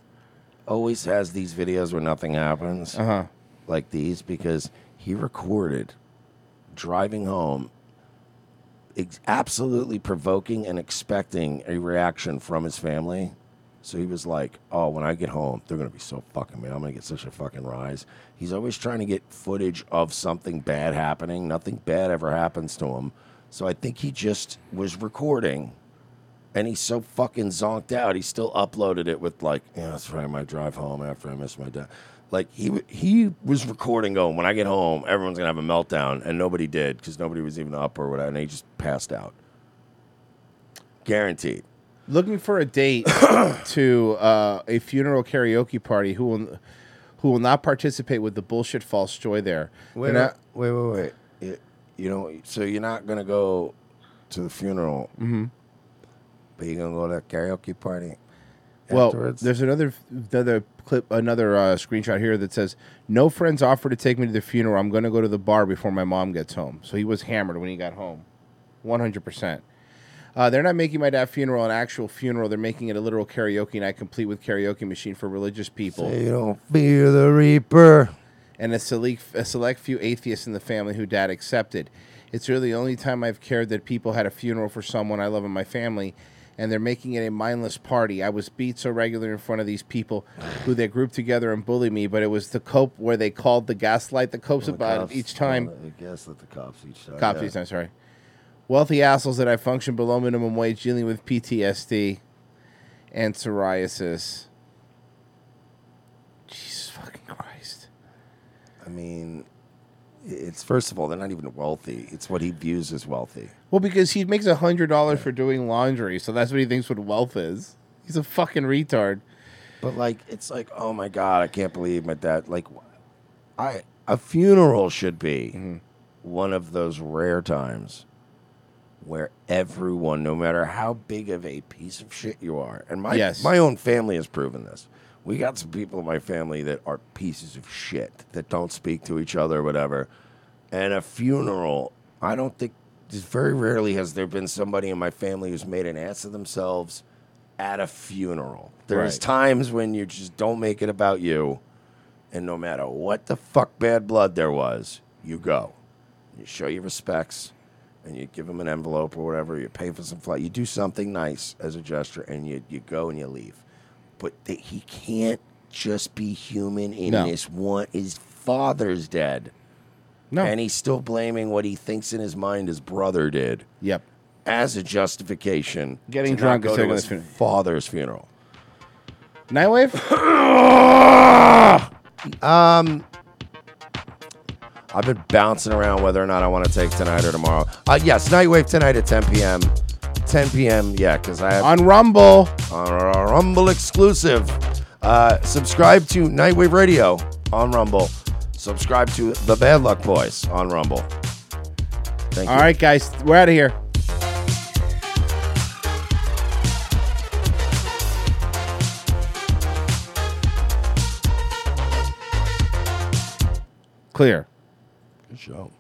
always has these videos where nothing happens,
Uh-huh.
like these, because he recorded driving home, ex- absolutely provoking and expecting a reaction from his family. So he was like, "Oh, when I get home, they're gonna be so fucking mad. I'm gonna get such a fucking rise." He's always trying to get footage of something bad happening. Nothing bad ever happens to him. So I think he just was recording and he's so fucking zonked out. He still uploaded it with like, yeah, that's right. My drive home after I missed my dad. Like he w- he was recording going. When I get home, everyone's gonna have a meltdown, and nobody did because nobody was even up or whatever, and he just passed out. Guaranteed.
Looking for a date to uh, a funeral karaoke party. Who will, who will not participate with the bullshit false joy there?
Wait,
They're not-
wait, wait, wait. You, you know, so you're not gonna go to the funeral,
Mhm.
but you're gonna go to that karaoke party.
Well,
afterwards?
there's another another clip, another uh, screenshot here that says, "No friends offer to take me to the funeral. I'm going to go to the bar before my mom gets home." So he was hammered when he got home, 100. percent uh, They're not making my dad's funeral an actual funeral. They're making it a literal karaoke night, complete with karaoke machine for religious people.
Say you don't fear the reaper.
and a select, a select few atheists in the family who dad accepted. It's really the only time I've cared that people had a funeral for someone I love in my family, and they're making it a mindless party. I was beat so regular in front of these people who they grouped together and bullied me, but it was the cope where they called the gaslight the
Oh,
copes about it each time.
I guess that the cops each time.
Cops
Oh, yeah.
each time, sorry. Wealthy assholes that I function below minimum wage dealing with PTSD and psoriasis. Jesus fucking Christ.
I mean, it's first of all, they're not even wealthy. It's what he views as wealthy.
Well, because he makes a hundred dollars for doing laundry, so that's what he thinks what wealth is. He's a fucking retard.
But like, it's like, oh my god, I can't believe my dad. Like, I a funeral should be one of those rare times where everyone, no matter how big of a piece of shit you are, and my
Yes.
my own family has proven this. We got some people in my family that are pieces of shit that don't speak to each other, whatever. And a funeral, I don't think. Just very rarely has there been somebody in my family who's made an ass of themselves at a funeral. There's
Right.
times when you just don't make it about you, and no matter what the fuck bad blood there was, you go. You show your respects, and you give them an envelope or whatever. You pay for some flight. You do something nice as a gesture, and you you go and you leave. But th- he can't just be human in
No.
this one. His father's dead.
No.
And he's still blaming what he thinks in his mind his brother did.
Yep.
As a justification.
Getting
to not
drunk is
go to
taking
his
the funeral.
father's funeral. [COUGHS]
Nightwave?
um I've been bouncing around whether or not I want to take tonight or tomorrow. Uh, yes, Nightwave tonight at 10 p.m. 10 p.m. Yeah, because I have
on Rumble
on our Rumble exclusive. Uh, subscribe to Nightwave Radio on Rumble. Subscribe to the Bad Luck Boys on Rumble. Thank
All
you.
right, guys, we're out of here. Clear.
Good show.